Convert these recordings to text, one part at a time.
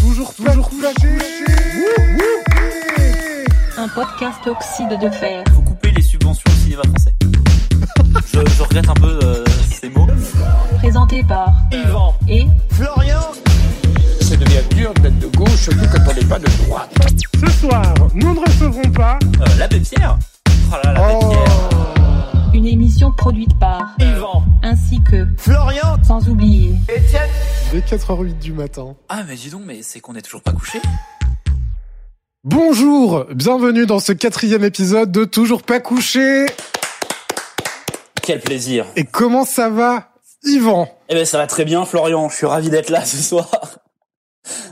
toujours, toujours flatté. Wouh, wouh. Un podcast oxyde de fer. faut couper les subventions au cinéma français. je, je regrette un peu euh, ces mots. Présenté par Yvan, et Florian, Ça devient dur d'être de gauche, surtout quand on n'est pas de droite. Ce soir, nous ne recevrons pas. euh, l'abbé Pierre. Oh là là, l'abbé Oh. Pierre. une émission produite par Oh. Yvan, ainsi que Florian, sans oublier Étienne. Dès 4h08 du matin. Ah mais dis donc, mais c'est qu'on est toujours pas couché. Bonjour, bienvenue dans ce quatrième épisode de Toujours pas couché. Quel plaisir. Et comment ça va, Yvan Eh ben ça va très bien, Florian. Je suis ravi d'être là ce soir.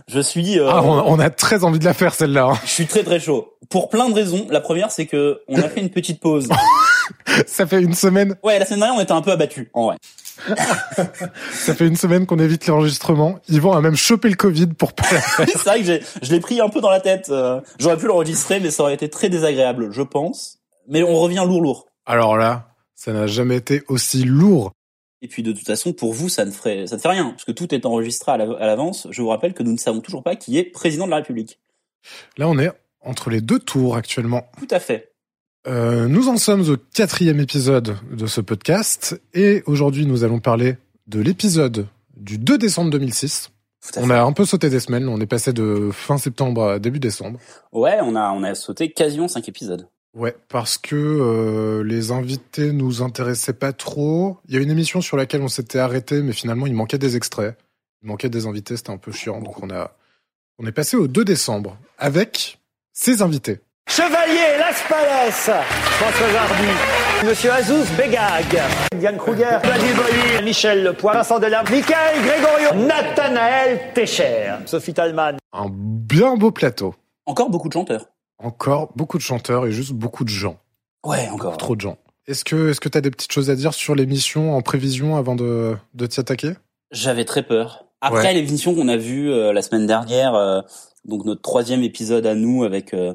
Je suis, euh, Ah, on, on a très envie de la faire celle-là. hein. je suis très très chaud. Pour plein de raisons. La première, c'est que on a fait une petite pause. Ça fait une semaine, Ouais, la semaine dernière, on était un peu abattus, en vrai. ça fait une semaine qu'on évite l'enregistrement. Yvan a même chopé le Covid pour pas la faire. C'est vrai que j'ai- je l'ai pris un peu dans la tête. euh, J'aurais pu l'enregistrer, mais ça aurait été très désagréable, je pense. Mais on revient lourd, lourd. Alors là, ça n'a jamais été aussi lourd. Et puis de toute façon, pour vous, ça ne ferait, ça ne fait rien, parce que tout est enregistré à la- à l'avance. Je vous rappelle que nous ne savons toujours pas qui est président de la République. Là, on est entre les deux tours actuellement. Tout à fait. Euh, nous en sommes au quatrième épisode de ce podcast et aujourd'hui nous allons parler de l'épisode du 2 décembre 2006. Tout à On fait. a un peu sauté des semaines, on est passé de fin septembre à début décembre. Ouais, on a, on a sauté quasiment cinq épisodes. Ouais, parce que euh, les invités nous intéressaient pas trop. Il y a une émission sur laquelle on s'était arrêté, mais finalement il manquait des extraits, il manquait des invités, c'était un peu chiant. Donc on a, on est passé au 2 décembre avec ses invités. Chevalier Las Palais, François Hardy, Monsieur Azouz Begag, Diane Kruger, Vladimir Boyer, Michel Lepoix, Vincent Delarme, Michael Grégorio, Nathanaël Técher, Sophie Talman, Un bien beau plateau. Encore beaucoup de chanteurs. Encore beaucoup de chanteurs et juste beaucoup de gens. Ouais, encore. trop de gens. Est-ce que est-ce que t'as des petites choses à dire sur l'émission en prévision avant de de t'y attaquer J'avais très peur. Après Ouais. l'émission qu'on a vue euh, la semaine dernière, euh, donc notre troisième épisode à nous avec euh,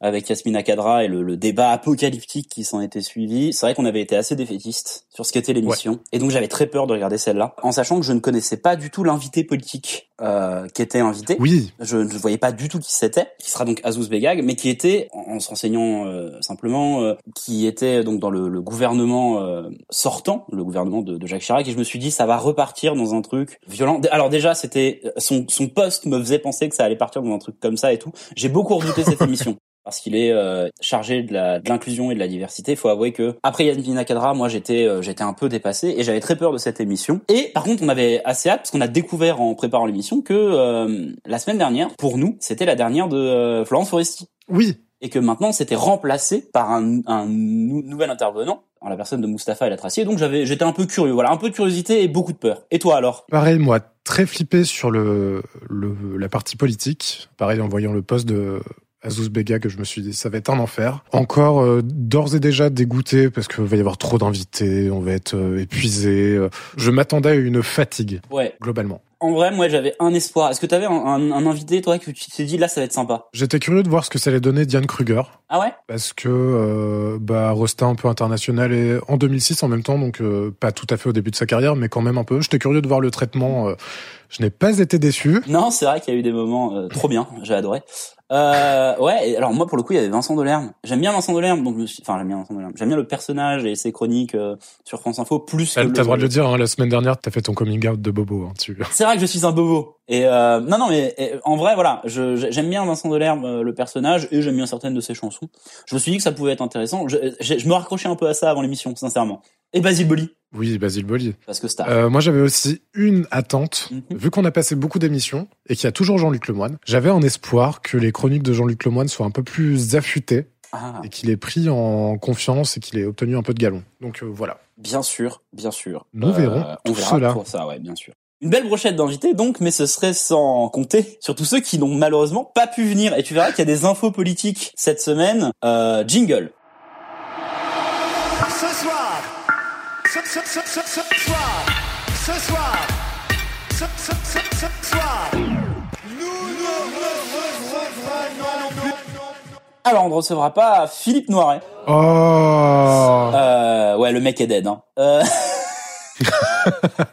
avec Yasmina Kadra et le, le débat apocalyptique qui s'en était suivi, c'est vrai qu'on avait été assez défaitiste sur ce qu'était l'émission. Et donc j'avais très peur de regarder celle-là, en sachant que je ne connaissais pas du tout l'invité politique euh, qui était invité. Oui, Je ne voyais pas du tout qui c'était, qui sera donc Azouz Begag, mais qui était, en, en se renseignant euh, simplement, euh, qui était donc dans le, le gouvernement euh, sortant, le gouvernement de, de Jacques Chirac, et je me suis dit ça va repartir dans un truc violent. Alors déjà, c'était euh, son, son poste me faisait penser que ça allait partir dans un truc comme ça et tout. J'ai beaucoup redouté cette émission. Parce qu'il est euh, chargé de la- de l'inclusion et de la diversité, il faut avouer que après Yasmina Kadra, moi j'étais euh, j'étais un peu dépassé et j'avais très peur de cette émission. Et par contre, on avait assez hâte parce qu'on a découvert en préparant l'émission que euh, la semaine dernière, pour nous, c'était la dernière de euh, Florence Foresti oui, et que maintenant c'était remplacé par un, un nou- nouvel intervenant en la personne de Mustapha El Atracier. Donc j'avais j'étais un peu curieux, voilà, un peu de curiosité et beaucoup de peur. Et toi alors pareil moi très flippé sur le, le la partie politique. Pareil en voyant le poste de Azouz Bega que je me suis dit ça va être un enfer. Encore euh, d'ores et déjà dégoûté parce qu'il va y avoir trop d'invités, on va être euh, épuisé. euh. Je m'attendais à une fatigue Ouais. globalement. En vrai, moi j'avais un espoir. Est-ce que t'avais un, un, un invité toi que tu t'es dit là ça va être sympa J'étais curieux de voir ce que ça allait donner Diane Kruger. Ah ouais parce que euh, bah Rosta un peu international et en 2006 en même temps donc euh, pas tout à fait au début de sa carrière mais quand même un peu j'étais curieux de voir le traitement euh, je n'ai pas été déçu Non, c'est vrai qu'il y a eu des moments euh, trop bien, j'ai adoré. Euh, ouais, et alors moi pour le coup, il y avait Vincent Delerme. J'aime bien Vincent Delerme, donc je me suis- enfin j'aime bien Vincent Delerme. J'aime bien le personnage et ses chroniques euh, sur France Info plus t'as que t'as le droit de le dire hein, la semaine dernière t'as fait ton coming out de bobo hein, tu C'est vrai que je suis un bobo. Et euh, non, non, mais et, en vrai, voilà, je- je- j'aime bien Vincent Delerme, euh, le personnage, et j'aime bien certaines de ses chansons. Je me suis dit que ça pouvait être intéressant. Je, je- je me raccrochais un peu à ça avant l'émission, sincèrement. Et Basile Boli, oui Basile Boli parce que star. Euh, moi j'avais aussi une attente Ah. Mhm. vu qu'on a passé beaucoup d'émissions et qu'il y a toujours Jean-Luc Lemoine j'avais un espoir que les chroniques de Jean-Luc Lemoine soient un peu plus affûtées Ah, et qu'il ait pris en confiance et qu'il ait obtenu un peu de galon donc euh, voilà bien sûr, bien sûr. Nous verrons on tout verra cela. pour ça, ouais, bien sûr. Une belle brochette d'invités, donc, mais ce serait sans compter sur tous ceux qui n'ont malheureusement pas pu venir. Et tu verras qu'il y a des infos politiques cette semaine. Euh, jingle. ce soir, ce, ce, ce, ce, ce soir, ce soir, ce, ce, ce, ce soir, nous ne Alors, on ne recevra pas Philippe Noiret. oh Oh. Euh, ouais, le mec est dead. Hein. Euh...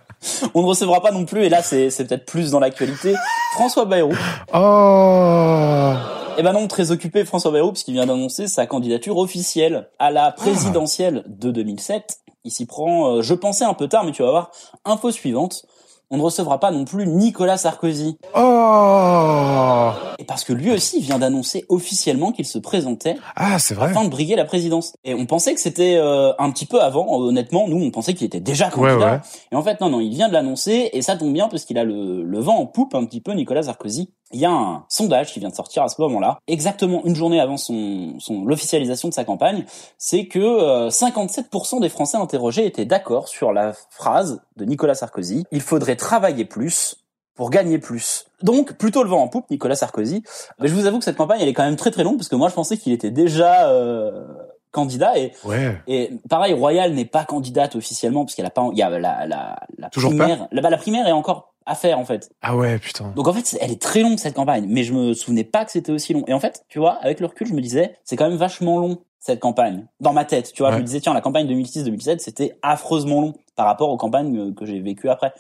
On ne recevra pas non plus, et là c'est c'est peut-être plus dans l'actualité, François Bayrou. Oh Eh ben non, très occupé François Bayrou, puisqu'il vient d'annoncer sa candidature officielle à la présidentielle de 2007. Il s'y prend, euh, je pensais un peu tard, mais tu vas voir, info suivante, on ne recevra pas non plus Nicolas Sarkozy. Oh Et parce que lui aussi vient d'annoncer officiellement qu'il se présentait Ah, c'est vrai. afin de briguer la présidence. Et on pensait que c'était euh, un petit peu avant, honnêtement, nous on pensait qu'il était déjà candidat. Ouais, ouais. Et en fait, non, non, il vient de l'annoncer, et ça tombe bien parce qu'il a le, le vent en poupe un petit peu, Nicolas Sarkozy. Il y a un sondage qui vient de sortir à ce moment-là, exactement une journée avant son, son l'officialisation de sa campagne, c'est que euh, 57% des Français interrogés étaient d'accord sur la phrase de Nicolas Sarkozy, il faudrait travailler plus pour gagner plus. Donc, plutôt le vent en poupe, Nicolas Sarkozy. Mais je vous avoue que cette campagne, elle est quand même très très longue, parce que moi, je pensais qu'il était déjà euh, candidat, et Ouais. et pareil, Royal n'est pas candidate officiellement parce qu'elle a pas, il y a la la la Toujours primaire. La, bah, la primaire est encore à faire en fait. Ah ouais, putain. Donc en fait, c'est- elle est très longue cette campagne, mais je me souvenais pas que c'était aussi long. Et en fait, tu vois, avec le recul, je me disais, c'est quand même vachement long cette campagne. Dans ma tête, tu vois, je Ouais. me disais tiens, la campagne 2006-2007, c'était affreusement long par rapport aux campagnes euh, que j'ai vécues après.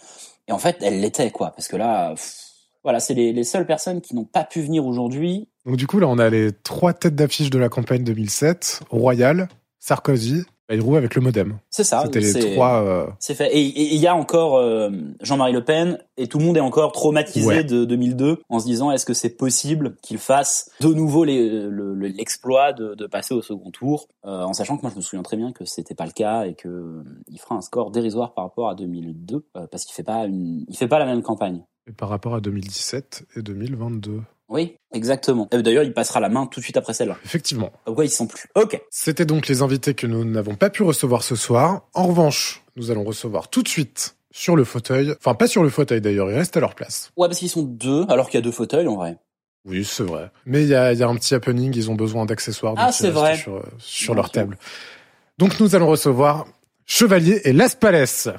Et en fait, elle l'était quoi, parce que là, pff, voilà, c'est les, les seules personnes qui n'ont pas pu venir aujourd'hui. Donc du coup, là, on a les trois têtes d'affiche de la campagne 2007. Royal, Sarkozy, Bayrou avec le modem. C'est ça. C'était c'est- les trois... euh, C'est fait. Et et- et il y a encore euh, Jean-Marie Le Pen et tout le monde est encore traumatisé Ouais. de 2002 en se disant est-ce que c'est possible qu'il fasse de nouveau les- le- le- l'exploit de, de passer au second tour Euh, en sachant que moi je me souviens très bien que c'était pas le cas et que euh, il fera un score dérisoire par rapport à 2002 euh, parce qu'il fait pas une, il fait pas la même campagne. et par rapport à 2017 et 2022. Oui, exactement. Et D'ailleurs, il passera la main tout de suite après celle-là. Effectivement. Pourquoi ils sont plus Ok. C'était donc les invités que nous n'avons pas pu recevoir ce soir. En revanche, nous allons recevoir tout de suite sur le fauteuil. Enfin, pas sur le fauteuil d'ailleurs, ils restent à leur place. Ouais, parce qu'ils sont deux alors qu'il y a deux fauteuils en vrai. Oui, c'est vrai. Mais il y a, il y a un petit happening, ils ont besoin d'accessoires donc Ah, ils c'est restent vrai. sur, euh, sur Bien leur sûr. table. Donc nous allons recevoir Chevalier et Las Palès.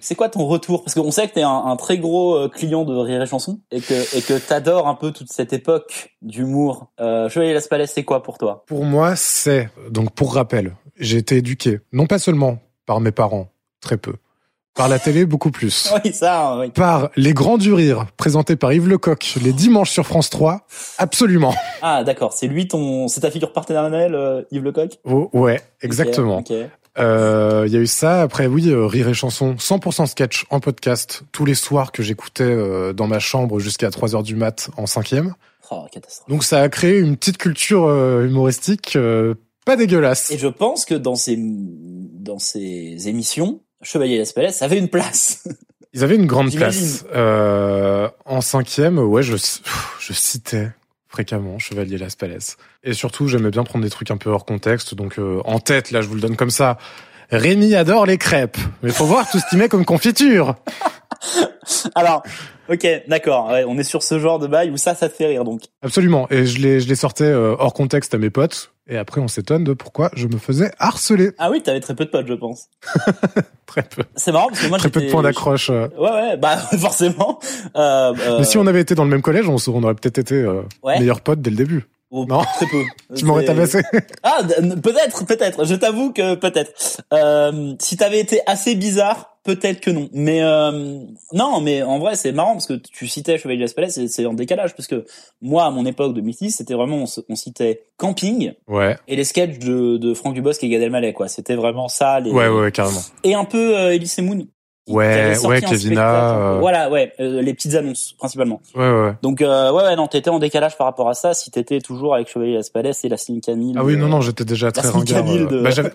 C'est quoi ton retour Parce qu'on sait que t'es un, un très gros euh, client de Rire et Chanson et que et que t'adores un peu toute cette époque d'humour. Euh, Chevalier Las Palais, c'est quoi pour toi Pour moi, c'est, donc pour rappel, j'ai été éduqué, non pas seulement par mes parents, très peu, par la télé beaucoup plus. Oui, hein, ça, oui. Par Les Grands du Rire, présenté par Yves Lecoq, les dimanches sur France 3, absolument. Ah, d'accord. C'est lui ton, c'est ta figure paternelle, euh, Yves Lecoq. Oh, ouais, exactement. Ok, ok. Euh, Il y a eu ça. Après, oui, euh, Rire et Chanson, 100% sketch en podcast tous les soirs que j'écoutais euh, dans ma chambre jusqu'à 3 heures du mat en cinquième. Oh, catastrophe. Donc ça a créé une petite culture euh, humoristique euh, pas dégueulasse. Et je pense que dans ces dans ces émissions, Chevalier Las Palais avait une place. Ils avaient une grande J'imagine. place. Euh, en cinquième, ouais, je, je citais fréquemment Chevalier Las Palais. Et surtout, j'aimais bien prendre des trucs un peu hors contexte. Donc euh, en tête, là, je vous le donne comme ça. Rémi adore les crêpes, mais faut voir tout ce qu'il met comme confiture. Alors, ok, d'accord. Ouais, on est sur ce genre de bail où ça, ça te fait rire. Donc, Absolument. Et je les, je les sortais euh, hors contexte à mes potes. Et après, on s'étonne de pourquoi je me faisais harceler. ah oui, t'avais très peu de potes, je pense. Très peu. C'est marrant parce que moi, Très peu de j'étais- points d'accroche. euh. Ouais, ouais, bah forcément. Euh, euh, Mais si on avait été dans le même collège, on, s- on aurait peut-être été euh, Ouais. meilleurs potes dès le début. oh, non. Très peu. Tu m'aurais C'est- tabassé. Ah, d- n- peut-être, peut-être. Je t'avoue que peut-être. Euh, si t'avais été assez bizarre, peut-être que non. Mais euh, non, mais en vrai, c'est marrant parce que tu citais Chevalier de Las Palais, c'est c'est en décalage parce que moi, à mon époque de 2006, c'était vraiment on, se- on citait camping Ouais, et les sketchs de, de Franck Dubosc et Gad Elmaleh, quoi. C'était vraiment ça. Les, ouais, ouais, carrément. et un peu euh, Elise et Moon. qui Ouais, avait sorti ouais, un Kevina, spectacle un peu. euh. Voilà, ouais, euh, les petites annonces principalement. Ouais, ouais. Donc euh, ouais, ouais, non, t'étais en décalage par rapport à ça. Si t'étais toujours avec Chevalier Las Palais et la Slim Camille. Ah oui, non, euh, non, j'étais déjà très Merci ringard. Camille euh. de- Bah, j'avais-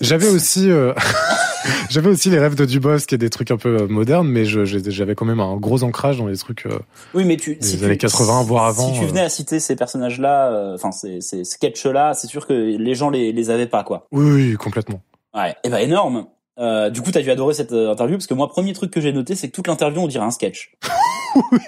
J'avais aussi, euh, j'avais aussi les rêves de Dubosc et des trucs un peu euh, modernes, mais je- j'ai- j'avais quand même un gros ancrage dans les trucs. euh, Oui, mais tu. Des années 80, voire avant, euh. Si tu venais à citer ces personnages-là, euh, enfin ces, ces sketchs-là, c'est sûr que les gens les, les avaient pas, quoi. Oui, oui, oui, complètement. Ouais. Et ben énorme. Euh, du coup, t'as dû adorer cette euh, interview parce que moi, premier truc que j'ai noté, c'est que toute l'interview, on dirait un sketch.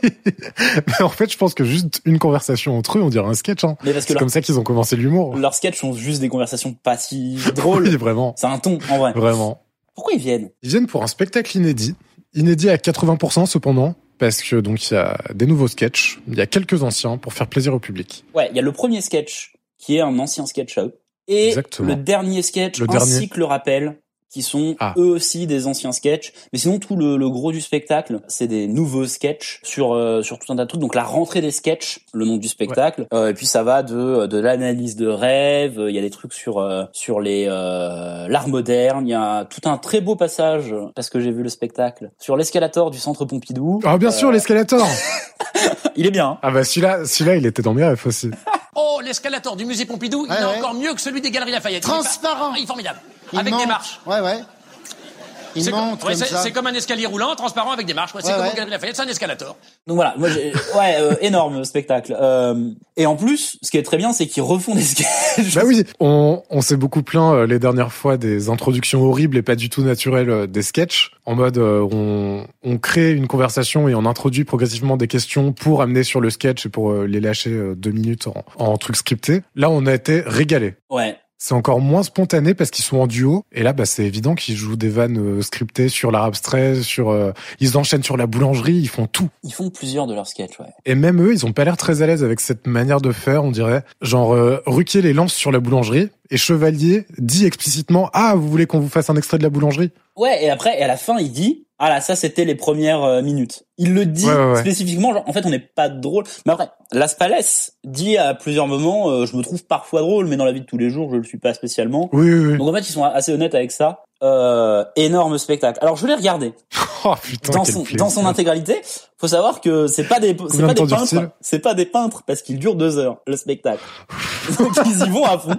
Mais en fait, je pense que juste une conversation entre eux, on dirait un sketch. Hein. Mais parce que C'est leur- comme ça qu'ils ont commencé l'humour. leurs sketchs sont juste des conversations pas si drôles. Oui, vraiment, C'est un ton, en vrai. vraiment. Pourquoi ils viennent Ils viennent pour un spectacle inédit, inédit à 80% cependant, parce que donc il y a des nouveaux sketchs, il y a quelques anciens pour faire plaisir au public. Ouais, il y a le premier sketch qui est un ancien sketch à eux. Et Exactement. le dernier sketch, Le ainsi dernier. que le rappel, qui sont Ah. eux aussi des anciens sketchs. Mais sinon, tout le, le gros du spectacle, c'est des nouveaux sketchs sur euh, sur tout un tas de trucs. Donc la rentrée des sketchs, le nom du spectacle. Euh, et puis ça va de de l'analyse de rêve. Il y a des trucs sur euh, sur les euh, l'art moderne. Il y a tout un très beau passage parce que j'ai vu le spectacle sur l'escalator du centre Pompidou. Ah, bien sûr, l'escalator Il est bien. hein. Ah bah celui-là, celui-là, il était dans mes rêves aussi. Oh, l'escalator du musée Pompidou, il Ouais, est ouais. encore mieux que celui des Galeries Lafayette. Il est Transparent. pas- Il est formidable. Il avec des monte. marches. Ouais, ouais. Il C'est monte comme, ouais, comme c'est- ça. c'est comme un escalier roulant, transparent avec des marches. Ouais, c'est Ouais, comme ouais. aux Galeries Lafayette, c'est un escalator. Donc voilà, moi j'ai- ouais, euh, énorme spectacle. Euh, et en plus, ce qui est très bien, c'est qu'ils refont des sketchs. Bah oui, on, on s'est beaucoup plaint euh, les dernières fois des introductions horribles et pas du tout naturelles euh, des sketchs. En mode, euh, on, on crée une conversation et on introduit progressivement des questions pour amener sur le sketch et pour euh, les lâcher euh, deux minutes en, en truc scripté. Là, on a été régalé. Ouais. C'est encore moins spontané parce qu'ils sont en duo. Et là, bah, c'est évident qu'ils jouent des vannes euh, scriptées sur l'art abstrait, sur, euh, ils enchaînent sur la boulangerie, ils font tout. Ils font plusieurs de leurs sketchs, ouais. Et même eux, ils ont pas l'air très à l'aise avec cette manière de faire, on dirait. Genre, euh, Ruquier les lance sur la boulangerie et Chevalier dit explicitement Ah, vous voulez qu'on vous fasse un extrait de la boulangerie Ouais, et après, et à la fin, il dit, ah là, ça c'était les premières euh, minutes. Il le dit Ouais, ouais, ouais. spécifiquement, genre, en fait, on n'est pas drôle. Mais après, Las Palais dit à plusieurs moments, euh, je me trouve parfois drôle, mais dans la vie de tous les jours, je le suis pas spécialement. Oui, oui, oui. Donc en fait, ils sont assez honnêtes avec ça. Euh, énorme spectacle. Alors je l'ai regardé Oh putain, dans quel son plaisir. dans son intégralité. Faut savoir que c'est pas des c'est Combien pas de temps des dure-t-il peintres, c'est pas des peintres parce qu'il dure deux heures le spectacle. Donc ils y vont à fond.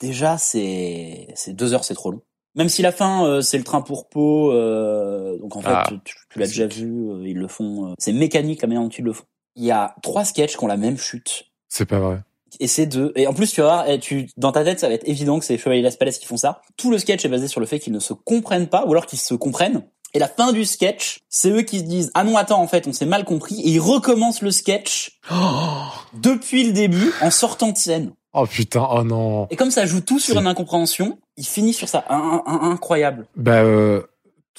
Déjà c'est c'est deux heures c'est trop long. Même si la fin euh, c'est le train pour Pau, euh, donc en fait Ah, tu, tu l'as déjà vu, euh, ils le font. euh, c'est mécanique la manière dont ils le font. Il y a trois sketchs qui ont la même chute. C'est pas vrai. Et c'est deux. Et en plus, tu vas voir, eh, tu, dans ta tête, ça va être évident que c'est Chevalier Las Palais qui font ça. Tout le sketch est basé sur le fait qu'ils ne se comprennent pas, ou alors qu'ils se comprennent. Et la fin du sketch, c'est eux qui se disent, ah non, attends, en fait, on s'est mal compris, et ils recommencent le sketch depuis le début, en sortant de scène. Oh putain, oh non. Et comme ça joue tout sur C'est- une incompréhension, ils finissent sur ça. Un- un- un- incroyable. Bah, euh, de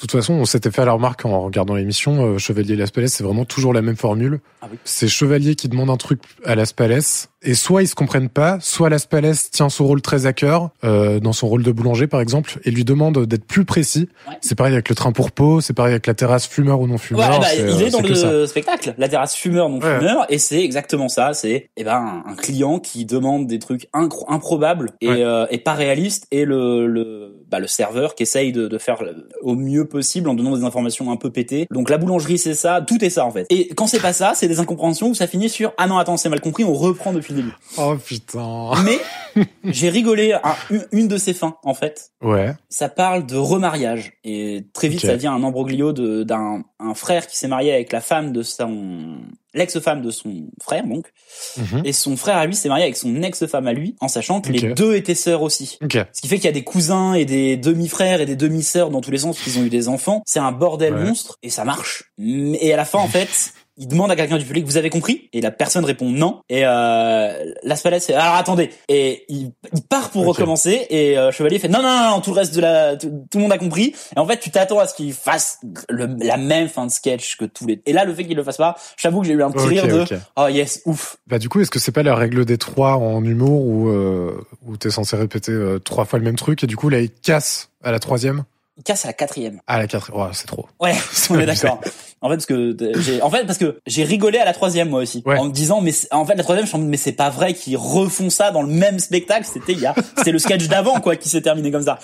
toute façon, on s'était fait la remarque en regardant l'émission. euh, Chevalier et Las Palais, c'est vraiment toujours la même formule. Ah oui. C'est Chevalier qui demande un truc à Las Palais. Et soit ils se comprennent pas, soit Las Palais tient son rôle très à cœur, euh, dans son rôle de boulanger par exemple, et lui demande d'être plus précis. Ouais. C'est pareil avec le train pour Pau, c'est pareil avec la terrasse fumeur ou non Ouais, fumeur. bah, c'est, il euh, est dans c'est que ça. le spectacle, la terrasse fumeur non Ouais. fumeur, et c'est exactement ça. C'est eh ben un client qui demande des trucs incro- improbables et, Ouais. euh, et pas réalistes, et le le, bah, le serveur qui essaye de, de faire le- au mieux possible en donnant des informations un peu pétées. Donc la boulangerie c'est ça, tout est ça en fait. Et quand c'est pas ça, c'est des incompréhensions où ça finit sur ah non attends c'est mal compris, on reprend depuis le début. Oh putain. Mais j'ai rigolé à une- une de ces fins en fait Ouais. ça parle de remariage et très vite Ok. ça devient un embroglio de- d'un un frère qui s'est marié avec la femme de son l'ex-femme de son frère donc Mhm. et son frère à lui s'est marié avec son ex-femme à lui en sachant que les Ok. deux étaient sœurs aussi. Ok. Ce qui fait qu'il y a des cousins et des demi-frères et des demi-sœurs dans tous les sens qu'ils ont eu des enfants. C'est un bordel Ouais. monstre et ça marche. Mm, Et à la fin, en fait, il demande à quelqu'un du public, vous avez compris Et la personne répond non. Et euh, Laspalais fait, alors attendez. Et il, il part pour Ok. recommencer et euh, Chevalier fait, non, non, non, non, tout le reste de la... Tout, tout le monde a compris. Et en fait, tu t'attends à ce qu'il fasse le- la même fin de sketch que tous les... Et là, le fait qu'il le fasse pas, j'avoue que j'ai eu un petit Ok, rire de, ok. oh yes, ouf. Bah du coup, est-ce que c'est pas la règle des trois en humour où euh, où t'es censé répéter euh, trois fois le même truc et du coup là il casse à la troisième, Il casse à la quatrième. à la quatrième. Oh, c'est trop. Ouais, C'est on est abusé. d'accord. En fait, parce que euh, j'ai, en fait, parce que j'ai rigolé à la troisième moi aussi, Ouais. en me disant mais c'est- en fait la troisième, je suis en mode, mais c'est pas vrai qu'ils refont ça dans le même spectacle. C'était il y a, c'était le sketch d'avant quoi qui s'est terminé comme ça.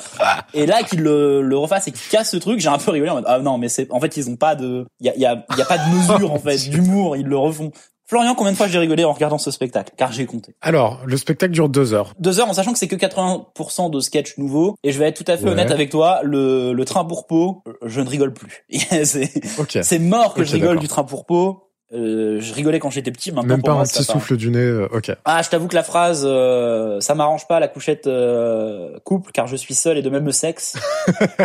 Et là qu'ils le, le refassent et qu'ils cassent ce truc, j'ai un peu rigolé en mode ah non mais c'est, en fait ils ont pas de, il y a, il y a, il y a pas de mesure en fait d'humour, ils le refont. Florian, combien de fois j'ai rigolé en regardant ce spectacle Car j'ai compté. Alors, le spectacle dure deux heures. Deux heures en sachant que c'est que 80% de sketch nouveau et je vais être tout à fait Ouais. honnête avec toi, le, le train pour Pau, je ne rigole plus. c'est, Ok. c'est mort que Ok, je rigole d'accord. du train pour Pau. Euh, je rigolais quand j'étais petit, maintenant Même pour pas moi, un ça petit va. souffle du nez. euh, ok. Ah, je t'avoue que la phrase euh, ça m'arrange pas la couchette euh, couple car je suis seul et de même sexe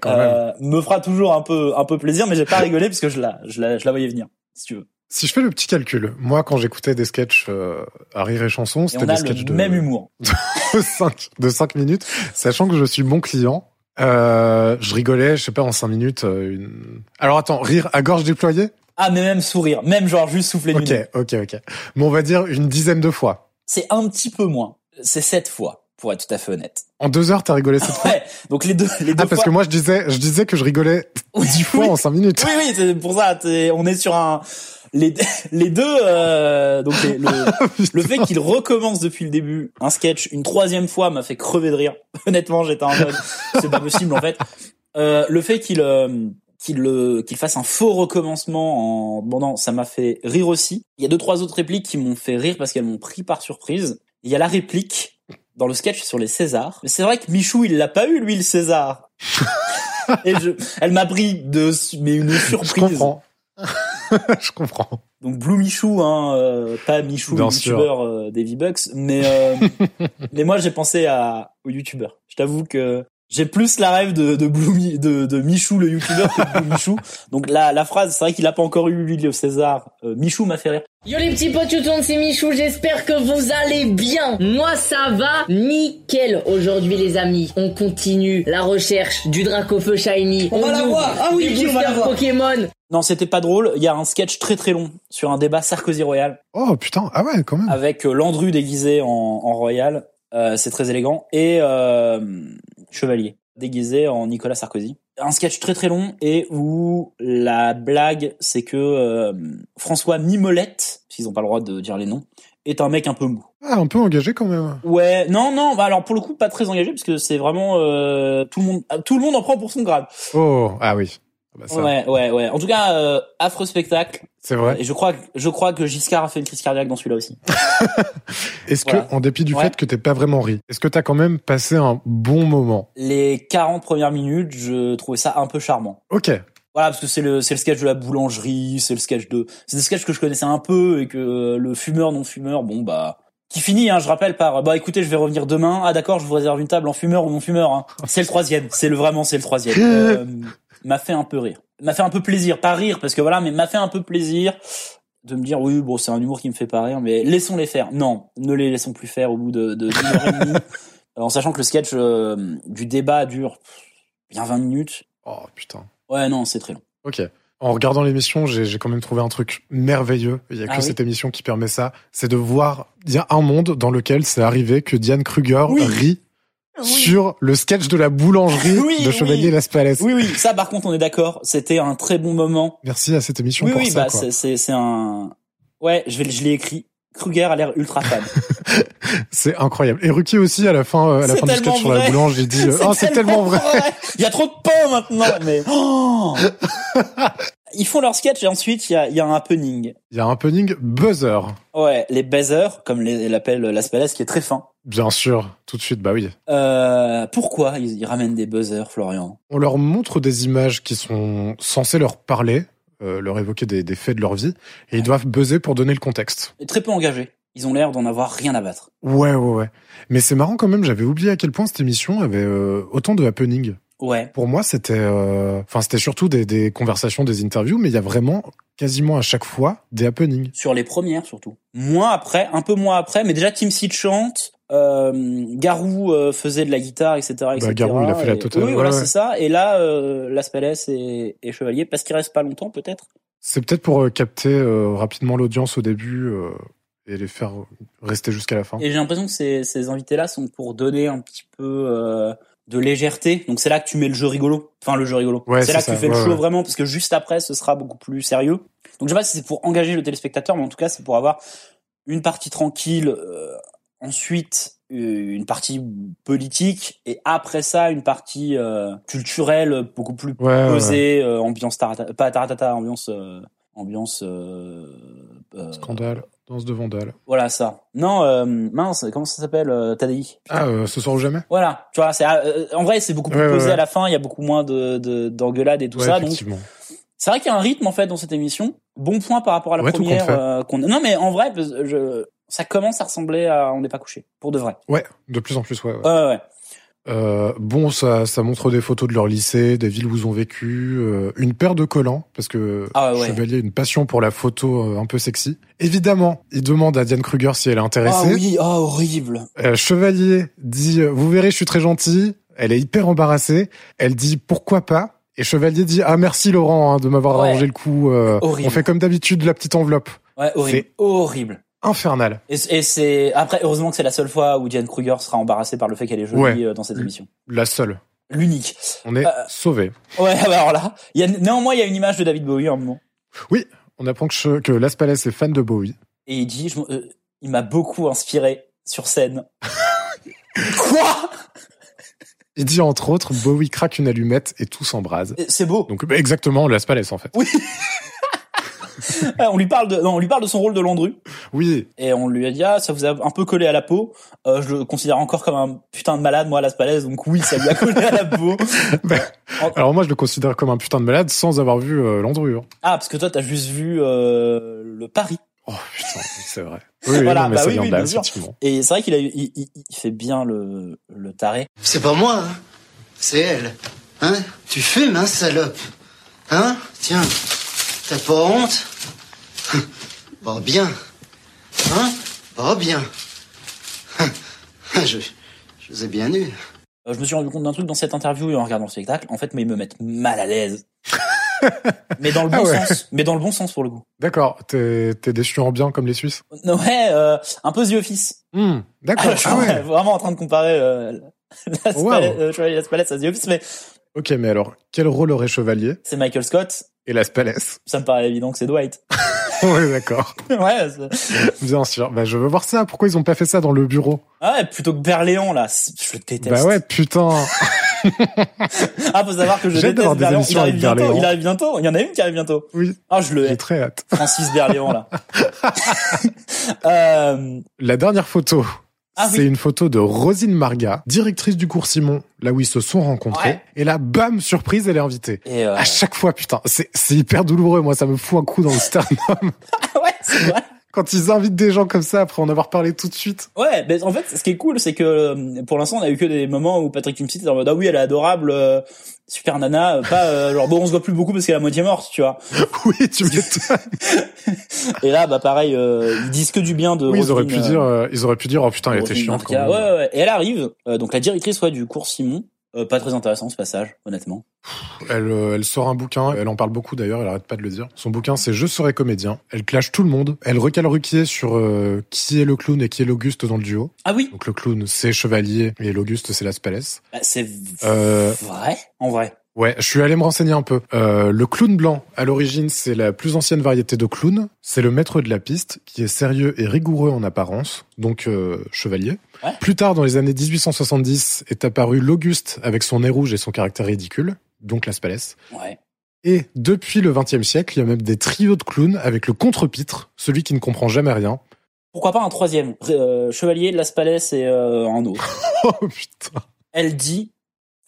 Quand même. euh, me fera toujours un peu un peu plaisir, mais j'ai pas rigolé parce que je la je la je la voyais venir. Si tu veux. Si je fais le petit calcul, moi quand j'écoutais des sketchs euh, à rire et chanson, Et c'était on a des sketchs le de même humour. de cinq de cinq minutes, sachant que je suis bon client. Euh, je rigolais, je sais pas, en cinq minutes. euh, une... Alors attends, rire à gorge déployée. Ah, mais même sourire, même genre juste souffler du Ok, nez. ok, ok. Mais on va dire une dizaine de fois. C'est un petit peu moins. C'est sept fois. pour être tout à fait honnête. En deux heures, t'as rigolé cette fois. Ouais, donc les deux, les Ah, Ah, deux parce fois- que moi, je disais, je disais que je rigolais Oui, dix fois oui. en cinq minutes. Oui, oui, c'est pour ça. t'es- On est sur un les les deux euh, donc les- le, le fait qu'il recommence depuis le début un sketch une troisième fois m'a fait crever de rire. Honnêtement, j'étais en mode c'est pas possible en fait. Euh, le fait qu'il euh, qu'il le- qu'il fasse un faux recommencement en demandant ça m'a fait rire aussi. Il y a deux trois autres répliques qui m'ont fait rire parce qu'elles m'ont pris par surprise. Il y a la réplique dans le sketch sur les Césars. C'est vrai que Michou il l'a pas eu lui le César. Et je, elle m'a pris de, mais une Je surprise. comprends. je comprends. Donc Blue Michou, hein, euh, pas Michou, le Bien sûr. youtubeur euh, des V-Bucks, mais euh, mais moi j'ai pensé à au youtubeur. Je t'avoue que j'ai plus la rêve de de Blue Mi- de, de Michou le youtubeur que de Blue Michou. Donc la la phrase, c'est vrai qu'il a pas encore eu lui, le César. Euh, Michou m'a fait rire. Yo les petits potes tournent c'est Michou, j'espère que vous allez bien. Moi ça va nickel aujourd'hui les amis. On continue la recherche du Dracofeu Shiny. On, va la voir. Ah oui, on va la voir. Pokémon. Non, c'était pas drôle. Il y a un sketch très très long sur un débat Sarkozy Royal. Oh putain, ah ouais, quand même. avec euh, Landru déguisé en, en royal, euh, c'est très élégant, et euh, Chevalier déguisé en Nicolas Sarkozy. Un sketch très très long et où la blague c'est que euh, François Mimolette, s'ils n'ont pas le droit de dire les noms, est un mec un peu mou. Ah, un peu engagé quand même. Ouais, non non, bah alors pour le coup pas très engagé parce que c'est vraiment euh, tout le monde tout le monde en prend pour son grade. Oh, ah oui. Ah bah ça, Ouais ouais ouais. En tout cas euh, affreux spectacle C'est vrai. et je crois que je crois que Giscard a fait une crise cardiaque dans celui-là aussi. Est-ce que, Voilà. en dépit du Ouais. fait que t'es pas vraiment ri, est-ce que t'as quand même passé un bon moment Les 40 premières minutes, je trouvais ça un peu charmant. Ok. Voilà, parce que c'est le, c'est le sketch de la boulangerie, c'est le sketch de, c'est des sketchs que je connaissais un peu et que euh, le fumeur, non fumeur, bon, bah, qui finit, hein, je rappelle par, bah, écoutez, je vais revenir demain. Ah, d'accord, je vous réserve une table en fumeur ou non fumeur, hein. C'est le troisième. C'est le vraiment, c'est le troisième. Euh, m'a fait un peu rire. M'a fait un peu plaisir. Pas rire, parce que voilà, mais m'a fait un peu plaisir de me dire, oui, bon, c'est un humour qui me fait pas rire, mais laissons-les faire. Non, ne les laissons plus faire au bout de, de, d'une heure et demie. En sachant que le sketch euh, du débat dure pff, bien 20 minutes. Oh putain. Ouais, non, c'est très long. Ok. En regardant l'émission, j'ai j'ai quand même trouvé un truc merveilleux. Il y a Ah que oui. cette émission qui permet ça. C'est de voir. Il y a un monde dans lequel c'est arrivé que Diane Kruger Oui. rit sur le sketch de la boulangerie Oui, de Chevalier oui. Laspalès. Oui, oui, ça par contre on est d'accord, c'était un très bon moment. Merci à cette émission Oui, pour oui, ça. bah quoi. c'est- c'est c'est un... Ouais, je, vais, je l'ai écrit. Kruger a l'air ultra fan. C'est incroyable. Et Ruki aussi à la fin, euh, à la C'est fin du tellement sketch sur la vrai. boulange, il dit euh, Oh, c'est tellement vrai. Il y a trop de pain maintenant, mais... Oh Ils font leur sketch et ensuite il y a, il y a un happening. Il y a un punning buzzer. Ouais, les baisers, comme les- euh, l'appelle Laspalès, qui est très fin. Bien sûr, tout de suite, bah oui. Euh, pourquoi ils, ils ramènent des buzzers, Florian On leur montre des images qui sont censées leur parler, euh, leur évoquer des, des faits de leur vie, et ils doivent buzzer pour donner le contexte. Et Très peu engagés. Ils ont l'air d'en avoir rien à battre. Ouais, ouais, ouais. Mais c'est marrant quand même, j'avais oublié à quel point cette émission avait euh, autant de happening. Ouais. Pour moi, c'était, euh, enfin, c'était surtout des, des conversations, des interviews, mais il y a vraiment quasiment à chaque fois des happenings. sur les premières surtout. Moins après, un peu moins après, mais déjà Tim Seed chante, euh, Garou euh, faisait de la guitare, etc. etc. Bah, Garou, il a fait la Et- totale, Oui, ouais, voilà, ouais. c'est ça. Et là, euh, Laspalès et, et Chevalier, parce qu'il reste pas longtemps peut-être. C'est peut-être pour euh, capter euh, rapidement l'audience au début euh, et les faire rester jusqu'à la fin. Et j'ai l'impression que ces, ces invités-là sont pour donner un petit peu euh, de légèreté. Donc c'est là que tu mets le jeu rigolo. Enfin, le jeu rigolo. Ouais, c'est là c'est que tu ça, fais ouais, le show ouais. vraiment, parce que juste après, ce sera beaucoup plus sérieux. Donc je sais pas si c'est pour engager le téléspectateur, mais en tout cas, c'est pour avoir une partie tranquille, euh, ensuite euh, une partie politique, et après ça, une partie euh, culturelle, beaucoup plus Ouais, ouais, ouais. posée, euh, ambiance tarata, pas taratata, ambiance... euh, ambiance euh, euh, Scandale, danse de vandale. voilà ça. Non, euh, mince, comment ça s'appelle euh, Tadei Ah, euh, ce soir ou jamais Voilà, tu vois, c'est euh, en vrai c'est beaucoup plus Ouais, ouais, posé ouais. à la fin, il y a beaucoup moins de de- d'engueulades et tout Ouais, ça. Donc effectivement. c'est vrai qu'il y a un rythme en fait dans cette émission. Bon point par rapport à la Ouais, tout compte première. fait. euh, qu'on- non mais en vrai, je... ça commence à ressembler à on n'est pas couché pour de vrai. Ouais, de plus en plus, ouais. ouais. Ouais, ouais, ouais. Euh, bon, ça, ça montre des photos de leur lycée, des villes où ils ont vécu, euh, une paire de collants, parce que Ah ouais. Chevalier a une passion pour la photo euh, un peu sexy. Évidemment, il demande à Diane Kruger si elle est Ah intéressée. oui, ah horrible. Euh, Chevalier dit euh, Vous verrez, je suis très gentil. Elle est hyper embarrassée. Elle dit Pourquoi pas Et Chevalier dit Ah, merci Laurent hein, de m'avoir Ouais. arrangé le coup. euh, Horrible. on fait comme d'habitude la petite enveloppe. Ouais, horrible, C'est- horrible. infernal. Et, et c'est après heureusement que c'est la seule fois où Diane Kruger sera embarrassée par le fait qu'elle est jolie Ouais. Mm. euh, dans cette émission. La seule. L'unique. On est Euh. sauvés. Ouais, bah alors là, il y a, néanmoins il y a une image de David Bowie à un moment On apprend que, je- que Las Palais est fan de Bowie. et il dit, je m'en- euh, il m'a beaucoup inspiré sur scène. Quoi Il dit entre autres, Bowie craque une allumette et tout s'embrase. C'est beau. Donc bah, exactement Las Palais en fait. Ah, on lui parle de, non, on lui parle de son rôle de Landru Oui, et on lui a dit ah ça vous a un peu collé à la peau. Euh, je le considère encore comme un putain de malade moi Las Palais donc oui ça lui a collé à la peau. alors moi je le considère comme un putain de malade sans avoir vu euh, Landru. hein. Ah parce que toi t'as juste vu euh, le Paris. Oh putain, oui, c'est vrai. Oui, oui, Voilà, non, mais bah ça oui, vient oui, de là, bien sûr. effectivement. Et c'est vrai qu'il a, eu- il, il- il fait bien le, le taré. C'est pas moi, hein. c'est elle. Hein Tu fumes, hein, salope Hein Tiens, t'as pas honte Pas bien. Hein Pas bien. Je, je vous ai bien eu. Euh, Je me suis rendu compte d'un truc dans cette interview et en regardant le spectacle. En fait, mais ils me mettent mal à l'aise. mais dans le bon Ah ouais. sens. Mais dans le bon sens pour le coup. D'accord, t'es t'es déçu en bien comme les Suisses. Non, Ouais, euh, un peu The Office. Hmm, D'accord, Ah, je suis ah ouais. vraiment en train de comparer euh, Las Wow. Palais- euh, Chevalier Las Palais à The Office, mais Ok, mais alors, quel rôle aurait Chevalier c'est Michael Scott. et Las Palais Ça me paraît évident que c'est Dwight. Oui, d'accord. ouais, c'est- Bien sûr. Bah, je veux voir ça. Pourquoi ils ont pas fait ça dans le bureau ah ouais, plutôt que Berléon là. C'est- Je déteste. Bah ouais, putain. Ah, faut savoir que je J'ai hâte d'avoir déteste des Berléon. Il émissions arrive avec bientôt. Berléand. Il arrive bientôt. Il y en a une qui arrive bientôt. Oui, Ah, je le hais. j'ai très hâte. Francis Berléand là. euh, La dernière photo, Ah oui. c'est une photo de Rosine Marga, directrice du cours Simon, là où ils se sont rencontrés. Ouais. Et là, bam, surprise, elle est invitée. et euh, À chaque fois, putain, c'est c'est hyper douloureux. Moi, ça me fout un coup dans le sternum. ouais, c'est vrai. Quand ils invitent des gens comme ça, après en avoir parlé tout de suite. Ouais, mais en fait, ce qui est cool, c'est que euh, pour l'instant, on a eu que des moments où Patrick Timsit est en mode ah oui, elle est adorable, euh, super nana, euh, pas euh, genre bon, on se voit plus beaucoup parce qu'elle est à moitié morte, tu vois. Oui, tu m'étonnes. Et là, bah pareil, euh, ils disent que du bien de. Oui, ils auraient pu Roselyne, dire, euh, euh, ils auraient pu dire, oh putain, elle était Roselyne chiante quand Marca. même. Ouais, ouais, ouais. Et elle arrive, euh, donc la directrice ouais, du cours Simon. Euh, pas très intéressant ce passage, honnêtement. Elle, euh, elle sort un bouquin, elle en parle beaucoup d'ailleurs, elle arrête pas de le dire. Son bouquin, c'est Je serai comédien. Elle clash tout le monde. Elle recalruquier sur euh, qui est le clown et qui est l'Auguste dans le duo. Ah oui, Donc le clown, c'est Chevalier et l'Auguste, c'est Las Palais. Bah, c'est Euh. vrai, en vrai. Ouais, je suis allé me renseigner un peu. Euh, le clown blanc, à l'origine, c'est la plus ancienne variété de clown. C'est le maître de la piste, qui est sérieux et rigoureux en apparence, donc euh, chevalier. Ouais. Plus tard, dans les années 1870, est apparu l'Auguste avec son nez rouge et son caractère ridicule, donc Las Palais. Ouais. Et depuis le XXe siècle, il y a même des trios de clowns avec le contre-pitre, celui qui ne comprend jamais rien. Pourquoi pas un troisième Euh, Chevalier, Las Palais et euh, un autre. Oh putain, elle dit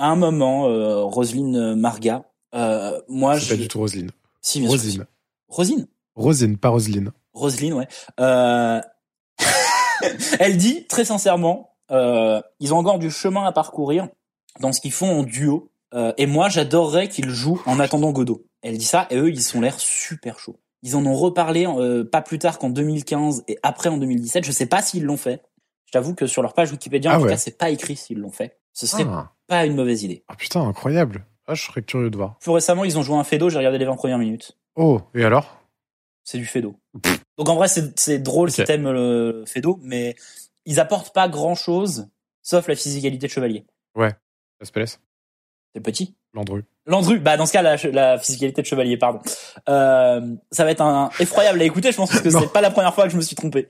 à un moment, euh, Roselyne Marga, euh, moi c'est je. pas du tout Roselyne. Si, bien sûr. Rosine. Rosine. Rosine, pas Roselyne. Roselyne, ouais. Euh, elle dit très sincèrement, euh, ils ont encore du chemin à parcourir dans ce qu'ils font en duo. euh, et moi, j'adorerais qu'ils jouent en attendant Godot. Elle dit ça, et eux, ils ont l'air super chauds. Ils en ont reparlé euh, pas plus tard qu'en 2015 et après en 2017. Je sais pas s'ils l'ont fait. Je t'avoue que sur leur page Wikipédia, en Ah tout ouais. cas, c'est pas écrit s'ils l'ont fait. Ce serait Ah. pas une mauvaise idée. Ah, putain, incroyable. Ah, je serais curieux de voir. Plus récemment, ils ont joué un Fedo, j'ai regardé les 20 premières minutes. Oh, et alors C'est du Fedo. Donc en vrai, c'est c'est drôle si Ok. t'aimes le Fedo, mais ils apportent pas grand chose, sauf la physicalité de Chevalier. Las Palais C'est petit. Landru. Landru, bah dans ce cas, la, la physicalité de Chevalier, pardon. Euh, ça va être un effroyable à écouter, je pense, parce que Non. c'est pas la première fois que je me suis trompé.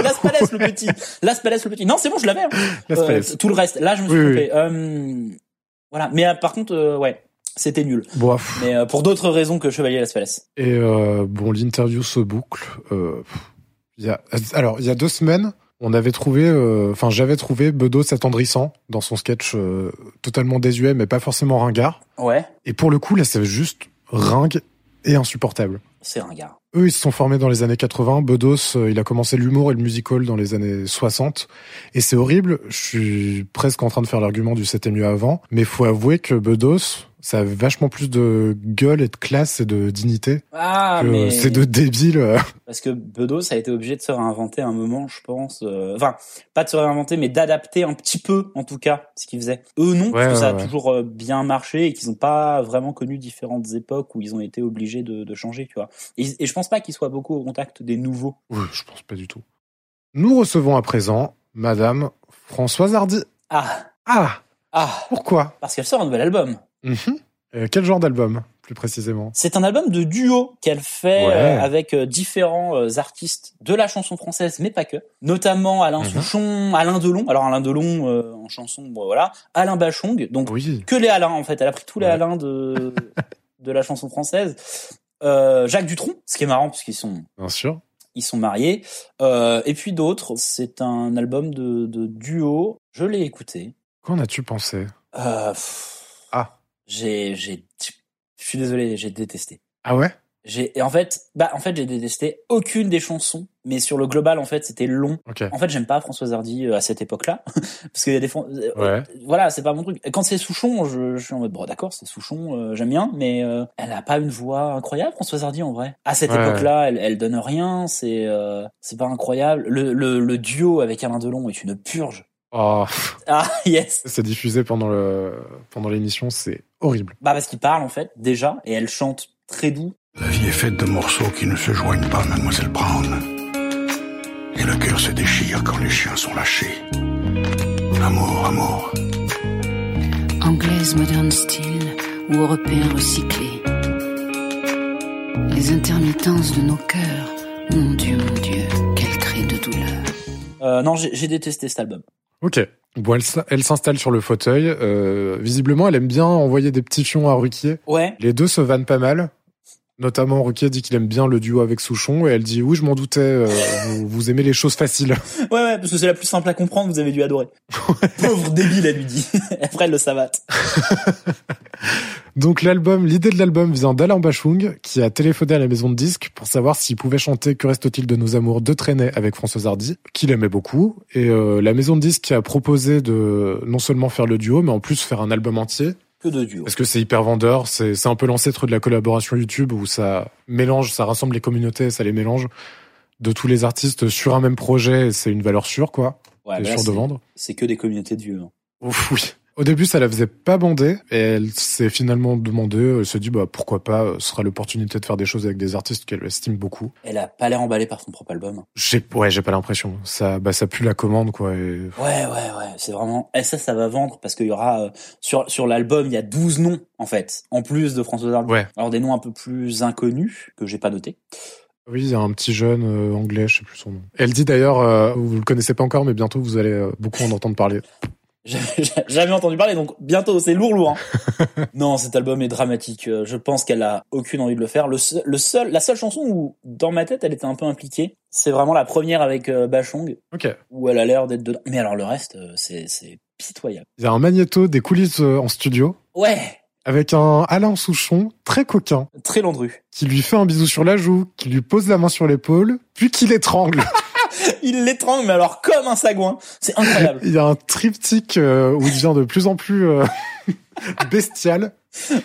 Las Palais, le petit. Las Palais, le petit. Non, c'est bon, je l'avais. hein. Las Euh, Palais. tout le reste. Là, je me suis Oui, trompé. Euh, voilà. Mais euh, par contre, euh, ouais, c'était nul. Bon, ah, pff. Mais euh, pour d'autres raisons que Chevalier Las Palais. et euh, bon, l'interview se boucle. Euh, pff. il y a... Alors, il y a deux semaines, on avait trouvé, euh, enfin, j'avais trouvé Bedos s'attendrissant dans son sketch euh, totalement désuet, mais pas forcément ringard. Ouais, Et pour le coup, là, c'est juste ringue et insupportable. c'est ringard. Eux, ils se sont formés dans les années 80. Bedos, euh, il a commencé l'humour et le musical dans les années 60. Et c'est horrible. Je suis presque en train de faire l'argument du c'était mieux avant. Mais faut avouer que Bedos, ça a vachement plus de gueule et de classe et de dignité Ah, que mais ces deux débiles. euh. parce que Bedos a été obligé de se réinventer un moment, je pense. euh, Enfin, pas de se réinventer, mais d'adapter un petit peu, en tout cas, ce qu'ils faisaient. Eux non, parce Ouais, que ça a ouais, ouais. toujours euh, bien marché et qu'ils n'ont pas vraiment connu différentes époques où ils ont été obligés de, de changer, tu vois. Et, et je pense pas qu'ils soient beaucoup au contact des nouveaux. Oui, je pense pas du tout. Nous recevons à présent Madame Françoise Hardy. Ah, Ah, ah, pourquoi parce qu'elle sort un nouvel album. Mhm. Euh, Quel genre d'album, plus précisément C'est un album de duo qu'elle fait Ouais. euh, avec euh, différents euh, artistes de la chanson française, mais pas que. Notamment Alain Mhm. Souchon, Alain Delon. Alors Alain Delon euh, en chanson, bon, voilà. Alain Bachong. Donc Oui. que les Alains en fait. Elle a pris tous les Ouais. Alains de de la chanson française. Euh, Jacques Dutronc, ce qui est marrant puisqu'ils sont Bien sûr. ils sont mariés. Euh, et puis d'autres. C'est un album de, de duo. Je l'ai écouté. Qu'en as-tu pensé Euh, pff, Ah. J'ai j'ai je suis désolé, j'ai détesté. Ah ouais J'ai et en fait bah en fait j'ai détesté aucune des chansons, mais sur le global en fait c'était long. Ok. En fait j'aime pas Françoise Hardy euh, à cette époque-là parce qu'il y a des fois- euh, Ouais. voilà c'est pas mon truc. Quand c'est Souchon je, je suis en mode bon d'accord c'est Souchon euh, j'aime bien mais euh, elle a pas une voix incroyable Françoise Hardy en vrai. À cette Ouais. époque-là elle, elle donne rien c'est euh, c'est pas incroyable. Le, le le duo avec Alain Delon est une purge. Oh, Ah yes c'est diffusé pendant le pendant l'émission, c'est horrible. bah parce qu'il parle en fait déjà et elle chante très doux La vie est faite de morceaux qui ne se joignent pas, mademoiselle Brown. Et le cœur se déchire quand les chiens sont lâchés. Amour, amour. Anglaise modern style ou européen recyclé. Les intermittences de nos cœurs, mon Dieu, mon Dieu, quel cri de douleur. Euh, non, j'ai j'ai détesté cet album. Ok. Bon, elle, s- elle s'installe sur le fauteuil. Euh, visiblement, elle aime bien envoyer des petits fions à Ruquier. Ouais. Les deux se vannent pas mal. Notamment, Ruquier dit qu'il aime bien le duo avec Souchon et elle dit oui, je m'en doutais. euh, vous, vous aimez les choses faciles. Ouais, ouais, parce que c'est la plus simple à comprendre, vous avez dû adorer. Pauvre débile, elle lui dit. Après, elle le savate. Donc l'album, l'idée de l'album vient d'Alain Bachung qui a téléphoné à la maison de disques pour savoir s'il pouvait chanter Que reste-t-il de nos amours de traîner avec Françoise Hardy, qu'il aimait beaucoup. Et euh, la maison de disques a proposé de non seulement faire le duo, mais en plus faire un album entier. Que de duo. Parce que c'est hyper vendeur, c'est c'est un peu l'ancêtre de la collaboration YouTube où ça mélange, ça rassemble les communautés, ça les mélange de tous les artistes sur un même projet. et C'est une valeur sûre, quoi. Ouais, T'es mais là, sûr de vendre. c'est que des communautés de vieux. hein. Ah, Ouf, oui. Au début, ça la faisait pas bander, et elle s'est finalement demandé, elle s'est dit, bah, pourquoi pas, euh, ce sera l'opportunité de faire des choses avec des artistes qu'elle estime beaucoup. Elle a pas l'air emballée par son propre album. hein. J'ai, ouais, j'ai pas l'impression. Ça, bah, ça pue la commande, quoi, et... Ouais, ouais, ouais. C'est vraiment. Et ça, ça va vendre parce qu'il y aura. euh, sur sur l'album, il y a 12 noms, en fait. En plus de François Hardy. Ouais. Alors, des noms un peu plus inconnus que j'ai pas notés. Oui, il y a un petit jeune euh, anglais, je sais plus son nom. Elle dit d'ailleurs, euh, vous le connaissez pas encore, mais bientôt vous allez euh, beaucoup en entendre parler. J'avais jamais entendu parler, donc bientôt, c'est lourd, lourd. hein. non, cet album est dramatique. Euh, Je pense qu'elle a aucune envie de le faire. Le seul, le seul, la seule chanson où, dans ma tête, elle était un peu impliquée, c'est vraiment la première avec euh, Bachong, Ok. où elle a l'air d'être dedans. Mais alors le reste, euh, c'est, c'est pitoyable. Il y a un magnéto des coulisses euh, en studio, Ouais, avec un Alain Souchon, très coquin, très landru. qui lui fait un bisou sur la joue, qui lui pose la main sur l'épaule, puis qui l'étrangle. Il l'étrangle, mais alors comme un sagouin. C'est incroyable. Il y a un triptyque euh, où il devient de plus en plus euh, bestial.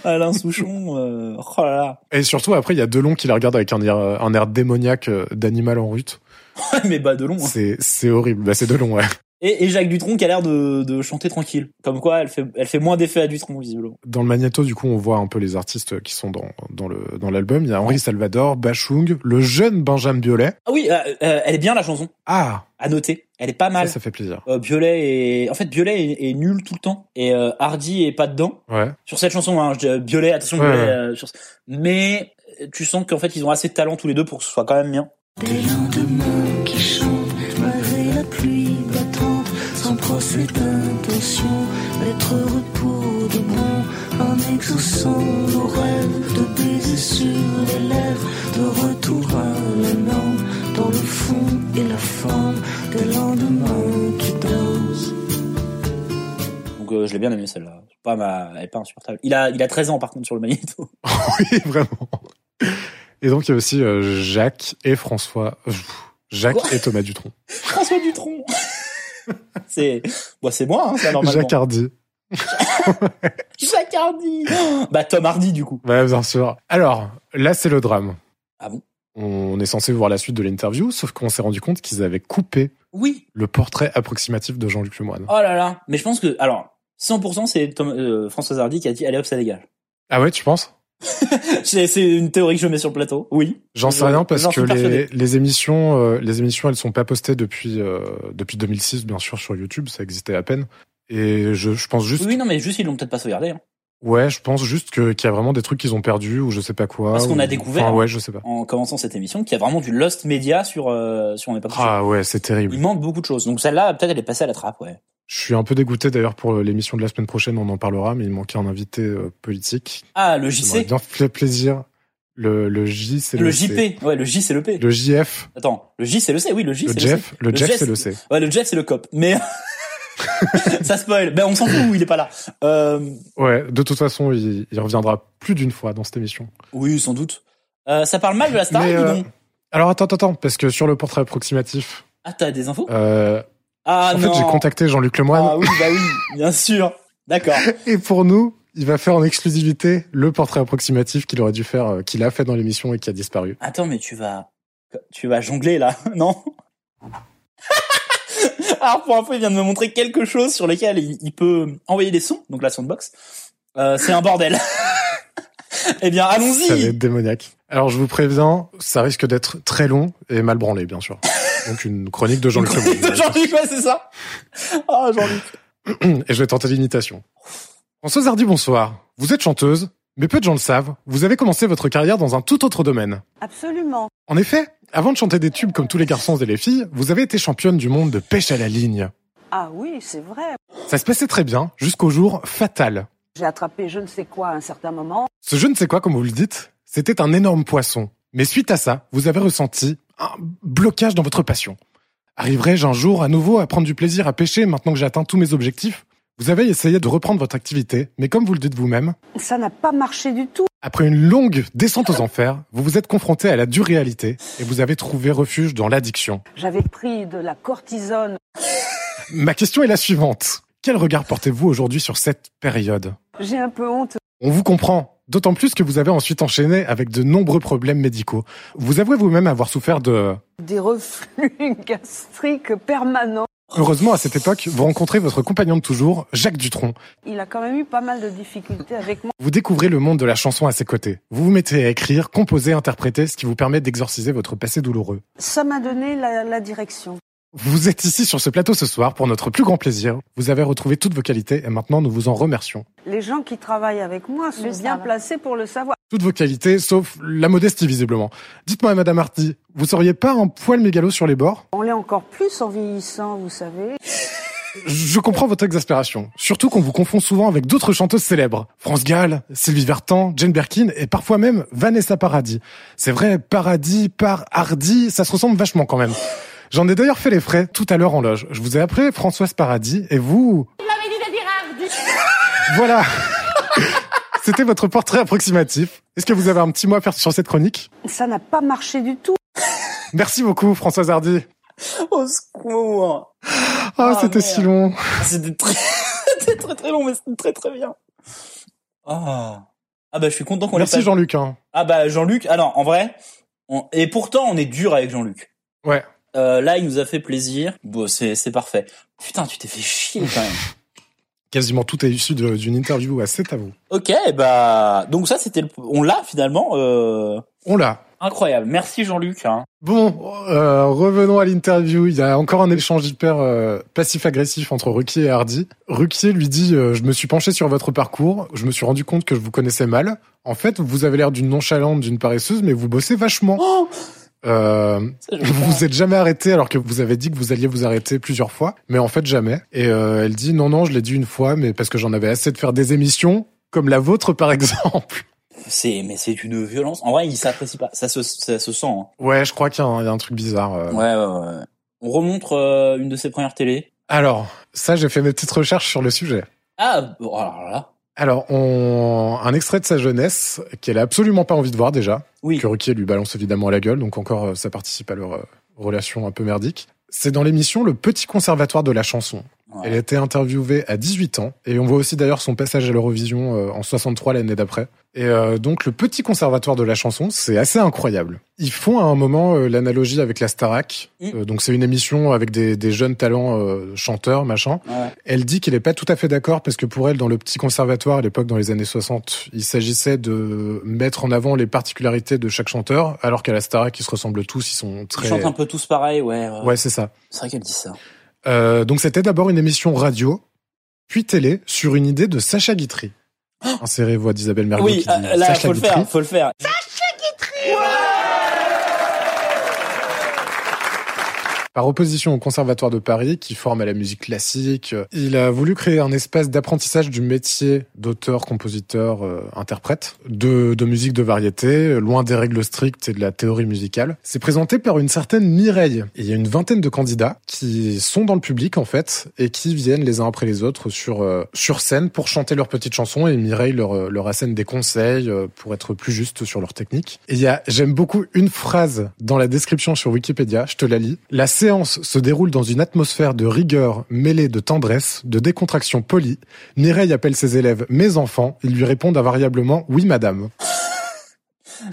Alain Souchon, euh, oh là là. Et surtout, après, il y a Delon qui la regarde avec un air, un air démoniaque euh, d'animal en rut. mais bah de long. hein. C'est c'est horrible. Bah, c'est Delon, ouais. Et, et Jacques Dutronc qui a l'air de, de chanter tranquille. Comme quoi, elle fait, elle fait moins d'effet à Dutronc, visiblement. Dans le Magneto, du coup, on voit un peu les artistes qui sont dans, dans le dans l'album. Il y a Henri Salvador, Bachung, le jeune Benjamin Biolay. Ah oui, euh, euh, elle est bien la chanson. Ah, à noter. Elle est pas ça, mal. ça fait plaisir. Euh, Biolay est... En fait, Biolay est, est nul tout le temps. Et euh, Hardy est pas dedans. Ouais. Sur cette chanson, hein, je dis, euh, Biolay, attention, Ouais, Biolay, ouais. euh, sur- Mais euh, tu sens qu'en fait, ils ont assez de talent tous les deux pour que ce soit quand même bien. Des lendemains qui chantent, malgré la pluie battante, sans procès d'intention, d'être repos de bon, en exaucant nos rêves, de baisers sur les lèvres, de retour à la norme, dans le fond et la forme, des lendemains qui dansent. Donc euh, je l'ai bien aimé celle-là. C'est Pas ma... Elle est pas insupportable. Il a, il a 13 ans par contre sur le magnéto. Oui, vraiment. Et donc, il y a aussi euh, Jacques et François. euh, Jacques Quoi et Thomas Dutronc. François Dutronc C'est bon, c'est moi, hein, ça, normalement. Jacques Hardy. Jacques Hardy Bah, Tom Hardy, du coup. Ouais, bien sûr. Alors, là, c'est le drame. Ah bon On est censé voir la suite de l'interview, sauf qu'on s'est rendu compte qu'ils avaient coupé Oui. le portrait approximatif de Jean-Luc Lemoyne. Oh là là. Mais je pense que, alors, 100% c'est Tom- euh, Françoise Hardy qui a dit, allez hop, ça dégage. Ah ouais, tu penses C'est c'est une théorie que je mets sur le plateau. Oui. J'en sais Je- rien parce j'en que suis les, persuadé. les émissions, euh, les émissions, elles sont pas postées depuis euh, depuis 2006, bien sûr, sur YouTube, ça existait à peine. Et je, je pense juste, Oui, non, mais juste, ils l'ont peut-être pas sauvegardé. hein. ouais, je pense juste que qu'il y a vraiment des trucs qu'ils ont perdus ou je sais pas quoi. Parce qu'on a ou- découvert. enfin, ouais, je sais pas. En commençant cette émission, qu'il y a vraiment du lost media sur, euh, sur On n'est pas couché. Ah ouais, c'est terrible. Il manque beaucoup de choses. Donc celle-là, peut-être, elle est passée à la trappe, ouais. Je suis un peu dégoûté d'ailleurs pour euh, l'émission de la semaine prochaine, on en parlera, mais il manquait un invité euh, politique. Ah, le Ça m'aurait JC. bien fait plaisir. Le, le J, c'est Le le, C. JP. Ouais, le J, c'est le P. Le JF. Attends, le J, c'est le C. Oui, le J, Le c'est le C. Jeff. Le Le Jeff, Jeff, c'est le C. Ouais, le Jeff, c'est le cop. Mais. ça spoil. Ben, on s'en fout, il est pas là. Euh, Ouais, de toute façon, il, il reviendra plus d'une fois dans cette émission. Oui, sans doute. Euh, ça parle mal de la star, Mais, dis euh, donc. Alors attends, attends, attends, parce que sur le portrait approximatif, Ah, t'as des infos euh, Ah en non. fait, j'ai contacté Jean-Luc Lemoine Ah oui, bah oui, bien sûr. D'accord. et pour nous, il va faire en exclusivité le portrait approximatif qu'il aurait dû faire, euh, qu'il a fait dans l'émission et qui a disparu. Attends, mais tu vas, tu vas jongler là, non Alors pour info, il vient de me montrer quelque chose sur lequel il, il peut envoyer des sons, donc la soundbox. Euh, c'est un bordel. eh bien, Ça va allons-y. être démoniaque. Alors je vous préviens, ça risque d'être très long et mal branlé, bien sûr. Donc une chronique de Jean-Luc De Lemoine. Jean-Luc, ouais, c'est ça. Ah, Jean-Luc. et je vais tenter l'imitation. Françoise Hardy, bonsoir. Vous êtes chanteuse, mais peu de gens le savent. Vous avez commencé votre carrière dans un tout autre domaine. Absolument. En effet, avant de chanter des tubes comme tous les garçons et les filles, vous avez été championne du monde de pêche à la ligne. Ah oui, c'est vrai. Ça se passait très bien, jusqu'au jour fatal. J'ai attrapé je ne sais quoi à un certain moment. Ce je ne sais quoi, comme vous le dites, c'était un énorme poisson. Mais suite à ça, vous avez ressenti un blocage dans votre passion. Arriverai-je un jour à nouveau à prendre du plaisir à pêcher maintenant que j'ai atteint tous mes objectifs Vous avez essayé de reprendre votre activité, mais comme vous le dites vous-même, Ça n'a pas marché du tout. après une longue descente aux enfers, vous vous êtes confronté à la dure réalité et vous avez trouvé refuge dans l'addiction. J'avais pris de la cortisone. Ma question est la suivante. Quel regard portez-vous aujourd'hui sur cette période J'ai un peu honte. On vous comprend. D'autant plus que vous avez ensuite enchaîné avec de nombreux problèmes médicaux. Vous avouez vous-même avoir souffert de... Des reflux gastriques permanents. Heureusement, à cette époque, vous rencontrez votre compagnon de toujours, Jacques Dutronc. Il a quand même eu pas mal de difficultés avec moi. Vous découvrez le monde de la chanson à ses côtés. Vous vous mettez à écrire, composer, interpréter, ce qui vous permet d'exorciser votre passé douloureux. Ça m'a donné la, la direction. Vous êtes ici sur ce plateau ce soir pour notre plus grand plaisir. Vous avez retrouvé toutes vos qualités et maintenant nous vous en remercions. Les gens qui travaillent avec moi sont bien placés pour le savoir. Toutes vos qualités, sauf la modestie visiblement. Dites-moi, Madame Hardy, vous seriez pas un poil mégalo sur les bords On l'est encore plus en vieillissant, vous savez. Je comprends votre exaspération, surtout qu'on vous confond souvent avec d'autres chanteuses célèbres. France Gall, Sylvie Vartan, Jane Birkin et parfois même Vanessa Paradis. C'est vrai, Paradis par Hardy, ça se ressemble vachement quand même. J'en ai d'ailleurs fait les frais tout à l'heure en loge. Je vous ai appelé Françoise Paradis et vous... Il m'avait dit de dire Hardy. Voilà C'était votre portrait approximatif. Est-ce que vous avez un petit mot à faire sur cette chronique Ça n'a pas marché du tout. Merci beaucoup Françoise Hardy. Au secours. Ah, Ah, c'était merde. si long. C'était très, c'était très très long, mais c'était très très bien. Ah. Ah bah je suis content qu'on l'ait Merci pas- Jean-Luc. hein. Ah bah Jean-Luc, alors en vrai, on- et pourtant on est dur avec Jean-Luc. Ouais. Euh, là, il nous a fait plaisir. Bon, c'est c'est parfait. Putain, tu t'es fait chier quand même. Quasiment tout est issu de- d'une interview assez à vous. ok, bah donc ça c'était, le... on l'a finalement. euh, On l'a. Incroyable. Merci Jean-Luc. hein. Bon, euh, revenons à l'interview. Il y a encore un échange hyper euh, passif-agressif entre Ruquier et Hardy. Ruquier lui dit euh, Je me suis penché sur votre parcours, je me suis rendu compte que je vous connaissais mal. En fait, vous avez l'air d'une nonchalante, d'une paresseuse, mais vous bossez vachement. Euh, Ça, je- vous vous êtes jamais arrêté alors que vous avez dit que vous alliez vous arrêter plusieurs fois, mais en fait jamais. Et euh, elle dit non non, je l'ai dit une fois, mais parce que j'en avais assez de faire des émissions comme la vôtre par exemple. C'est mais c'est une violence. En vrai, il s'apprécie pas. Ça se ça se sent. hein. Ouais, je crois qu'il y, a un- il y a un truc bizarre. euh. Ouais, ouais, ouais. On remonte euh, une de ses premières télés. Alors, ça, j'ai fait mes petites recherches sur le sujet. Ah, bon, alors là. Alors, on... un extrait de sa jeunesse qu'elle a absolument pas envie de voir déjà. Oui. Que Ruquier lui balance évidemment à la gueule, donc encore euh, ça participe à leur euh, relation un peu merdique. C'est dans l'émission Le Petit Conservatoire de la chanson. Elle a été interviewée à 18 ans et on voit aussi d'ailleurs son passage à l'Eurovision euh, en 63 l'année d'après. Et euh, donc le petit conservatoire de la chanson, c'est assez incroyable. Ils font à un moment euh, l'analogie avec la Starac. Mm. Euh, donc c'est une émission avec des, des jeunes talents euh, chanteurs, machin. Elle dit qu'elle n'est pas tout à fait d'accord parce que pour elle, dans le petit conservatoire à l'époque, dans les années 60, il s'agissait de mettre en avant les particularités de chaque chanteur, alors qu'à la Starac, ils se ressemblent tous, ils sont Ils très... chantent un peu tous pareil, ouais. euh, Ouais, c'est ça. C'est vrai qu'elle dit ça. Euh, donc c'était d'abord une émission radio, puis télé, sur une idée de Sacha Guitry. Insérez voix d'Isabelle Mergo Oh oui, qui dit euh, là, Sacha faut le Guitry. faire, faut le faire. Par opposition au Conservatoire de Paris, qui forme à la musique classique, euh, il a voulu créer un espace d'apprentissage du métier d'auteur, compositeur, euh, interprète, de, de musique de variété, euh, loin des règles strictes et de la théorie musicale. C'est présenté par une certaine Mireille. Et il y a une vingtaine de candidats qui sont dans le public, en fait, et qui viennent les uns après les autres sur, euh, sur scène pour chanter leurs petites chansons. Et Mireille leur, euh, leur assène des conseils euh, pour être plus juste sur leur technique. Et il y a, j'aime beaucoup une phrase dans la description sur Wikipédia, je te la lis. La séance se déroule dans une atmosphère de rigueur mêlée de tendresse, de décontraction polie. Mireille appelle ses élèves mes enfants, ils lui répondent invariablement oui madame.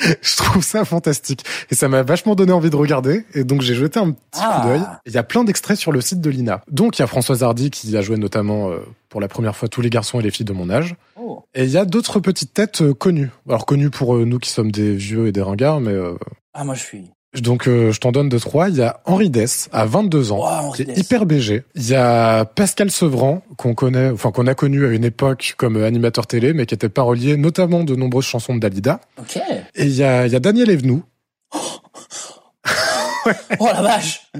je trouve ça fantastique et ça m'a vachement donné envie de regarder et donc j'ai jeté un petit Ah. coup d'œil. Il y a plein d'extraits sur le site de l'INA. Donc il y a Françoise Hardy qui a joué notamment euh, pour la première fois tous les garçons et les filles de mon âge. Oh. Et il y a d'autres petites têtes euh, connues. Alors connues pour euh, nous qui sommes des vieux et des ringards, mais euh, Ah, moi, je suis. donc euh, je t'en donne deux trois. Il y a Henri Dess à 22 ans, Wow, Henri qui est Dess. hyper BG. Il y a Pascal Sevran qu'on connaît, enfin qu'on a connu à une époque comme euh, animateur télé, mais qui était parolier notamment de nombreuses chansons de Dalida. Ok. Et il y a, il y a Daniel Evenou. Oh la vache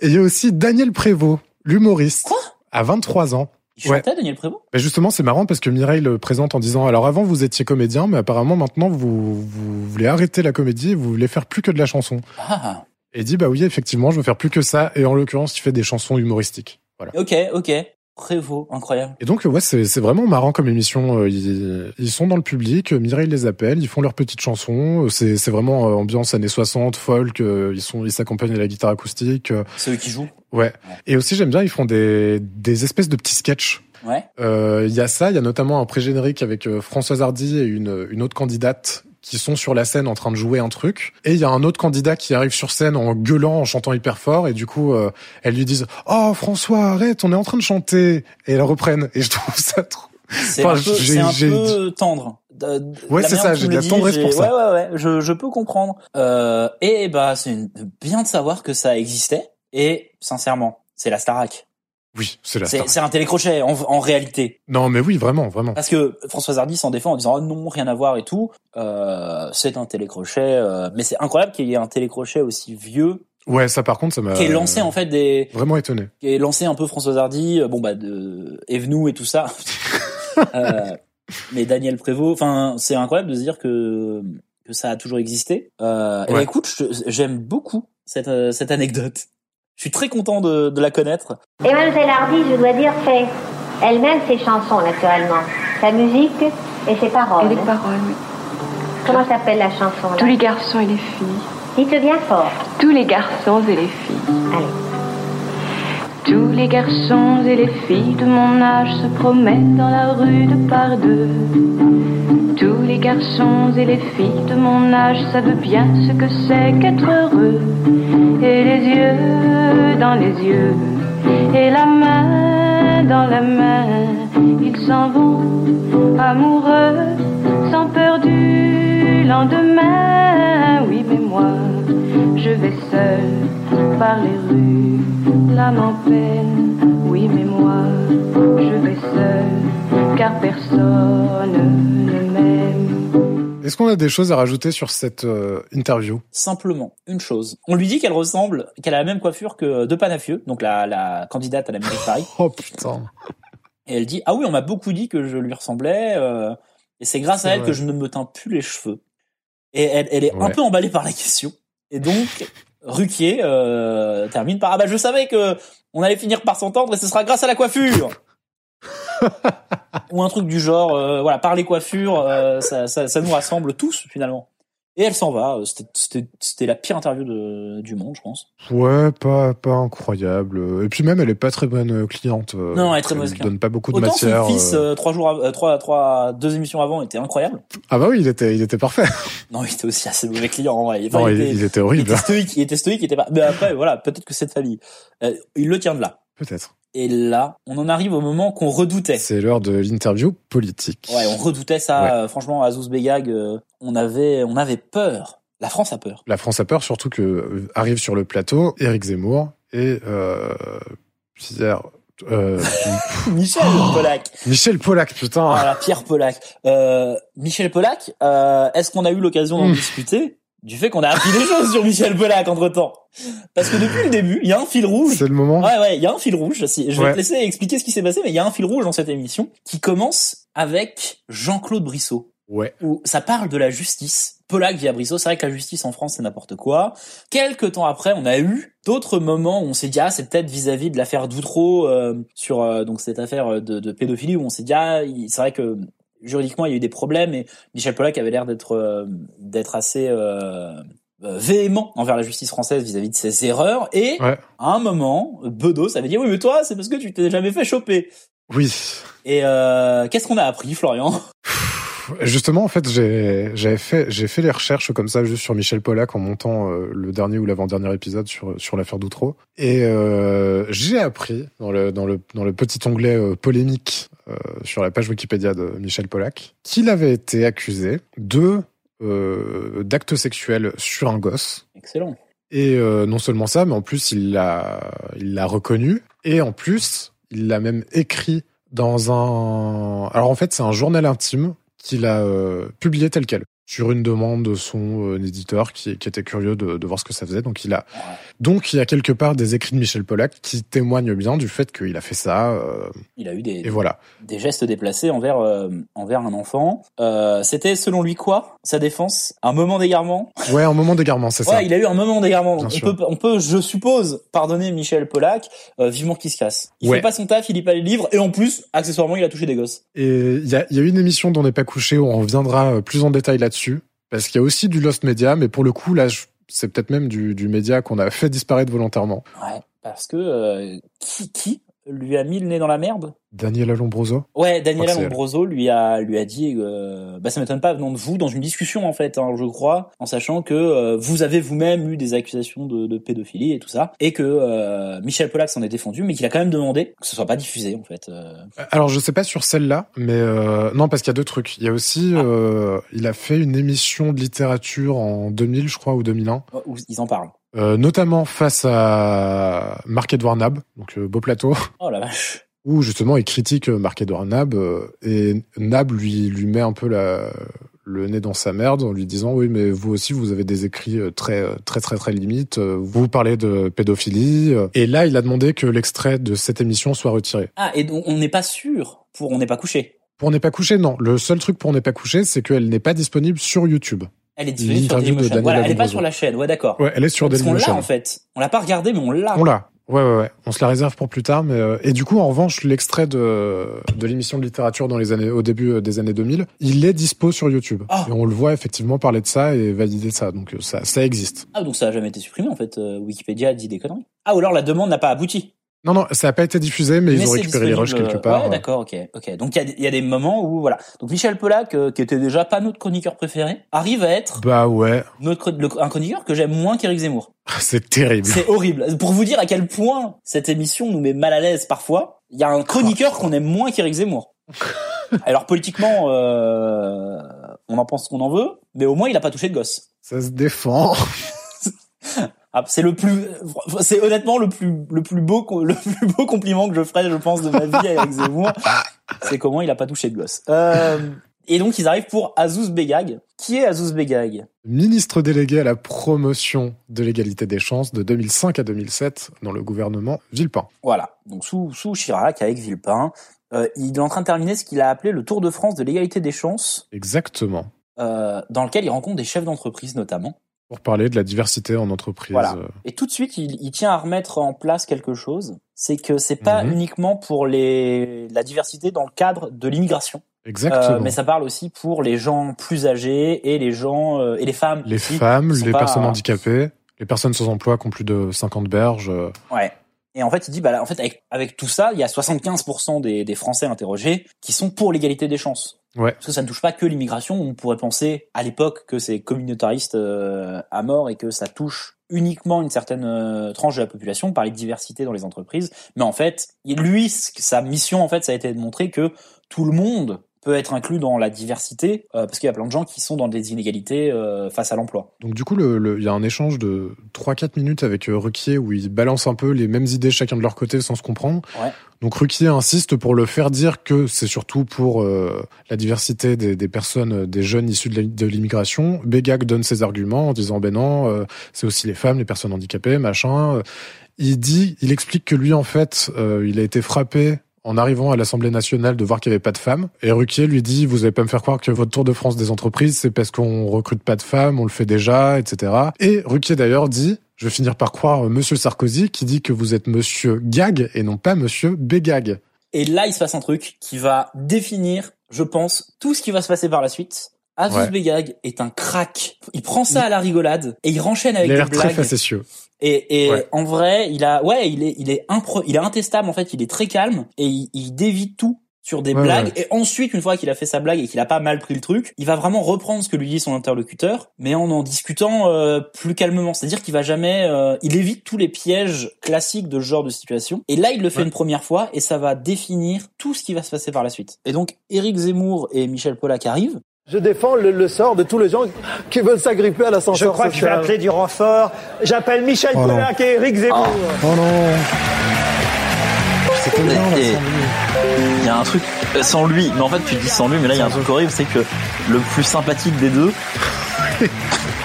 Et il y a aussi Daniel Prévost, l'humoriste, à 23 ans. Il chantait, Daniel Prévost Ben justement, c'est marrant parce que Mireille le présente en disant alors avant vous étiez comédien, mais apparemment maintenant vous, vous voulez arrêter la comédie, et vous voulez faire plus que de la chanson. Ah, Et il dit bah oui effectivement, je veux faire plus que ça. Et en l'occurrence, il fait des chansons humoristiques. Voilà. ok, ok. Prévost, incroyable. Et donc ouais, c'est c'est vraiment marrant comme émission. Euh, Ils, ils sont dans le public, euh, Mireille les appelle, ils font leurs petites chansons. Euh, C'est c'est vraiment euh, ambiance années 60, folk. euh, Ils sont ils s'accompagnent à la guitare acoustique. euh, C'est eux qui jouent Ouais. Et aussi j'aime bien, ils font des des espèces de petits sketchs. Ouais. Euh, Il y a ça, il y a notamment un pré-générique avec euh, Françoise Hardy et une, une autre candidate qui sont sur la scène en train de jouer un truc. Et il y a un autre candidat qui arrive sur scène en gueulant, en chantant hyper fort. Et du coup, euh, elles lui disent « Oh François, arrête, on est en train de chanter !» Et elles reprennent. Et je trouve ça trop... C'est Enfin, un peu, j'ai- c'est un j'ai- peu tendre. De- de- Ouais, la c'est manière ça, dont tu j'ai me de la le dis, tendresse j'ai- pour ça. Ouais, ouais, ouais, je, je peux comprendre. Euh, et bah, c'est une- bien de savoir que ça existait. Et sincèrement, c'est la Starac. Oui, c'est la C'est star. c'est un télécrochet en, en réalité. Non mais oui, vraiment, vraiment. Parce que Françoise Hardy s'en défend en disant oh non, rien à voir et tout. Euh, c'est un télécrochet, euh, mais c'est incroyable qu'il y ait un télécrochet aussi vieux Ouais, ça par contre, ça m'a... qui est lancé en fait des, Vraiment étonné. qui est lancé un peu Françoise Hardy, euh, bon bah de Evenou et tout ça. Euh, mais Daniel Prévost, enfin c'est incroyable de se dire que que ça a toujours existé. Euh, eh ben, Ouais. écoute, je- j'aime beaucoup cette euh, cette anecdote. Je suis très content de, de la connaître. Et Mademoiselle Hardy, je dois dire, fait elle-même ses chansons, naturellement. Sa musique et ses paroles. Et les paroles, Comment s'appelle la chanson là Tous les garçons et les filles. Dites bien fort. Tous les garçons et les filles. Tous les garçons et les filles de mon âge se promènent dans la rue de par deux. Tous les garçons et les filles de mon âge savent bien ce que c'est qu'être heureux. Et les yeux dans les yeux, et la main dans la main, ils s'en vont amoureux, sans peur du lendemain. Oui, mais moi, je vais seul par les rues, l'âme en peine. Oui, mais moi, je vais seul, car personne ne m'aime. Est-ce qu'on a des choses à rajouter sur cette euh, interview Simplement une chose. On lui dit qu'elle ressemble, qu'elle a la même coiffure que De Panafieux, donc la la candidate à la mairie de Paris. Oh putain. Et elle dit ah oui on m'a beaucoup dit que je lui ressemblais euh, et c'est grâce C'est à elle vrai. que je ne me teins plus les cheveux. Et elle, elle est un Ouais. peu emballée par la question. Et donc Ruquier euh, termine par ah bah je savais que on allait finir par s'entendre et ce sera grâce à la coiffure. Ou un truc du genre euh, voilà par les coiffures euh, ça, ça, ça nous rassemble tous finalement. Et elle s'en va. C'était- C'était c'était la pire interview de- du monde, je pense. Ouais, pas, pas incroyable. Et puis même, elle est pas très bonne euh, cliente. euh, Non, elle est très mauvaise Elle cliente. donne pas beaucoup de Autant matière. son fils, euh. euh, trois jours, av- euh, trois, trois, deux émissions avant, était incroyable. Ah bah oui, il était, il était parfait. Non, il était aussi assez mauvais client. En vrai. Enfin, Non, il, il était horrible. Il était stoïque, il était stoïque, il était pas. Mais après, voilà, peut-être que cette famille, euh, il le tient de là. hein. Peut-être. Et là, on en arrive au moment qu'on redoutait. C'est l'heure de l'interview politique. Ouais, on redoutait ça. euh, franchement, à Zouzbegag, euh, on avait, on avait peur. La France a peur. La France a peur, surtout que euh, arrive sur le plateau Éric Zemmour et euh, Pierre. euh, Michel Oh. Polac. Michel Polac, putain. Voilà, Pierre Polac. Euh, Michel Polac. euh, Est-ce qu'on a eu l'occasion d'en Mm. discuter du fait qu'on a appris des choses sur Michel Polac entre temps Parce que depuis le début, il y a un fil rouge. C'est le moment. Ouais, ouais, il y a un fil rouge. Si- Je vais Ouais. te laisser expliquer ce qui s'est passé, mais il y a un fil rouge dans cette émission qui commence avec Jean-Claude Brissot. Ouais. Où ça parle de la justice. Polac via Brissot, c'est vrai que la justice en France, c'est n'importe quoi. Quelques temps après, on a eu d'autres moments où on s'est dit, ah, c'est peut-être vis-à-vis de l'affaire Doutreau, euh, sur euh, donc cette affaire de, de pédophilie, où on s'est dit, ah, il- c'est vrai que juridiquement, il y a eu des problèmes, et Michel Polac avait l'air d'être euh, d'être assez... euh, euh, véhément envers la justice française vis-à-vis de ses erreurs et Ouais. à un moment Bedos avait dit oui mais toi c'est parce que tu t'es jamais fait choper Oui. et euh, qu'est-ce qu'on a appris Florian Justement, en fait, j'ai j'avais fait j'ai fait les recherches comme ça juste sur Michel Polac en montant euh, le dernier ou l'avant-dernier épisode sur sur l'affaire Doutreau et euh, j'ai appris dans le dans le dans le petit onglet euh, polémique euh, sur la page Wikipédia de Michel Polac qu'il avait été accusé de euh, d'actes sexuels sur un gosse excellent et euh, non seulement ça mais en plus il l'a il l'a reconnu et en plus il l'a même écrit dans un alors en fait c'est un journal intime qu'il a euh, publié tel quel sur une demande de son euh, éditeur qui, qui était curieux de, de voir ce que ça faisait. Donc il a donc il y a quelque part des écrits de Michel Pollack qui témoignent bien du fait qu'il a fait ça. euh, il a eu des et voilà. des gestes déplacés envers euh, envers un enfant Euh, c'était selon lui quoi sa défense un moment d'égarement Ouais, un moment d'égarement, c'est ouais ça. il a eu un moment d'égarement Bien on sûr. peut on peut je suppose pardonner Michel Polac euh, vivement qu'il se casse il Ouais. fait pas son taf il lit pas les livres et en plus accessoirement il a touché des gosses Et il y a, il y a une émission dont on n'est pas couché où on reviendra euh, plus en détail là-dessus parce qu'il y a aussi du Lost Media, mais pour le coup là je- c'est peut-être même du, du média qu'on a fait disparaître volontairement. ouais parce que euh, qui qui lui a mis le nez dans la merde Daniela Lombroso. Ouais, Je Daniela crois que c'est Lombroso lui a lui a dit, euh, bah ça m'étonne pas venant de vous dans une discussion en fait, hein, je crois, en sachant que euh, vous avez vous-même eu des accusations de, de pédophilie et tout ça, et que euh, Michel Pollack s'en est défendu, mais qu'il a quand même demandé que ce soit pas diffusé en fait. euh. Alors, je sais pas sur celle-là, mais euh, non, parce qu'il y a deux trucs. Il y a aussi, euh, il a fait une émission de littérature en 2000, je crois, ou 2001, Où ils en parlent. euh, notamment face à Marc-Edouard Nab, donc euh, Beau Plateau, Oh la vache. où justement il critique euh, Marc-Edouard Nab, euh, et Nab lui, lui met un peu la, le nez dans sa merde en lui disant Oui, mais vous aussi, vous avez des écrits euh, très, euh, très, très, très limites, euh, vous parlez de pédophilie. euh. Et là, il a demandé que l'extrait de cette émission soit retiré. Ah et donc on n'est pas sûr pour on n'est pas couché. Pour n'est pas couché, non. Le seul truc pour n'est pas couché, c'est qu'elle n'est pas disponible sur YouTube. Elle est disponible sur L'interview de Dailymotion. Daniela Voilà, elle est pas Lombroso. sur la chaîne. Ouais d'accord. Ouais, elle est sur Parce qu'on l'a Dailymotion. en fait. On l'a pas regardé mais on l'a. On l'a. Ouais, ouais, ouais. On se la réserve pour plus tard. Mais euh, et du coup, en revanche, l'extrait de de l'émission de littérature dans les années au début euh, des années 2000, il est dispo sur YouTube. Ah. Et on le voit effectivement parler de ça et valider ça. Donc euh, ça, ça existe. Ah donc ça a jamais été supprimé en fait. euh, Wikipédia dit des conneries. Ah ou alors la demande n'a pas abouti. Non, non, ça n'a pas été diffusé, mais, ils ont c'est récupéré les rushs disponible, quelque euh, part. Ouais, d'accord, ok, ok. Donc il y a des- il y, a des moments où voilà. Donc Michel Polac, euh, qui était déjà pas notre chroniqueur préféré, arrive à être Bah ouais, notre le- un chroniqueur que j'aime moins qu'Éric Zemmour. c'est terrible. C'est horrible. Pour vous dire à quel point cette émission nous met mal à l'aise parfois, il y a un chroniqueur qu'on aime moins qu'Éric Zemmour. Alors politiquement, euh, on en pense ce qu'on en veut, mais au moins il a pas touché de gosse. Ça se défend. Ah, c'est le plus, c'est honnêtement le plus, le plus beau, co- le plus beau compliment que je ferais, je pense, de ma vie avec Zemmour. C'est comment il a pas touché de gosse. Euh, et donc ils arrivent pour Azouz Begag. Qui est Azouz Begag Ministre délégué à la promotion de l'égalité des chances de 2005 à 2007 dans le gouvernement Villepin. Voilà. Donc sous, sous Chirac avec Villepin, euh, il est en train de terminer ce qu'il a appelé le Tour de France de l'égalité des chances, Exactement. euh, dans lequel il rencontre des chefs d'entreprise notamment. Pour parler de la diversité en entreprise. Voilà. euh, Et tout de suite, il, il tient à remettre en place quelque chose. C'est que c'est pas Mhm. uniquement pour les, la diversité dans le cadre de l'immigration. Exactement. Euh, mais ça parle aussi pour les gens plus âgés et les gens euh, et les femmes. Les aussi, femmes, qui sont les pas- personnes handicapées, les personnes sans emploi qui ont plus de 50 berges. euh, Ouais. Et en fait, il dit, bah là, en fait, avec, avec tout ça, il y a 75% des, des Français interrogés qui sont pour l'égalité des chances. Ouais. Parce que ça ne touche pas que l'immigration. On pourrait penser à l'époque que c'est communautariste euh, à mort et que ça touche uniquement une certaine euh, tranche de la population, parler de diversité dans les entreprises. Mais en fait, il- lui, ce que- sa mission, en fait, ça a été de montrer que tout le monde peut être inclus dans la diversité, euh, parce qu'il y a plein de gens qui sont dans des inégalités euh, face à l'emploi. Donc du coup, le- le- il y a un échange de 3-4 minutes avec euh, Ruquier où ils balancent un peu les mêmes idées chacun de leur côté sans se comprendre. Ouais. Donc Ruquier insiste pour le faire dire que c'est surtout pour euh, la diversité des, des personnes, euh, des jeunes issus de la- de l'immigration. Bégag donne ses arguments en disant ben non, euh, c'est aussi les femmes, les personnes handicapées, machin. Il dit, il explique que lui en fait, euh, il a été frappé en arrivant à l'Assemblée nationale de voir qu'il n'y avait pas de femmes. Et Ruquier lui dit, vous allez pas me faire croire que votre tour de France des entreprises, c'est parce qu'on recrute pas de femmes, on le fait déjà, etc. Et Ruquier d'ailleurs dit, je vais finir par croire euh, Monsieur Sarkozy qui dit que vous êtes Monsieur Gag et non pas Monsieur Bégag. Et là, il se passe un truc qui va définir, je pense, tout ce qui va se passer par la suite. Azus Ouais. Begag est un crack. Il prend ça à la rigolade et il renchaîne avec Il a des l'air très blagues. facétieux. Et, et Ouais. en vrai, il a, ouais, il est, il est impre- il est intestable en fait. Il est très calme et il, il dévie tout sur des Ouais, blagues. ouais. Et ensuite, une fois qu'il a fait sa blague et qu'il a pas mal pris le truc, il va vraiment reprendre ce que lui dit son interlocuteur, mais en en discutant euh, plus calmement. C'est-à-dire qu'il va jamais, euh, il évite tous les pièges classiques de ce genre de situation. Et là, il le fait une première fois et ça va définir tout ce qui va se passer par la suite. Et donc, Éric Zemmour et Michel Pollack arrivent. Je défends le, le sort de tous les gens qui veulent s'agripper à l'ascenseur. Je crois que je vais social. appeler du renfort. J'appelle Michel Oh non. Pollack et Eric Zemmour. Oh non Et- Il y a un truc euh, sans lui, mais en fait tu dis sans lui, mais là il y a un truc horrible, c'est que le plus sympathique des deux,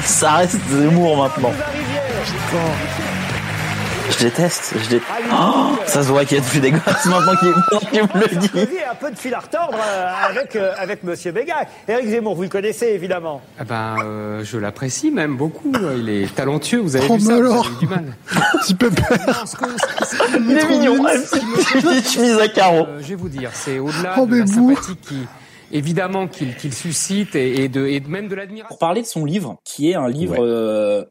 ça reste Zemmour maintenant. Je déteste, je déteste. Oh, ça se voit qu'il y a depuis des gosses maintenant qui tu me le dis. Il y a un peu de fil à retordre euh, avec, euh, avec Monsieur Bégac. Eric Zemmour, vous le connaissez évidemment. Ah ben, euh, je l'apprécie même beaucoup. Il est talentueux, vous avez Oh, vu ça, mais vous alors avez eu du mal. Petit pépère Il est mignon, elle chemise à Oh. carreaux. euh, Je vais vous dire, c'est au-delà Oh, de mais la vous. sympathie qui, évidemment, qu'il qu'il suscite et, et de, et même de l'admiration. pour parler de son livre, qui est un livre euh,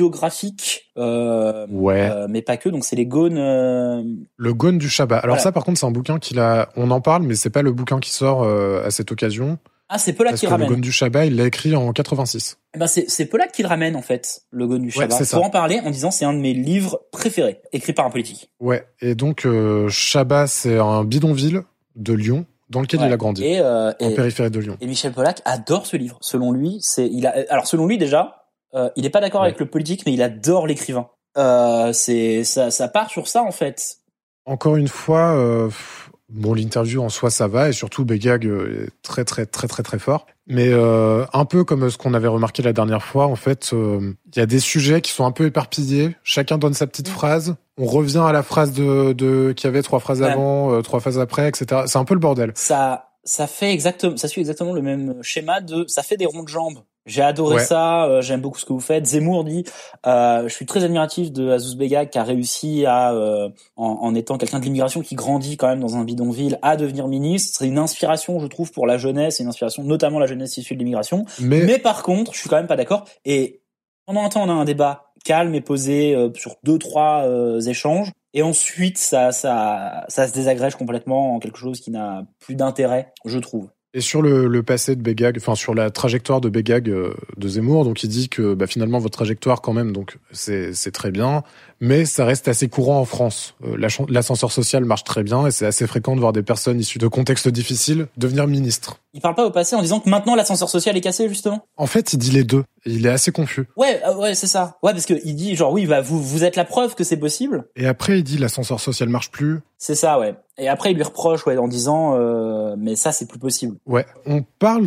autobiographique, euh, Ouais. euh, mais pas que. Donc c'est les Gaunes. euh, Le Gaune du Shabbat. Alors Voilà. ça, par contre, c'est un bouquin qu'il a. On en parle, mais c'est pas le bouquin qui sort euh, à cette occasion. Ah, c'est Pollack Parce qui que le le ramène. Gaune du Shabbat, il l'a écrit en 86. Eh ben c'est c'est Pollack qui le ramène en fait, le Gaune du Ouais, Shabbat. c'est ça. pour en parler en disant c'est un de mes livres préférés, écrit par un politique. Ouais. Et donc euh, Shabbat, c'est un bidonville de Lyon dans lequel Ouais. il a grandi, Et, euh, en et- périphérie de Lyon. Et Michel Pollack adore ce livre. Selon lui, c'est il a alors selon lui déjà, euh, il n'est pas d'accord avec le politique, mais il adore l'écrivain. Euh, c'est ça, ça part sur ça en fait. Encore une fois, euh, pff, bon, l'interview en soi, ça va, et surtout, Begag euh, est très, très, très, très, très fort. Mais euh, un peu comme ce qu'on avait remarqué la dernière fois, en fait, euh, il y a des sujets qui sont un peu éparpillés. Chacun donne sa petite phrase. On revient à la phrase de, de qu'il y avait trois phrases Ouais. avant, euh, trois phrases après, etc. C'est un peu le bordel. Ça ça fait exactement ça suit exactement le même schéma de ça fait des ronds de jambes. J'ai adoré Ouais. ça, euh, j'aime beaucoup ce que vous faites. Zemmour dit, euh, je suis très admiratif de Azouz Begag qui a réussi à, euh, en, en étant quelqu'un de l'immigration qui grandit quand même dans un bidonville, à devenir ministre. C'est une inspiration, je trouve, pour la jeunesse, et une inspiration notamment la jeunesse issue de l'immigration. Mais- par contre, je suis quand même pas d'accord. Et pendant un temps, on a un débat calme et posé euh, sur deux trois euh, échanges, et ensuite ça ça ça se désagrège complètement en quelque chose qui n'a plus d'intérêt, je trouve. Et sur le, le passé de Begag, enfin sur la trajectoire de Begag euh, de Zemmour, donc il dit que bah, finalement votre trajectoire quand même, donc c'est c'est très bien, mais ça reste assez courant en France. Euh, la chan- L'ascenseur social marche très bien et c'est assez fréquent de voir des personnes issues de contextes difficiles devenir ministres. Il parle pas au passé en disant que maintenant l'ascenseur social est cassé justement. En fait, il dit les deux. Et il est assez confus. Ouais, euh, ouais, c'est ça. Ouais, parce que il dit genre oui, bah vous vous êtes la preuve que c'est possible. Et après, il dit l'ascenseur social marche plus. C'est ça, ouais. Et après il lui reproche ouais en disant euh, mais ça c'est plus possible. Ouais. On parle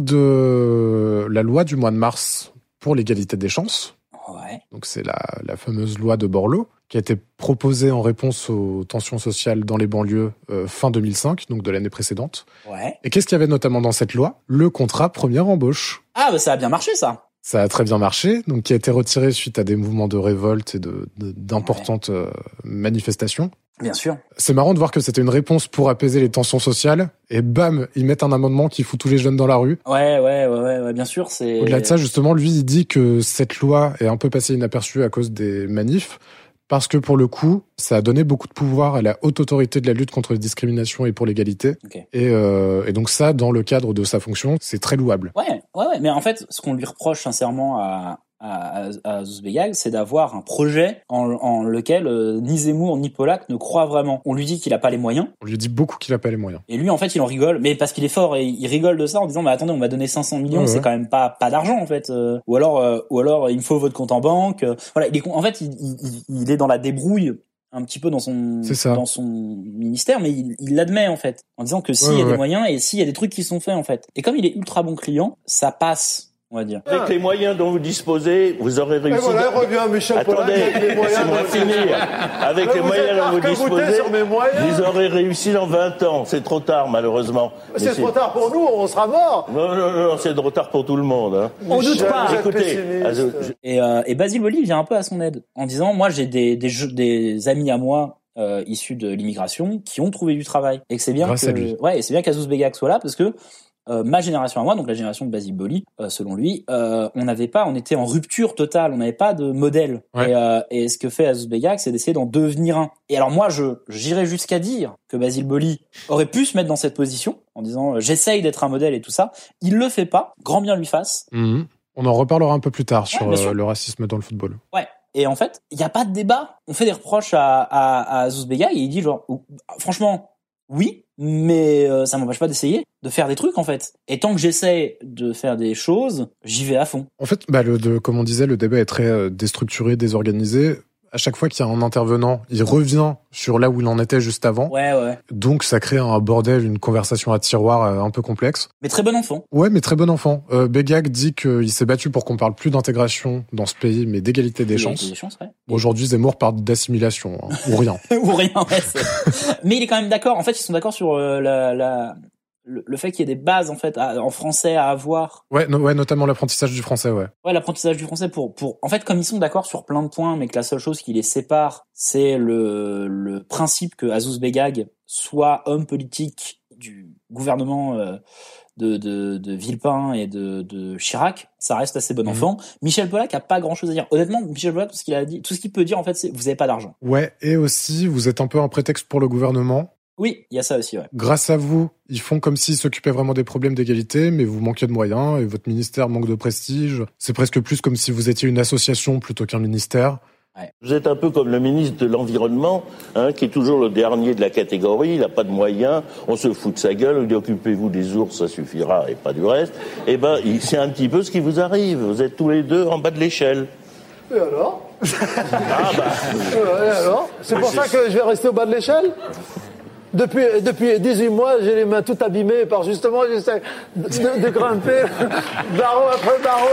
de la loi du mois de mars pour l'égalité des chances. Ouais. Donc c'est la, la fameuse loi de Borloo qui a été proposée en réponse aux tensions sociales dans les banlieues euh, fin 2005, donc de l'année précédente. Ouais. Et qu'est-ce qu'il y avait notamment dans cette loi Le contrat première embauche. Ah bah ça a bien marché ça. Ça a très bien marché, donc qui a été retiré suite à des mouvements de révolte et de- de- d'importantes euh, manifestations. Bien sûr. C'est marrant de voir que c'était une réponse pour apaiser les tensions sociales, et bam, ils mettent un amendement qui fout tous les jeunes dans la rue. Ouais, ouais, ouais, ouais, ouais, bien sûr. C'est Au-delà de ça, justement, lui, il dit que cette loi est un peu passée inaperçue à cause des manifs, parce que pour le coup, ça a donné beaucoup de pouvoir à la haute autorité de la lutte contre les discriminations et pour l'égalité. Ok. Et, euh, et donc ça, dans le cadre de sa fonction, c'est très louable. Ouais, ouais, ouais. Mais en fait, ce qu'on lui reproche sincèrement à, à, à- à Zouzbegag, c'est d'avoir un projet en, en lequel euh, ni Zemmour ni Polak ne croient vraiment. On lui dit qu'il n'a pas les moyens, On lui dit beaucoup qu'il n'a pas les moyens. et lui, en fait, il en rigole, mais parce qu'il est fort, et il rigole de ça en disant, mais attendez, on m'a donné 500 millions, Ouais, ouais. c'est quand même pas pas d'argent en fait. Euh, ou alors, euh, ou alors, il me faut votre compte en banque. Euh, voilà, il est con- en fait, il, il- il- il est dans la débrouille un petit peu dans son C'est ça. dans son ministère, mais il il l'admet en fait, en disant que s'il y a ouais, des ouais. moyens et s'il y a des trucs qui sont faits en fait. Et comme il est ultra bon client, ça passe, on va dire. Avec les moyens dont vous disposez, vous aurez réussi. Ah. voilà, revient Michel Pollard Attendez, avec les moyens laissez-moi dont- finir. Avec Mais les vous moyens êtes dont vous arc-bouté disposez, sur mes moyens. vous aurez réussi dans 20 ans. C'est trop tard, malheureusement. Mais C'est trop tard pour nous, on sera morts. Non, non, non, c'est trop tard pour tout le monde. hein. On doute Michel, pas. vous êtes Écoutez, pessimiste. Azou- je- Et, euh, et Basile Boli vient un peu à son aide en disant moi j'ai des, des, jeux- des amis à moi euh, issus de l'immigration qui ont trouvé du travail et que c'est bien Grâce à lui. que ouais et c'est bien qu'Azouz Begag soit là parce que euh, ma génération à moi donc la génération de Basile Boli euh, selon lui euh, on n'avait pas on était en rupture totale on n'avait pas de modèle Ouais. et, euh, et ce que fait Azouz Begag c'est d'essayer d'en devenir un et alors moi je j'irais jusqu'à dire que Basile Boli aurait pu se mettre dans cette position en disant euh, j'essaye d'être un modèle et tout ça il le fait pas grand bien lui fasse Mhm. On en reparlera un peu plus tard sur bien euh, sûr. le racisme dans le football. Ouais. Et en fait, il n'y a pas de débat. On fait des reproches à, à, à Zouzbega et il dit genre, franchement, oui, mais euh, ça m'empêche pas d'essayer de faire des trucs en fait. Et tant que j'essaie de faire des choses, j'y vais à fond. En fait, bah, le, de- comme on disait, le débat est très euh, déstructuré, désorganisé. À chaque fois qu'il y a un intervenant, il revient sur là où il en était juste avant. Ouais, ouais. Donc ça crée un bordel, une conversation à tiroir euh, un peu complexe. Mais très bon enfant. Ouais, mais très bon enfant. Euh, Begag dit qu'il s'est battu pour qu'on parle plus d'intégration dans ce pays, mais d'égalité des Il a chances. Des chances, ouais. Aujourd'hui, Zemmour parle d'assimilation, hein, ou rien. Ou rien. ouais, c'est- mais il est quand même d'accord. En fait, ils sont d'accord sur euh, la, la- le, le fait qu'il y ait des bases en fait à- en français à avoir Ouais, no- ouais notamment l'apprentissage du français, ouais. Ouais, l'apprentissage du français pour pour en fait comme ils sont d'accord sur plein de points mais que la seule chose qui les sépare c'est le le principe que Azouz Begag soit homme politique du gouvernement euh, de, de, de Villepin et de, de Chirac, ça reste assez bon enfant. Michel Pollack a pas grand chose à dire. Honnêtement, Michel Pollack, tout ce qu'il a dit, tout ce qu'il peut dire, en fait, c'est vous avez pas d'argent. Ouais, et aussi, vous êtes un peu un prétexte pour le gouvernement. Oui, il y a ça aussi, ouais. Grâce à vous, ils font comme s'ils s'occupaient vraiment des problèmes d'égalité, mais vous manquez de moyens et votre ministère manque de prestige. C'est presque plus comme si vous étiez une association plutôt qu'un ministère. Vous êtes un peu comme le ministre de l'Environnement, hein, qui est toujours le dernier de la catégorie, il n'a pas de moyens, on se fout de sa gueule, on lui dit occupez-vous des ours, ça suffira, et pas du reste. Eh ben, il- c'est un petit peu ce qui vous arrive, vous êtes tous les deux en bas de l'échelle. Et alors Ah bah, Euh, et alors C'est pour Oui, ça c'est- que je vais rester au bas de l'échelle depuis, depuis 18 mois, j'ai les mains toutes abîmées par justement, j'essaie de, de grimper barreau après barreau.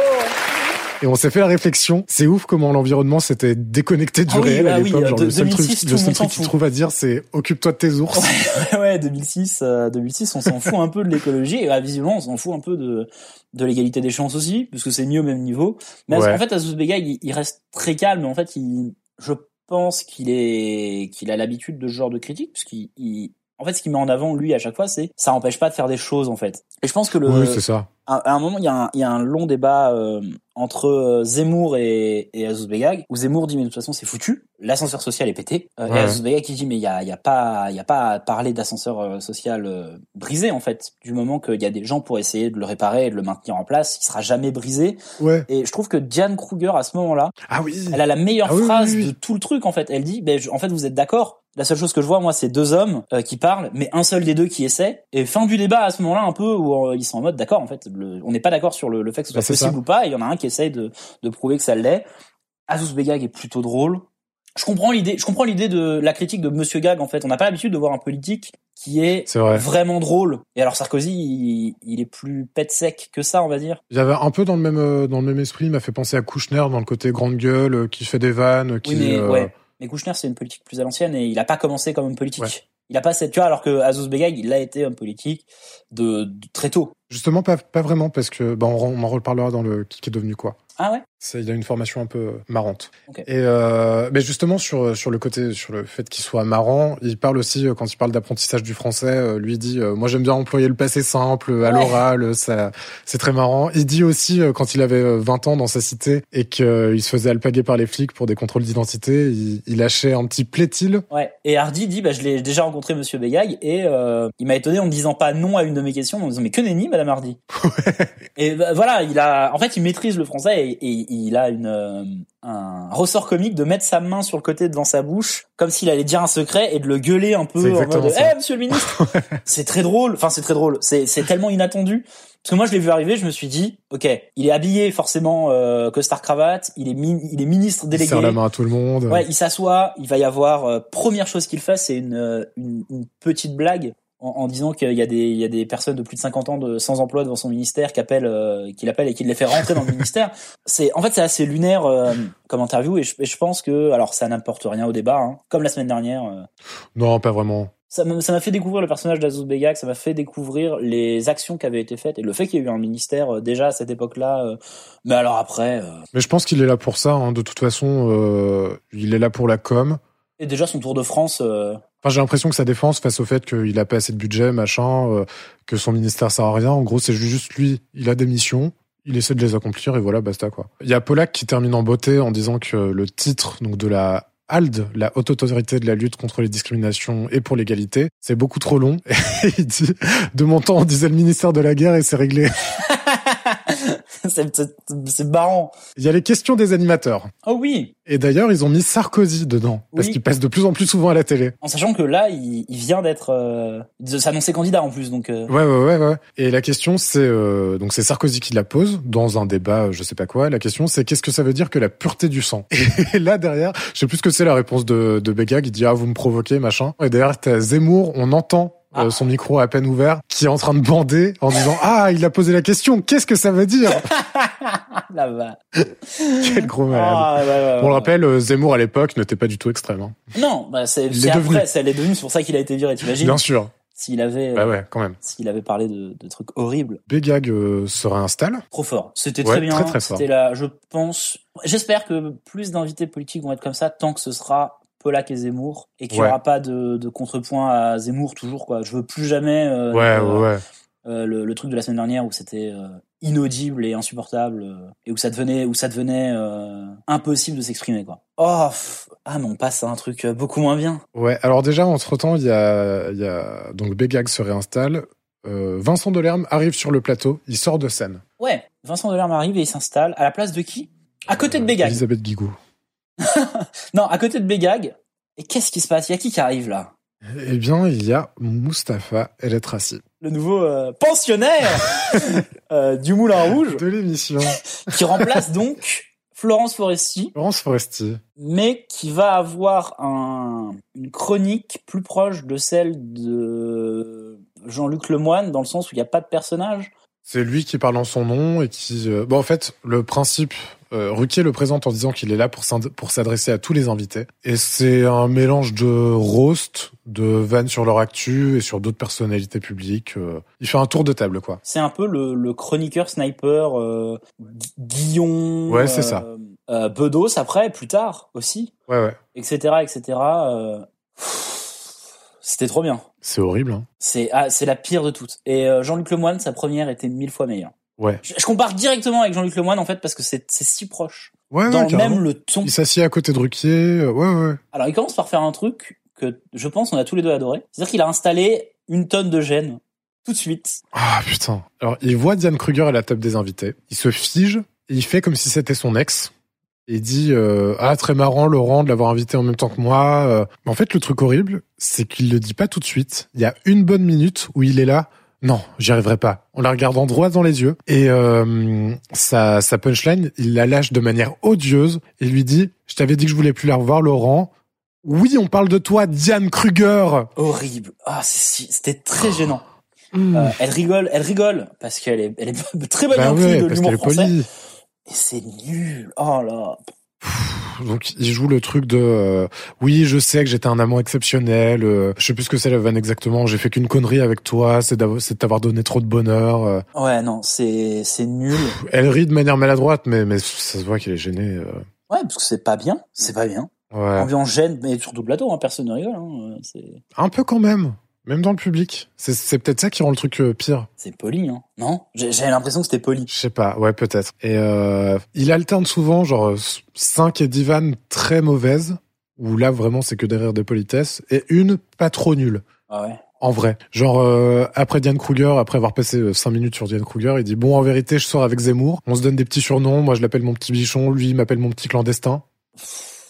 Et on s'est fait la réflexion. C'est ouf comment l'environnement s'était déconnecté du Ah oui, réel bah à oui, l'époque. Genre, de- le seul 2006, tout truc, le le seul monde s'en truc qu'ils fout. trouvent à dire, c'est occupe-toi de tes ours. ouais, 2006, euh, 2006, on s'en fout un peu de l'écologie et euh, visiblement on s'en fout un peu de de l'égalité des chances aussi, parce que c'est mis au même niveau. Mais Ouais. en fait, Azouz Bega, il, il reste très calme. En fait, il, je pense qu'il est qu'il a l'habitude de ce genre de critique, parce qu'il il- en fait, ce qu'il met en avant lui à chaque fois, c'est ça empêche pas de faire des choses en fait. Et je pense que le Oui, c'est ça. à, à un moment, il y, a un- il y a un long débat euh, entre euh, Zemmour et, et Azouz Begag, où Zemmour dit, mais de toute façon, c'est foutu, l'ascenseur social est pété. Euh, Ouais. Et Azouz Begag qui dit, mais il n'y a, il y a, pas- il y a pas à parler d'ascenseur euh, social euh, brisé, en fait. Du moment qu'il y a des gens pour essayer de le réparer et de le maintenir en place, il sera jamais brisé. Ouais. Et je trouve que Diane Kruger, à ce moment-là, Ah oui. elle a la meilleure Ah oui, oui, phrase oui. de tout le truc en fait. Elle dit, ben je- en fait vous êtes d'accord. La seule chose que je vois moi c'est deux hommes euh, qui parlent, mais un seul des deux qui essaie. Et fin du débat à ce moment-là un peu où euh, ils sont en mode d'accord en fait. le- on n'est pas d'accord sur le, le fait que ce soit Bah, c'est possible ça. ou pas. Et il y en a un qui essaye de, de prouver que ça l'est. Azus Begag est plutôt drôle. Je comprends l'idée. Je comprends l'idée de la critique de Monsieur Gag en fait. On n'a pas l'habitude de voir un politique qui est, C'est vrai. vraiment drôle. Et alors Sarkozy, il, il est plus pète sec que ça on va dire. Il y avait un peu dans le même, euh, dans le même esprit, il m'a fait penser à Kouchner dans le côté grande gueule, euh, qui fait des vannes, qui, Oui, mais euh, ouais. Mais Kouchner, c'est une politique plus à l'ancienne et il a pas commencé comme homme politique. Ouais. Il a pas cette, tu vois, alors que Azouz Begag, il a été homme politique de, de- très tôt. justement, pas, pas vraiment parce que, bah, on, on en reparlera dans le qui est devenu quoi. Ah ouais C'est- Il a une formation un peu marrante. Ok. Et euh, mais justement sur sur le côté sur le fait qu'il soit marrant, il parle aussi euh, quand il parle d'apprentissage du français, euh, lui il dit euh, moi j'aime bien employer le passé simple à Ouais. l'oral, euh, ça c'est très marrant. Il dit aussi euh, quand il avait euh, 20 ans dans sa cité et qu'il se faisait alpaguer par les flics pour des contrôles d'identité, il, il lâchait un petit plaît-il Ouais. Et Hardy dit, bah, je l'ai déjà rencontré, Monsieur Begag, et euh, il m'a étonné en me disant pas non à une de mes questions, mais en me disant mais que nenni, Madame Hardy. Et bah, voilà, il a, en fait, il maîtrise le français et, et il a une euh, un ressort comique de mettre sa main sur le côté devant sa bouche, comme s'il allait dire un secret et de le gueuler un C'est peu en exactement mode, ça. Eh, Monsieur le Ministre, c'est très drôle. Enfin, c'est très drôle. C'est c'est tellement inattendu. Parce que moi, je l'ai vu arriver, je me suis dit, ok, il est habillé forcément euh, costard cravate, il est min- il est ministre Il délégué. serre la main à tout le monde. Ouais, il s'assoit, il va y avoir euh, première chose qu'il fait, c'est une, euh, une, une petite blague en, en disant qu'il y a des il y a des personnes de plus de 50 ans de sans emploi devant son ministère qui appellent euh, qu'il appelle et qui les fait rentrer dans le ministère. C'est en fait c'est assez lunaire euh, comme interview et je, et je pense que alors ça n'importe rien au débat hein. comme la semaine dernière euh, Non, pas vraiment. ça m'a ça m'a fait découvrir le personnage d'Azuz Begag, ça m'a fait découvrir les actions qui avaient été faites et le fait qu'il y ait eu un ministère euh, déjà à cette époque-là euh, mais alors après euh, Mais je pense qu'il est là pour ça. hein. De toute façon, euh, il est là pour la com. et déjà son tour de France euh, Enfin, j'ai l'impression que sa défense, face au fait qu'il a pas assez de budget, machin, euh, que son ministère sert à rien, en gros, c'est juste lui, il a des missions, il essaie de les accomplir et voilà, basta quoi. Il y a Polak qui termine en beauté en disant que le titre donc de la HALD, la Haute Autorité de la lutte contre les discriminations et pour l'égalité, c'est beaucoup trop long. Et il dit, de mon temps, on disait le ministère de la guerre et c'est réglé. c'est c'est- c'est marrant Il y a les questions des animateurs. oh oui Et d'ailleurs, ils ont mis Sarkozy dedans, parce Oui. qu'il passe de plus en plus souvent à la télé. En sachant que là, il, il vient d'être euh, de s'annoncer candidat en plus, donc euh, Ouais, ouais, ouais, ouais. Et la question, c'est euh, donc c'est Sarkozy qui la pose dans un débat, euh, je sais pas quoi. La question, c'est qu'est-ce que ça veut dire que la pureté du sang Et là derrière, je sais plus ce que c'est la réponse de de Béga qui dit ah vous me provoquez machin. Et derrière t'as Zemmour, on entend. euh, son micro à peine ouvert, qui est en train de bander en disant Ah, il a posé la question, qu'est-ce que ça veut dire là va. Quel gros malade. Ah, ouais, ouais, ouais, On le ouais. rappelle, euh, Zemmour à l'époque n'était pas du tout extrême. hein. Non, bah, c'est Il c'est l'est devenu. après, ça l'est devenu. C'est pour ça qu'il a été viré. T'imagines Bien sûr. S'il avait, euh, Bah ouais, quand même. s'il avait parlé de, de trucs horribles, Begag euh, se réinstalle. trop fort. C'était Ouais, très bien. très, très fort. C'était là, je pense. J'espère que plus d'invités politiques vont être comme ça, tant que ce sera Polak et Zemmour, et qu'il n'y Ouais. aura pas de, de contrepoint à Zemmour toujours. Quoi, je veux plus jamais. euh, ouais, euh, ouais, ouais. Euh, le, le truc de la semaine dernière où c'était euh, inaudible et insupportable euh, et où ça devenait où ça devenait euh, impossible de s'exprimer quoi. Oh pff, ah mais on passe à un truc euh, beaucoup moins bien. Ouais, alors déjà, entre-temps, il y a, il y a... Donc Bégag se réinstalle. Euh, Vincent Delerme arrive sur le plateau, il sort de scène. Ouais, Vincent Delerme arrive et il s'installe à la place de qui À côté de Bégag. Euh, Elisabeth Guigou. Non, à côté de Bégag. Et qu'est-ce qui se passe Il y a qui qui arrive là Eh bien, il y a Mustapha El Etrassi. Le nouveau euh, pensionnaire euh, du Moulin Rouge De l'émission. qui remplace donc Florence Foresti. Laurence Foresti. mais qui va avoir un, une chronique plus proche de celle de Jean-Luc Lemoine, dans le sens où il n'y a pas de personnage. C'est lui qui parle en son nom et qui... euh, Bon, en fait, le principe... Euh, Ruquier le présente en disant qu'il est là pour s'in- pour s'adresser à tous les invités. Et c'est un mélange de roast, de vannes sur leur actu et sur d'autres personnalités publiques. euh. Il fait un tour de table, quoi. C'est un peu le, le chroniqueur sniper euh, Gu- Guillon, Ouais, c'est ça. euh, Bedos après, plus tard aussi, Ouais, ouais. etc., etc. euh, C'était trop bien. C'est horrible, hein. C'est ah, c'est la pire de toutes. Et euh, Jean-Luc Lemoine, sa première était mille fois meilleure. Ouais. Je, je compare directement avec Jean-Luc Lemoine en fait parce que c'est c'est si proche. Ouais, dans ouais, carrément. même le ton. Il s'assied à côté de Ruquier. euh, Ouais, ouais. Alors, il commence par faire un truc que je pense on a tous les deux adoré. C'est-à-dire qu'il a installé une tonne de gêne tout de suite. Ah, putain. Alors, il voit Diane Kruger à la table des invités. Il se fige. Et il fait comme si c'était son ex. Il dit euh, Ah, très marrant, Laurent, de l'avoir invité en même temps que moi. euh. Mais en fait, le truc horrible, c'est qu'il le dit pas tout de suite. Il y a une bonne minute où il est là. Non, j'y arriverai pas. En la regardant droit dans les yeux. Et euh, sa, sa punchline, il la lâche de manière odieuse et lui dit Je t'avais dit que je voulais plus la revoir, Laurent. Oui, on parle de toi, Diane Kruger. Horrible. Ah, c'est- c'était très gênant. Euh, elle rigole, elle rigole parce qu'elle est, elle est très bonne Bah incluse ouais, de parce qu'elle l'humour est français. polie. Et c'est nul. Oh là. Donc il joue le truc de euh, oui, je sais que j'étais un amant exceptionnel. euh, je sais plus ce que c'est la vanne exactement. J'ai fait qu'une connerie avec toi. C'est d'avo- c'est de t'avoir donné trop de bonheur. euh. Ouais, non, c'est c'est nul. Elle rit de manière maladroite, mais mais ça se voit qu'elle est gênée. euh. Ouais, parce que c'est pas bien. C'est pas bien. Ouais. Ambiance gêne, mais surtout plateau, hein, personne ne rigole. Hein, euh, c'est- Un peu quand même. Même dans le public. C'est- C'est peut-être ça qui rend le truc euh, pire. C'est poli, hein. Non J'ai j'ai l'impression que c'était poli. Je sais pas, ouais, peut-être. Et euh, il alterne souvent, genre, 5 et 10 vannes très mauvaises, où là, vraiment, c'est que des rires de politesse, et une pas trop nulle. Ah ouais. En vrai. Genre, euh, après Diane Kruger, après avoir passé 5 minutes sur Diane Kruger, il dit Bon, en vérité, je sors avec Zemmour, on se donne des petits surnoms, moi je l'appelle mon petit bichon, lui il m'appelle mon petit clandestin.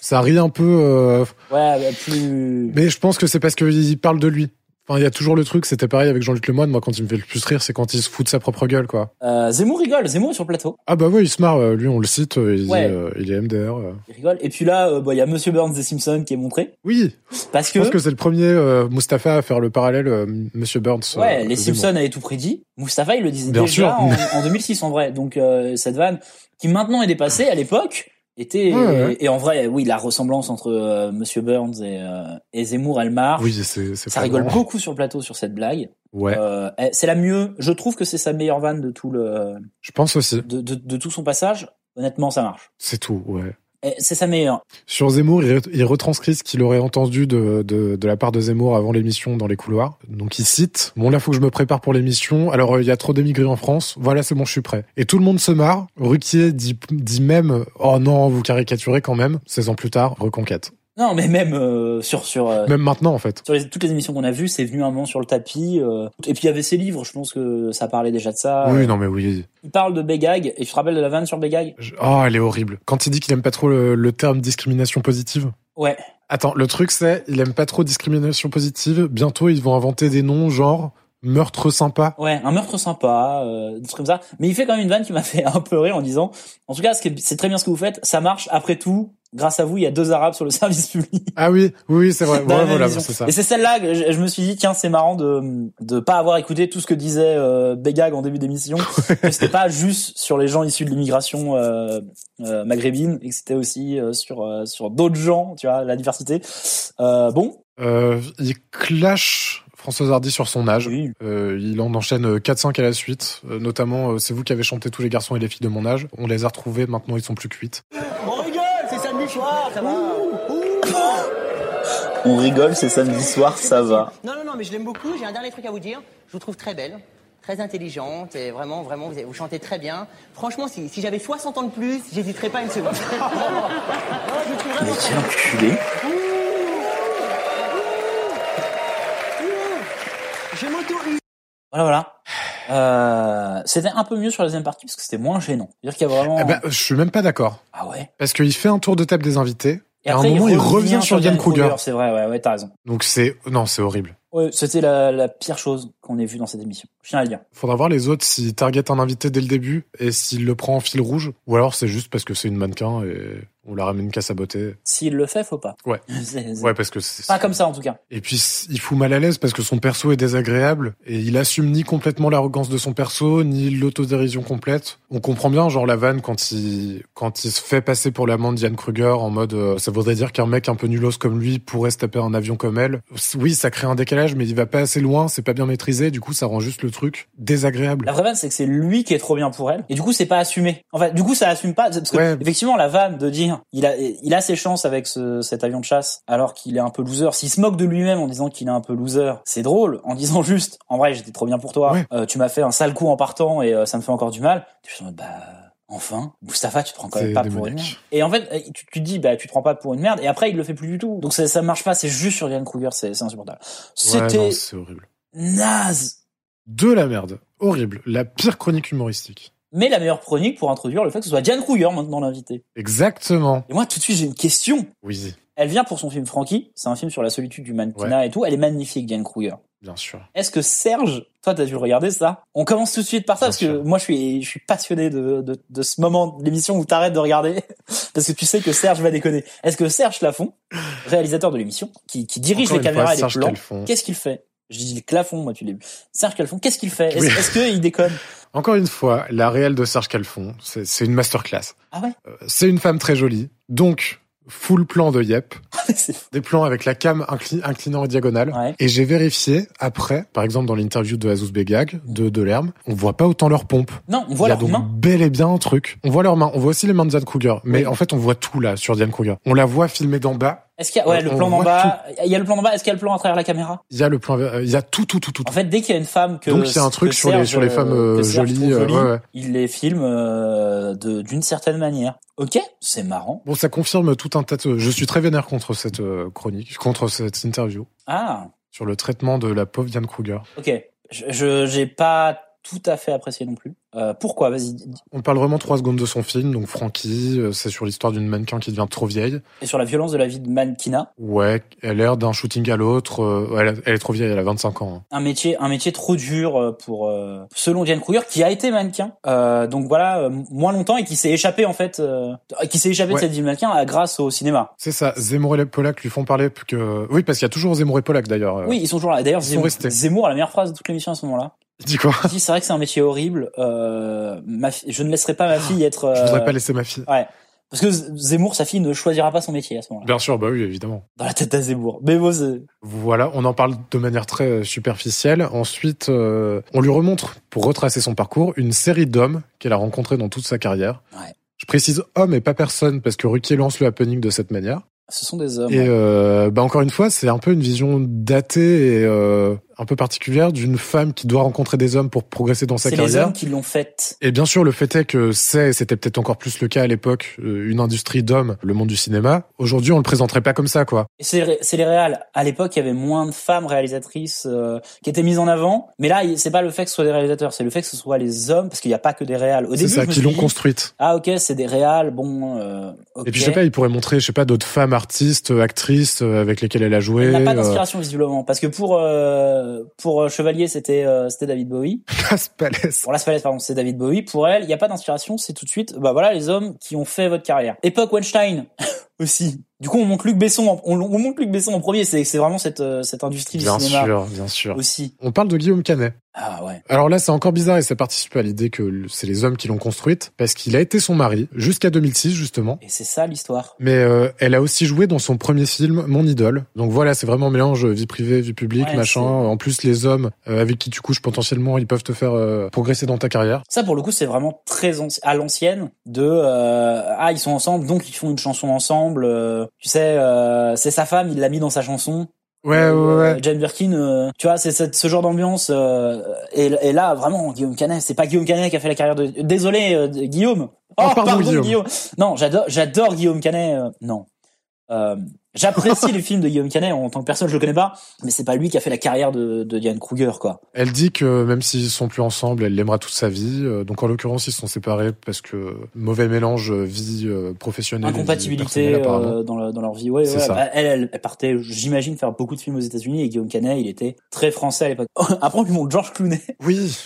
Ça rit un peu, euh, Ouais, bah, plus. mais je pense que c'est parce qu'il parle de lui. Enfin, il y a toujours le truc, c'était pareil avec Jean-Luc Lemoyne, moi quand il me fait le plus rire, c'est quand il se fout de sa propre gueule, quoi. Euh, Zemmour rigole, Zemmour est sur le plateau. Ah bah oui, il se marre, euh, lui on le cite, euh, il, dit, Ouais. euh, il est MDR. euh. Il rigole. Et puis là, euh, bah, il y a Monsieur Burns des Simpsons qui est montré. Oui. Parce Je que. pense que c'est le premier euh, Mustapha à faire le parallèle, euh, Monsieur Burns. euh, Ouais, les Zemmour. Simpsons avaient tout prédit. Moustapha, il le disait Bien déjà sûr. en, en 2006 en vrai. Donc euh, cette vanne qui maintenant est dépassée, à l'époque était Ouais, ouais. Et, en vrai, oui, la ressemblance entre euh, Monsieur Burns et, euh, et Zemmour, elle marche. Oui, c'est c'est ça pas rigole marrant. beaucoup sur le plateau sur cette blague. Ouais, Euh, elle- c'est la mieux. Je trouve que c'est sa meilleure vanne de tout le je pense aussi. de, de, de tout son passage. Honnêtement, ça marche. C'est tout, ouais. Et C'est sa meilleure. Sur Zemmour, il, re- il retranscrit ce qu'il aurait entendu de, de, de la part de Zemmour avant l'émission dans les couloirs. Donc il cite Bon là, faut que je me prépare pour l'émission. Alors euh, il y a trop d'émigrés en France. Voilà, c'est bon, je suis prêt. Et tout le monde se marre. Ruquier dit, dit même Oh non, vous caricaturez quand même. 16 ans plus tard, reconquête. Non, mais même euh, sur sur euh, Même maintenant, en fait. sur les- toutes les émissions qu'on a vues, c'est venu un moment sur le tapis. euh, et puis il y avait ses livres. Je pense que ça parlait déjà de ça. Oui, non, mais oui. Il parle de Begag, et tu te rappelles de la vanne sur Begag Oh, elle est horrible. Quand il dit qu'il aime pas trop le, le terme discrimination positive. Ouais. Attends, le truc c'est, il aime pas trop discrimination positive. Bientôt, ils vont inventer des noms genre meurtre sympa. Ouais, un meurtre sympa, euh, des trucs comme ça. Mais il fait quand même une vanne qui m'a fait un peu rire en disant, en tout cas, ce qui est- c'est très bien ce que vous faites, ça marche, après tout, grâce à vous, il y a deux Arabes sur le service public. Ah oui, oui, oui, c'est vrai. Dans Ouais, la même voilà, émission. c'est ça. Et c'est celle-là que je, je me suis dit, tiens, c'est marrant de de pas avoir écouté tout ce que disait euh, Begag en début d'émission, que c'était pas juste sur les gens issus de l'immigration euh, euh, maghrébine, et que c'était aussi euh, sur euh, sur d'autres gens, tu vois, la diversité. Euh, bon, Euh, il clash François Hardy sur son âge. Euh, il en enchaîne 4-5 à la suite. Euh, notamment, euh, c'est vous qui avez chanté tous les garçons et les filles de mon âge. On les a retrouvés, maintenant ils sont plus que 8. On rigole, c'est samedi soir, ça va. On rigole, c'est samedi soir, ça va. Non, non, non, mais je l'aime beaucoup. J'ai un dernier truc à vous dire. Je vous trouve très belle, très intelligente et vraiment, vraiment, vous, vous chantez très bien. Franchement, si, si j'avais 60 ans de plus, j'hésiterais pas une seconde. je vous trouve vraiment très belle. Enculé. Je m'autorise. Voilà, voilà. Euh, c'était un peu mieux sur la deuxième partie parce que c'était moins gênant. C'est-à-dire qu'il y a vraiment. Eh ben, je suis même pas d'accord. Ah ouais. Parce qu'il fait un tour de table des invités. Et, à un moment, il revient, sur Yann Diane Kruger. C'est vrai, ouais, ouais, t'as raison. Donc c'est, non, c'est horrible. Ouais, c'était la, la pire chose qu'on ait vue dans cette émission. Je tiens à le dire. Faudra voir les autres s'ils target un invité dès le début et s'il le prend en fil rouge. Ou alors c'est juste parce que c'est une mannequin et on la ramène qu'à sa beauté. S'il le fait, faut pas. Ouais. C'est- c'est- Ouais, parce que c'est. Pas comme ça, en tout cas. Et puis c- il fout mal à l'aise parce que son perso est désagréable et il assume ni complètement l'arrogance de son perso ni l'autodérision complète. On comprend bien genre la vanne quand il quand il se fait passer pour l'amant de Diane Kruger en mode euh, ça voudrait dire qu'un mec un peu nulos comme lui pourrait se taper un avion comme elle. C- Oui, ça crée un décalage mais il va pas assez loin, c'est pas bien maîtrisé, du coup ça rend juste le truc désagréable. La vraie vanne, c'est que c'est lui qui est trop bien pour elle. Et du coup, c'est pas assumé. En fait, du coup, ça assume pas. Parce que, effectivement, la vanne de dire, il a, il a ses chances avec ce- cet avion de chasse, alors qu'il est un peu loser. S'il se moque de lui-même en disant qu'il est un peu loser, c'est drôle. En disant juste, en vrai, j'étais trop bien pour toi. Euh, tu m'as fait un sale coup en partant et euh, ça me fait encore du mal. Tu te dis, bah, enfin, Mustafa, tu te prends quand même C'est pas pour une démoniaque. merde. Et en fait, euh, tu, tu te dis, bah, tu te prends pas pour une merde. Et après, il le fait plus du tout. Donc ça, ça marche pas. C'est juste sur Diane Kruger, c'est c'est insupportable. Ouais, C'était non, c'est horrible. naze. De la merde, horrible, la pire chronique humoristique. mais la meilleure chronique pour introduire le fait que ce soit Diane Kruger maintenant l'invité. Exactement. Et moi, tout de suite, j'ai une question. Oui, Elle vient pour son film Frankie, c'est un film sur la solitude du mannequinat et tout. Elle est magnifique, Diane Kruger. bien sûr. Est-ce que Serge, toi, t'as dû regarder ça On commence tout de suite par ça parce que moi, je suis, je suis passionné de, de, de ce moment de l'émission où t'arrêtes de regarder parce que tu sais que Serge va déconner. Est-ce que Serge Lafont, réalisateur de l'émission, qui, qui dirige Encore les une caméras fois, et les Serge plans, Calfon. qu'est-ce qu'il fait Je dis Clafon, moi, tu l'as vu. Serge Calfon, qu'est-ce qu'il fait Est-ce Oui. est-ce qu'il déconne Encore une fois, la réelle de Serge Calfon, c'est c'est une masterclass. Ah ouais Euh, C'est une femme très jolie, donc full plan de Yep. des plans avec la cam incli- inclinant en diagonale. Et j'ai vérifié après, par exemple dans l'interview de Azouz Begag, de Delerme, on voit pas autant leurs pompes. Non, on voit Il y a leurs donc mains. bel et bien un truc. On voit leurs mains, on voit aussi les mains de Diane Kruger. Mais Oui. en fait, on voit tout là sur Diane Kruger. On la voit filmée d'en bas. Est-ce qu'il y a, ouais, le On plan d'en voit bas, il y a le plan d'en bas, est-ce qu'il y a le plan à travers la caméra? Il y a le plan, euh, il y a tout, tout, tout, tout. En fait, dès qu'il y a une femme que. Donc, il y a un truc que sur les- Serge, sur les femmes, euh, que Serge jolies, trouve euh, ouais, ouais. Il les filme euh, de- d'une certaine manière. Ok, c'est marrant. Bon, ça confirme tout un tas de... Je suis très vénère contre cette euh, chronique, contre cette interview, Ah, sur le traitement de la pauvre Diane Kruger. ok. Je, je- j'ai pas tout à fait apprécié non plus. Euh, pourquoi? Vas-y. dis- On parle vraiment trois secondes de son film, donc Frankie, euh, c'est sur l'histoire d'une mannequin qui devient trop vieille. Et sur la violence de la vie de Mankina, Ouais, elle a l'air d'un shooting à l'autre, euh, elle, elle est trop vieille, elle a 25 ans. hein. un métier, un métier trop dur euh, pour, euh, selon Diane Kruger, qui a été mannequin, euh, donc voilà, euh, moins longtemps et qui s'est échappé en fait, euh, qui s'est échappé Ouais. de cette vie de mannequin euh, grâce au cinéma. C'est ça, Zemmour et Pollack lui font parler plus que... Oui, parce qu'il y a toujours Zemmour et Pollack d'ailleurs. euh. Oui, ils sont toujours là. D'ailleurs, Ils sont Zemmour, restés. Zemmour a la meilleure phrase de toute l'émission à ce moment-là. Il dit quoi Il dit, c'est vrai que c'est un métier horrible. Euh, ma fi- je ne laisserai pas ma fille être. Je euh, voudrais pas laisser ma fille. Ouais. Parce que Z- Zemmour, sa fille, ne choisira pas son métier à ce moment-là. Bien sûr, bah oui, évidemment. Dans la tête à Zemmour. Mais bon, c'est- Voilà, on en parle de manière très euh, superficielle. Ensuite, euh, on lui remontre, pour retracer son parcours, une série d'hommes qu'elle a rencontrés dans toute sa carrière. Ouais. Je précise homme et pas personne parce que Ruquier lance le happening de cette manière. ce sont des hommes. Et euh, bah encore une fois, c'est un peu une vision datée et euh, un peu particulière d'une femme qui doit rencontrer des hommes pour progresser dans sa c'est les carrière. hommes qui l'ont faite. Et bien sûr, le fait est que c'est, et c'était peut-être encore plus le cas à l'époque, euh, une industrie d'hommes, le monde du cinéma. Aujourd'hui, on le présenterait pas comme ça, quoi. Et c'est ré- c'est les réals. À l'époque, il y avait moins de femmes réalisatrices euh, qui étaient mises en avant. Mais là, il- c'est pas le fait que ce soit des réalisateurs, c'est le fait que ce soit les hommes, parce qu'il n'y a pas que des réals. Au C'est début, ça, je me qui suis l'ont dit, construite. Ah ok, c'est des réals. Bon. euh, ok. Et puis, je sais pas, il pourrait montrer, je sais pas, d'autres femmes artistes, euh, actrices euh, avec lesquelles elle a joué. Il n'a pas euh, d'inspiration visiblement parce que pour euh, pour euh, Chevalier c'était euh, c'était David Bowie. Las Palais. Pour Las Palais pardon c'est David Bowie. Pour elle il n'y a pas d'inspiration c'est tout de suite bah voilà les hommes qui ont fait votre carrière. Époque Weinstein aussi. Du coup on monte Luc Besson en, on, on monte Luc Besson en premier c'est c'est vraiment cette euh, cette industrie Bien du cinéma sûr, bien sûr. aussi. On parle de Guillaume Canet. Ah ouais. Alors là, c'est encore bizarre et ça participe à l'idée que le- c'est les hommes qui l'ont construite parce qu'il a été son mari jusqu'à 2006 justement. Et c'est ça l'histoire. Mais euh, elle a aussi joué dans son premier film, Mon Idole. Donc voilà, c'est vraiment un mélange euh, vie privée, vie publique, Ouais, machin. c'est- En plus, les hommes euh, avec qui tu couches potentiellement, ils peuvent te faire euh, progresser dans ta carrière. Ça pour le coup c'est vraiment très anci- à l'ancienne de euh, ah ils sont ensemble donc ils font une chanson ensemble euh, tu sais euh, c'est sa femme il l'a mis dans sa chanson Ouais, Euh, ouais, ouais. euh, Jane Birkin, euh, tu vois, c'est cette- ce genre d'ambiance. euh, et, et là, vraiment, Guillaume Canet, c'est pas Guillaume Canet qui a fait la carrière de. Désolé, euh, de- Guillaume. Oh, Ah, pardon, Guillaume. Non, j'adore, j'adore Guillaume Canet. euh, non. Euh, J'apprécie les films de Guillaume Canet en tant que personne, je le connais pas, mais c'est pas lui qui a fait la carrière de, de Diane Kruger, quoi. Elle dit que même s'ils sont plus ensemble, elle l'aimera toute sa vie. Euh, Donc en l'occurrence, ils se sont séparés parce que mauvais mélange euh, vie euh, professionnelle. et vie Incompatibilité personnelle, apparemment. euh, dans, le- dans leur vie. Ouais, C'est ouais. ça. Bah, Elle, elle, elle partait, j'imagine, faire beaucoup de films aux États-Unis et Guillaume Canet, il était très français à l'époque. Après, on lui montre George Clooney. Oui.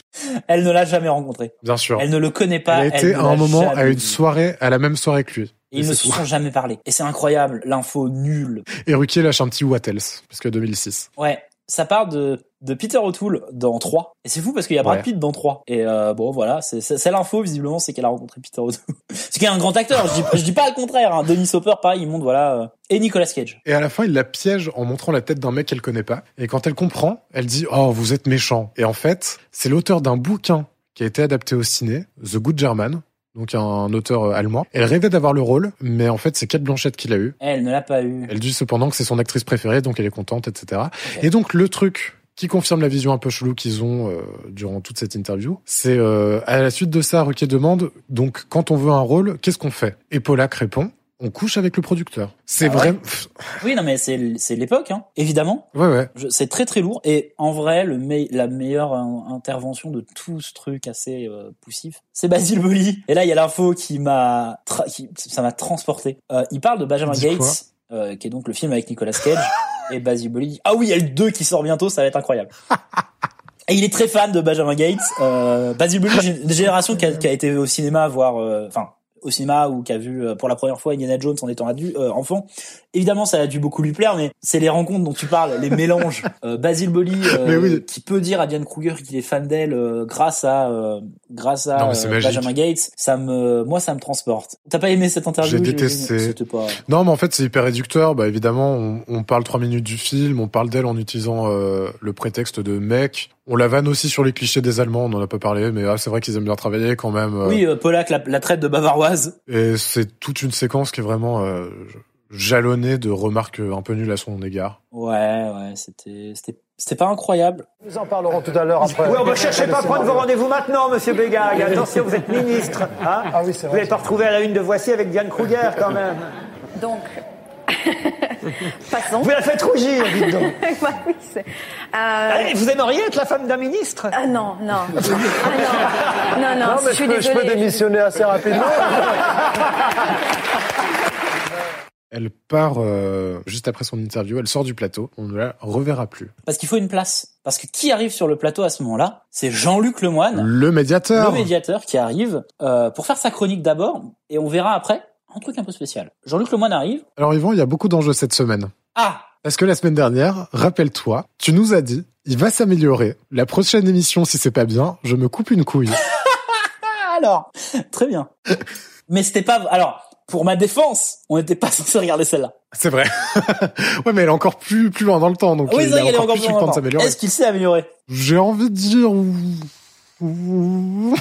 Elle ne l'a jamais rencontré. Bien sûr. Elle ne le connaît pas. Elle a elle été ne à un l'a moment à jamais une vu. soirée, à la même soirée que lui. Et ils Et ne c'est se tout. sont jamais parlé. Et c'est incroyable, l'info nulle. Et Ruquier lâche un petit What Else, parce que 2006. Ouais, ça part de, de Peter O'Toole dans 3. Et c'est fou parce qu'il y a Brad Ouais. Pitt dans 3. Et euh, bon, voilà, c'est c'est- c'est l'info, visiblement, c'est qu'elle a rencontré Peter O'Toole. c'est qu'il est un grand acteur, je dis, je dis pas le contraire. Hein. Denis Hopper, pareil, il monte, voilà. euh, Et Nicolas Cage. Et à la fin, il la piège en montrant la tête d'un mec qu'elle connaît pas. Et quand elle comprend, elle dit Oh, vous êtes méchant. Et en fait, c'est l'auteur d'un bouquin qui a été adapté au ciné, The Good German, donc un auteur euh, allemand. Elle rêvait d'avoir le rôle, mais en fait, c'est Kate Blanchett qui l'a eu. Elle ne l'a pas eu. Elle dit cependant que c'est son actrice préférée, donc elle est contente, etc. Et donc, le truc qui confirme la vision un peu chelou qu'ils ont euh, durant toute cette interview, c'est euh, à la suite de ça, Ruquier demande donc quand on veut un rôle, qu'est-ce qu'on fait Et Pollack répond on couche avec le producteur. C'est Ah ouais vrai. Oui, non, mais c'est c'est l'époque, hein, évidemment. Ouais, ouais. Je- C'est très très lourd et en vrai le me- la meilleure euh, intervention de tout ce truc assez euh, poussif, c'est Basile Boli. Et là il y a l'info qui m'a tra- qui- ça m'a transporté. Euh, il parle de Benjamin Dis quoi Gates, euh, qui est donc le film avec Nicolas Cage et Basile Boli. dit, Ah oui, il y a le 2 qui sort bientôt, ça va être incroyable. Et il est très fan de Benjamin Gates. Euh, Basile Boli, j'ai une génération qui a, qui a été au cinéma voir, euh, enfin au cinéma ou qui a vu euh, pour la première fois Indiana Jones en étant adu- euh, enfant, évidemment ça a dû beaucoup lui plaire, mais c'est les rencontres dont tu parles, les mélanges. Euh, Basil Boli euh, Mais oui. qui peut dire à Diane Kruger qu'il est fan d'elle euh, grâce à euh, grâce à Non, mais c'est euh, magique. Benjamin Gates, ça me moi ça me transporte. T'as pas aimé cette interview J'ai j'imagine détesté. C'était pas- Non, mais en fait, c'est hyper réducteur. Bah, évidemment, on, on parle trois minutes du film, on parle d'elle en utilisant euh, le prétexte de mec. On la vanne aussi sur les clichés des Allemands, on en a pas parlé, mais ah, c'est vrai qu'ils aiment bien travailler quand même. euh. Oui, euh, Pollack, la, la traite de bavaroise. Et c'est toute une séquence qui est vraiment euh, jalonnée de remarques euh, un peu nulles à son égard. Ouais, ouais, c'était c'était c'était pas incroyable. Nous en parlerons tout à l'heure après. Oui, on ne cherchez pas à prendre vos rendez-vous maintenant, monsieur Bégag. Attention, vous êtes ministre. hein. Ah vous n'avez pas retrouvé à la une de Voici avec Diane Kruger, quand même. Donc, passons. Vous la faites rougir, dites donc. Bah oui, c'est- euh, Allez, vous aimeriez être la femme d'un ministre Ah non, non. Ah non, non, non, mais je suis je peux, je peux désolée. démissionner assez rapidement. Elle part euh, juste après son interview, elle sort du plateau, on ne la reverra plus. Parce qu'il faut une place. Parce que qui arrive sur le plateau à ce moment-là C'est Jean-Luc Lemoine, Le médiateur. le médiateur qui arrive euh, pour faire sa chronique d'abord et on verra après un truc un peu spécial. Jean-Luc Lemoine arrive. Alors Yvan, il y a beaucoup d'enjeux cette semaine. Ah Parce que la semaine dernière, rappelle-toi, tu nous as dit, il va s'améliorer. La prochaine émission, si c'est pas bien, je me coupe une couille. Alors, très bien. Mais c'était pas. Alors, pour ma défense, on n'était pas censé regarder celle-là. C'est vrai. ouais, mais elle est encore plus, plus loin dans le temps, donc oui, il c'est vrai y qu'elle a est encore encore plus le plus temps de longtemps. s'améliorer. Est-ce qu'il s'est amélioré J'ai envie de dire... ouh.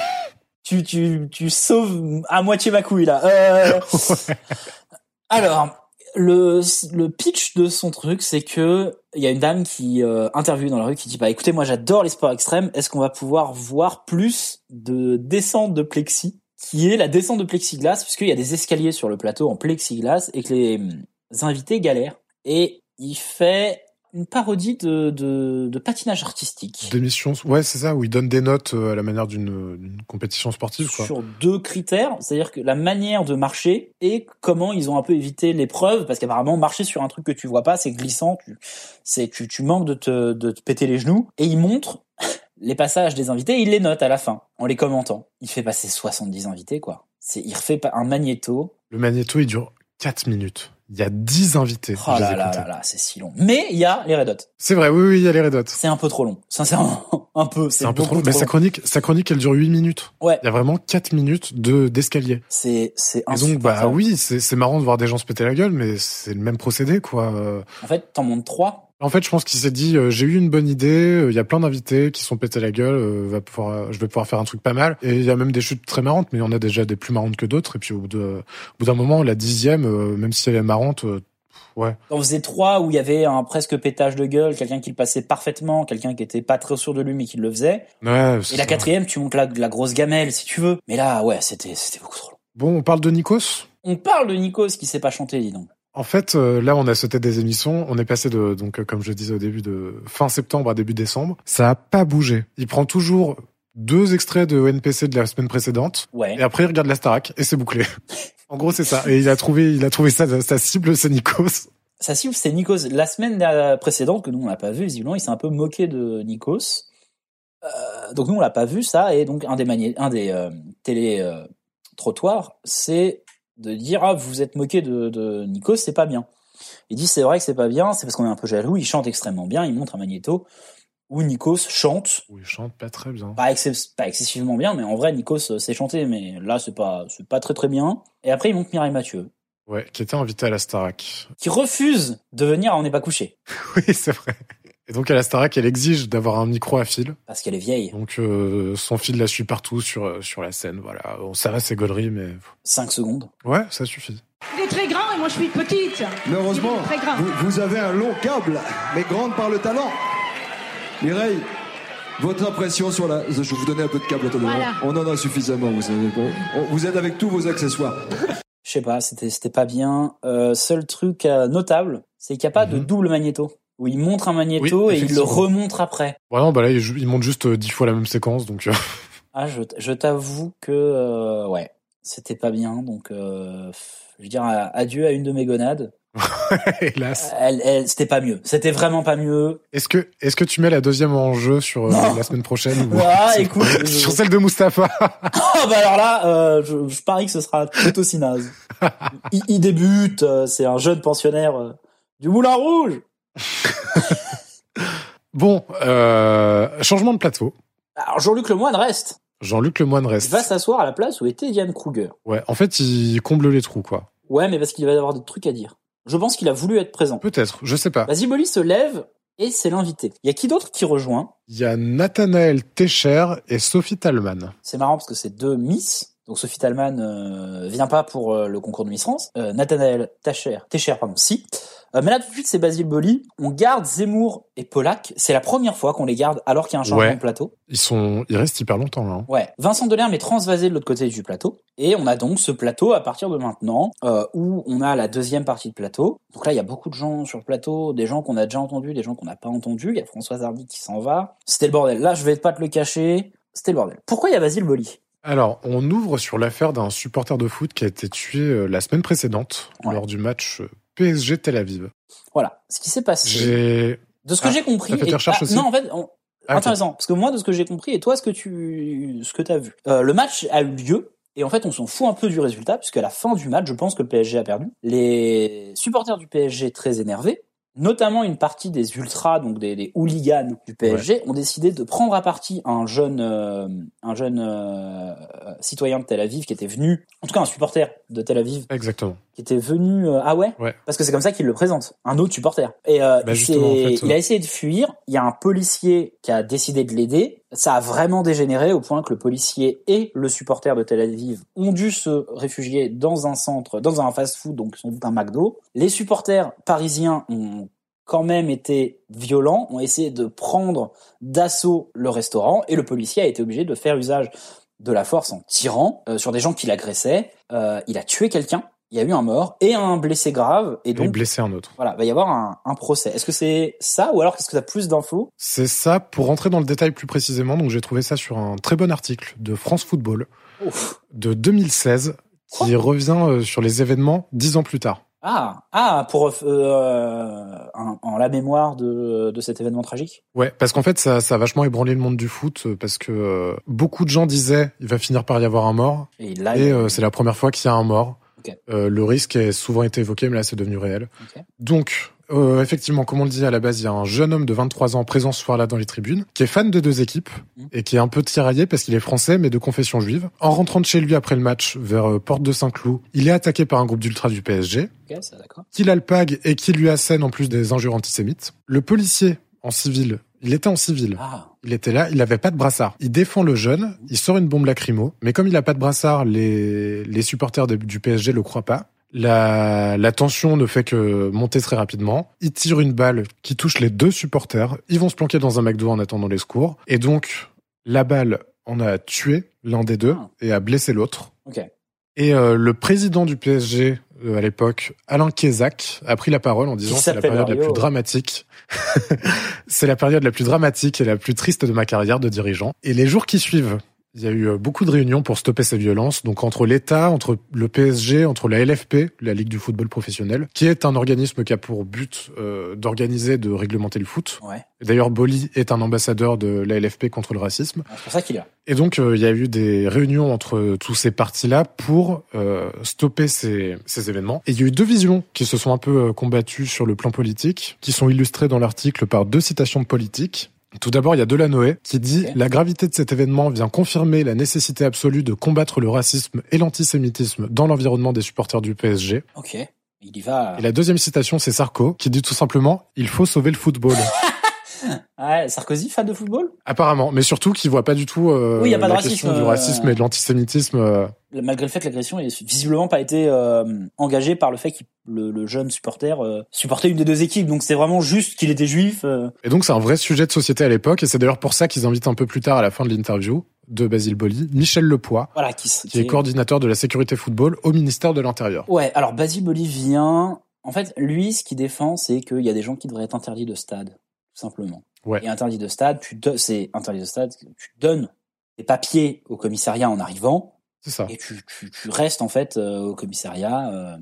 tu, tu, tu sauves à moitié ma couille là. Euh, Alors, le, le pitch de son truc, c'est que il y a une dame qui euh, interviewe dans la rue qui dit bah écoutez moi j'adore les sports extrêmes, est-ce qu'on va pouvoir voir plus de descente de plexi qui est la descente de plexiglas puisqu'il y a des escaliers sur le plateau en plexiglas et que les hum, invités galèrent et il fait une parodie de, de, de patinage artistique. D'émission, ouais, c'est ça, où il donne des notes euh, à la manière d'une d'une compétition sportive, quoi. sur deux critères, c'est-à-dire que la manière de marcher et comment ils ont un peu évité l'épreuve, parce qu'apparemment marcher sur un truc que tu vois pas, c'est glissant, tu, c'est tu, tu manques de te, de te péter les genoux, et ils montrent les passages des invités, et ils les notent à la fin en les commentant. Il fait passer 70 invités quoi. C'est il refait pas- un magnéto. Le magnéto, il dure 4 minutes. Il y a 10 invités. Oh je les là ai là comptés. là là, c'est si long. Mais il y a les Red Hot. C'est vrai, oui, oui, il y a les Red Hot. C'est un peu trop long, sincèrement, un peu. C'est un peu beaucoup trop long. Mais sa chronique, sa chronique, elle dure 8 minutes. Ouais. Il y a vraiment 4 minutes de, d'escalier. C'est, c'est Et donc, bah oui, c'est, c'est marrant de voir des gens se péter la gueule, mais c'est le même procédé, quoi. Euh, En fait, t'en montes trois. En fait, je pense qu'il s'est dit, euh, j'ai eu une bonne idée, euh, il y a plein d'invités qui se sont pété la gueule, euh, va pouvoir, euh, je vais pouvoir faire un truc pas mal. Et il y a même des chutes très marrantes, mais il y en a déjà des plus marrantes que d'autres. Et puis au bout, de, au bout d'un moment, la dixième, euh, même si elle est marrante, euh, pff, ouais. On faisait E trois où il y avait un presque pétage de gueule, quelqu'un qui le passait parfaitement, quelqu'un qui était pas très sûr de lui mais qui le faisait. Ouais, Et c'est la ça. quatrième, tu montes la, la grosse gamelle si tu veux. Mais là, ouais, c'était c'était beaucoup trop long. Bon, on parle de Nikos On parle de Nikos qui sait pas chanter, dis donc. En fait, euh, là, on a sauté des émissions. On est passé de, donc, euh, comme je disais au début, de fin septembre à début décembre. Ça a pas bougé. Il prend toujours deux extraits de NPC de la semaine précédente. Ouais. Et après, il regarde la Starac et c'est bouclé. en gros, c'est ça. Et il a trouvé, il a trouvé sa, sa cible, c'est Nikos. Ça cible, c'est Nikos. La semaine dernière- précédente que nous on l'a pas vu, visiblement, il s'est un peu moqué de Nikos. Euh, donc nous on l'a pas vu ça et donc un des mani- un des euh, télé euh, trottoirs, c'est de dire ah vous vous êtes moqué de, de Nikos, c'est pas bien. Il dit c'est vrai que c'est pas bien, c'est parce qu'on est un peu jaloux. Il chante extrêmement bien, il montre un magnéto où Nikos chante Oui, il chante pas très bien. pas, ex- pas excessivement bien, mais en vrai, Nikos euh, sait chanter, mais là, c'est pas, c'est pas très très bien. Et après, il monte Mireille Mathieu, Ouais, qui était invité à la Starac. qui refuse de venir à On n'est pas couché, oui, c'est vrai. Et donc, à la Starac, elle exige d'avoir un micro à fil. parce qu'elle est vieille. Donc, euh, son fil la suit partout sur, euh, sur la scène. Voilà. Bon, ça va, c'est gaulerie, mais. 5 secondes. Ouais, ça suffit. Il est très grand et moi je suis petite. Mais heureusement, Il est très grand. vous, vous avez un long câble, mais grande par le talent. Mireille, votre impression sur la. Je vais vous donner un peu de câble à tout le Voilà. monde. On en a suffisamment, vous savez. Bon, on vous aide avec tous vos accessoires. Je sais pas, c'était, c'était pas bien. Euh, seul truc euh, notable, c'est qu'il n'y a pas de double magnéto, où il montre un magnéto Mhm. Oui, et il le effectivement. remontre après. Ouais, non, bah là, il, il monte juste euh, dix fois la même séquence, donc. euh, Ah, je, t- je t'avoue que, euh, ouais, c'était pas bien, donc, euh, je veux dire, adieu à une de mes gonades. Hélas. Elle, elle, c'était pas mieux. C'était vraiment pas mieux. Est-ce que, est-ce que tu mets la deuxième en jeu sur euh, la semaine prochaine ou- Ah, écoute, je- sur celle de Mustapha Ah bah alors là, euh, je, je parie que ce sera tout aussi naze. Il, il débute, euh, c'est un jeune pensionnaire euh, du Moulin Rouge. Bon, euh, changement de plateau. Alors Jean-Luc Lemoine reste. Jean-Luc Lemoine Il reste. va s'asseoir à la place où était Diane Kruger. Ouais, en fait, il comble les trous, quoi. Ouais, mais parce qu'il va y avoir des trucs à dire. Je pense qu'il a voulu être présent. Peut-être, je sais pas. Basiboli se lève et c'est l'invité. Il y a qui d'autre qui rejoint Il y a Nathanaël Techer et Sophie Talman. C'est marrant parce que c'est deux Miss. Donc Sophie Talman euh, vient pas pour euh, le concours de Miss France. Euh, Nathanaël Tacher, Techer, pardon, si. Euh, mais là tout de suite c'est Basile Boli. On garde Zemmour et Polak. C'est la première fois qu'on les garde alors qu'il y a un changement Ouais. de plateau. Ils sont, ils restent hyper longtemps, là. hein. Ouais. Vincent Delerme est transvasé de l'autre côté du plateau. Et on a donc ce plateau à partir de maintenant, euh, où on a la deuxième partie de plateau. Donc là, il y a beaucoup de gens sur le plateau, des gens qu'on a déjà entendus, des gens qu'on n'a pas entendus. Il y a Françoise Hardy qui s'en va. C'était le bordel. Là, je vais pas te le cacher. C'était le bordel. Pourquoi il y a Basile Boli Alors, on ouvre sur l'affaire d'un supporter de foot qui a été tué euh, la semaine précédente lors du match euh, PSG Tel Aviv. Voilà. Ce qui s'est passé. J'ai De ce que Ah, j'ai compris. t'as fait tes et- recherches ah, aussi Non, en fait, on- Ah, ok. intéressant. Parce que moi, de ce que j'ai compris, et toi, ce que tu, ce que t'as vu. Euh, le match a eu lieu. Et en fait, on s'en fout un peu du résultat, puisqu'à la fin du match, je pense que le PSG a perdu. Les supporters du PSG très énervés, notamment une partie des ultras, donc des, des hooligans du PSG, ont décidé de prendre à partie un jeune, euh, un jeune euh, euh, citoyen de Tel Aviv qui était venu, en tout cas un supporter de Tel Aviv exactement. qui était venu euh, ah ouais, Ouais. parce que c'est comme ça qu'il le présente un autre supporter et euh, Bah, il justement, s'est- en fait, il euh, a essayé de fuir il y a un policier qui a décidé de l'aider ça a vraiment dégénéré au point que le policier et le supporter de Tel Aviv ont dû se réfugier dans un centre dans un fast-food donc sans doute un McDo les supporters parisiens ont quand même été violents ont essayé de prendre d'assaut le restaurant et le policier a été obligé de faire usage de la force en tirant euh, sur des gens qui l'agressaient. Euh, il a tué quelqu'un, il y a eu un mort et un blessé grave. Et Et donc, blessé un autre. voilà, va y avoir un, un procès. Est-ce que c'est ça ou alors qu'est-ce que tu as plus d'infos C'est ça. Pour rentrer dans le détail plus précisément, donc j'ai trouvé ça sur un très bon article de France Football Ouf. de 2016 qui revient euh, sur les événements dix ans plus tard. Ah, ah, pour euh, en, en la mémoire de, de cet événement tragique Ouais, parce qu'en fait, ça, ça a vachement ébranlé le monde du foot euh, parce que euh, beaucoup de gens disaient il va finir par y avoir un mort. Et là, Et Ah, il- euh, c'est la première fois qu'il y a un mort. Ok. Euh, le risque a souvent été évoqué, mais là, c'est devenu réel. Ok. Donc, euh, effectivement, comme on le dit à la base, il y a un jeune homme de 23 ans présent ce soir-là dans les tribunes, qui est fan de deux équipes Mhm. et qui est un peu tiraillé parce qu'il est français, mais de confession juive. En rentrant de chez lui après le match vers euh, Porte de Saint-Cloud, il est attaqué par un groupe d'ultras du PSG Ok, ça d'accord. qui l'alpague et qui lui assène en plus des injures antisémites. Le policier en civil, il était en civil. Ah. Il était là, il avait pas de brassard. Il défend le jeune, il sort une bombe lacrymo, mais comme il a pas de brassard, les, les supporters de- du PSG le croient pas. La, la tension ne fait que monter très rapidement. Il tire une balle qui touche les deux supporters. Ils vont se planquer dans un McDo en attendant les secours. Et donc, la balle en a tué l'un des deux et a blessé l'autre. Ah. Ok. Et euh, le président du PSG euh, à l'époque, Alain Kézak, a pris la parole en disant Qui c'est la s'appelle période la Mario. plus dramatique. c'est la période la plus dramatique et la plus triste de ma carrière de dirigeant. Et les jours qui suivent, il y a eu euh, beaucoup de réunions pour stopper ces violences, donc entre l'État, entre le PSG, entre la LFP, la Ligue du football professionnel, qui est un organisme qui a pour but euh, d'organiser, de réglementer le foot. Ouais. Et D'ailleurs, Boli est un ambassadeur de la LFP contre le racisme. Ah, C'est pour ça qu'il a. Et donc, euh, il y a eu des réunions entre tous ces partis-là pour euh, stopper ces, ces événements. Et il y a eu deux visions qui se sont un peu euh, combattues sur le plan politique, qui sont illustrées dans l'article par deux citations politiques. Tout d'abord, il y a Delanoë qui dit La gravité de cet événement vient confirmer la nécessité absolue de combattre le racisme et l'antisémitisme dans l'environnement des supporters du PSG. Ok. Il y va. Et la deuxième citation, c'est Sarko qui dit tout simplement Il faut sauver le football. Ouais, Sarkozy, fan de football Apparemment, mais surtout qu'il voit pas du tout euh, Oui, il y a pas de la racisme, question du euh, racisme et de l'antisémitisme. euh, malgré le fait que l'agression ait visiblement pas été euh, engagée par le fait que le, le jeune supporter euh, supportait une des deux équipes. Donc c'est vraiment juste qu'il était juif. euh. Et donc, c'est un vrai sujet de société à l'époque, et c'est d'ailleurs pour ça qu'ils invitent un peu plus tard, à la fin de l'interview de Basile Boli, Michel Lepois, Voilà, qui, s- qui est coordinateur de la sécurité football au ministère de l'Intérieur. Ouais, alors Basile Bolivien, en fait, lui, ce qu'il défend, c'est qu'il y a des gens qui devraient être interdits de stade, tout simplement. Ouais. Et interdit de stade, tu do- c'est interdit de stade, tu donnes des papiers au commissariat en arrivant, C'est ça. et tu, tu, tu restes en fait euh, au commissariat euh,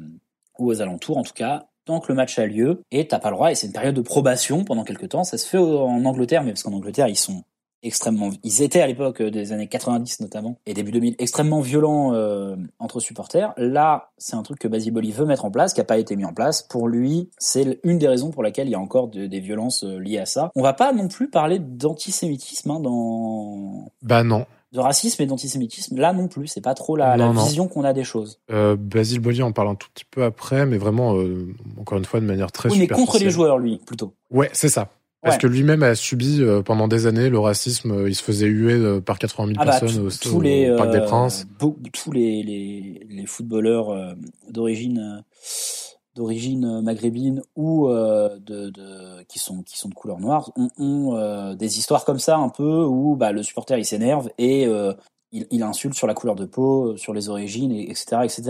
ou aux alentours en tout cas tant que le match a lieu, et t'as pas le droit, et c'est une période de probation pendant quelques temps. Ça se fait au- en Angleterre, mais parce qu'en Angleterre, ils sont extrêmement... Ils étaient à l'époque euh, des années 90 notamment, et début 2000, extrêmement violents euh, entre supporters. Là, c'est un truc que Basiboli veut mettre en place, qui a pas été mis en place. Pour lui, c'est une des raisons pour laquelle il y a encore de- des violences euh, liées à ça. On va pas non plus parler d'antisémitisme hein, dans... Bah non. De racisme et d'antisémitisme, là non plus, c'est pas trop la, la Non, non. vision qu'on a des choses. Euh, Basile Boli en parle un tout petit peu après, mais vraiment, euh, encore une fois, de manière très oui, mais contre superficielle. les joueurs, lui, plutôt. Ouais, c'est ça. Parce Ouais. que lui-même a subi euh, pendant des années le racisme. euh, Il se faisait huer euh, par 80 000 Ah bah, personnes tous- au, tous au les, Parc des euh, Princes. beau- tous les, les, les footballeurs euh, d'origine euh, d'origine euh, maghrébine ou euh, de, de- qui sont qui sont de couleur noire ont, ont, euh, des histoires comme ça un peu où bah, le supporter il s'énerve et euh, il, il insulte sur la couleur de peau, euh, sur les origines, et- etc., etc.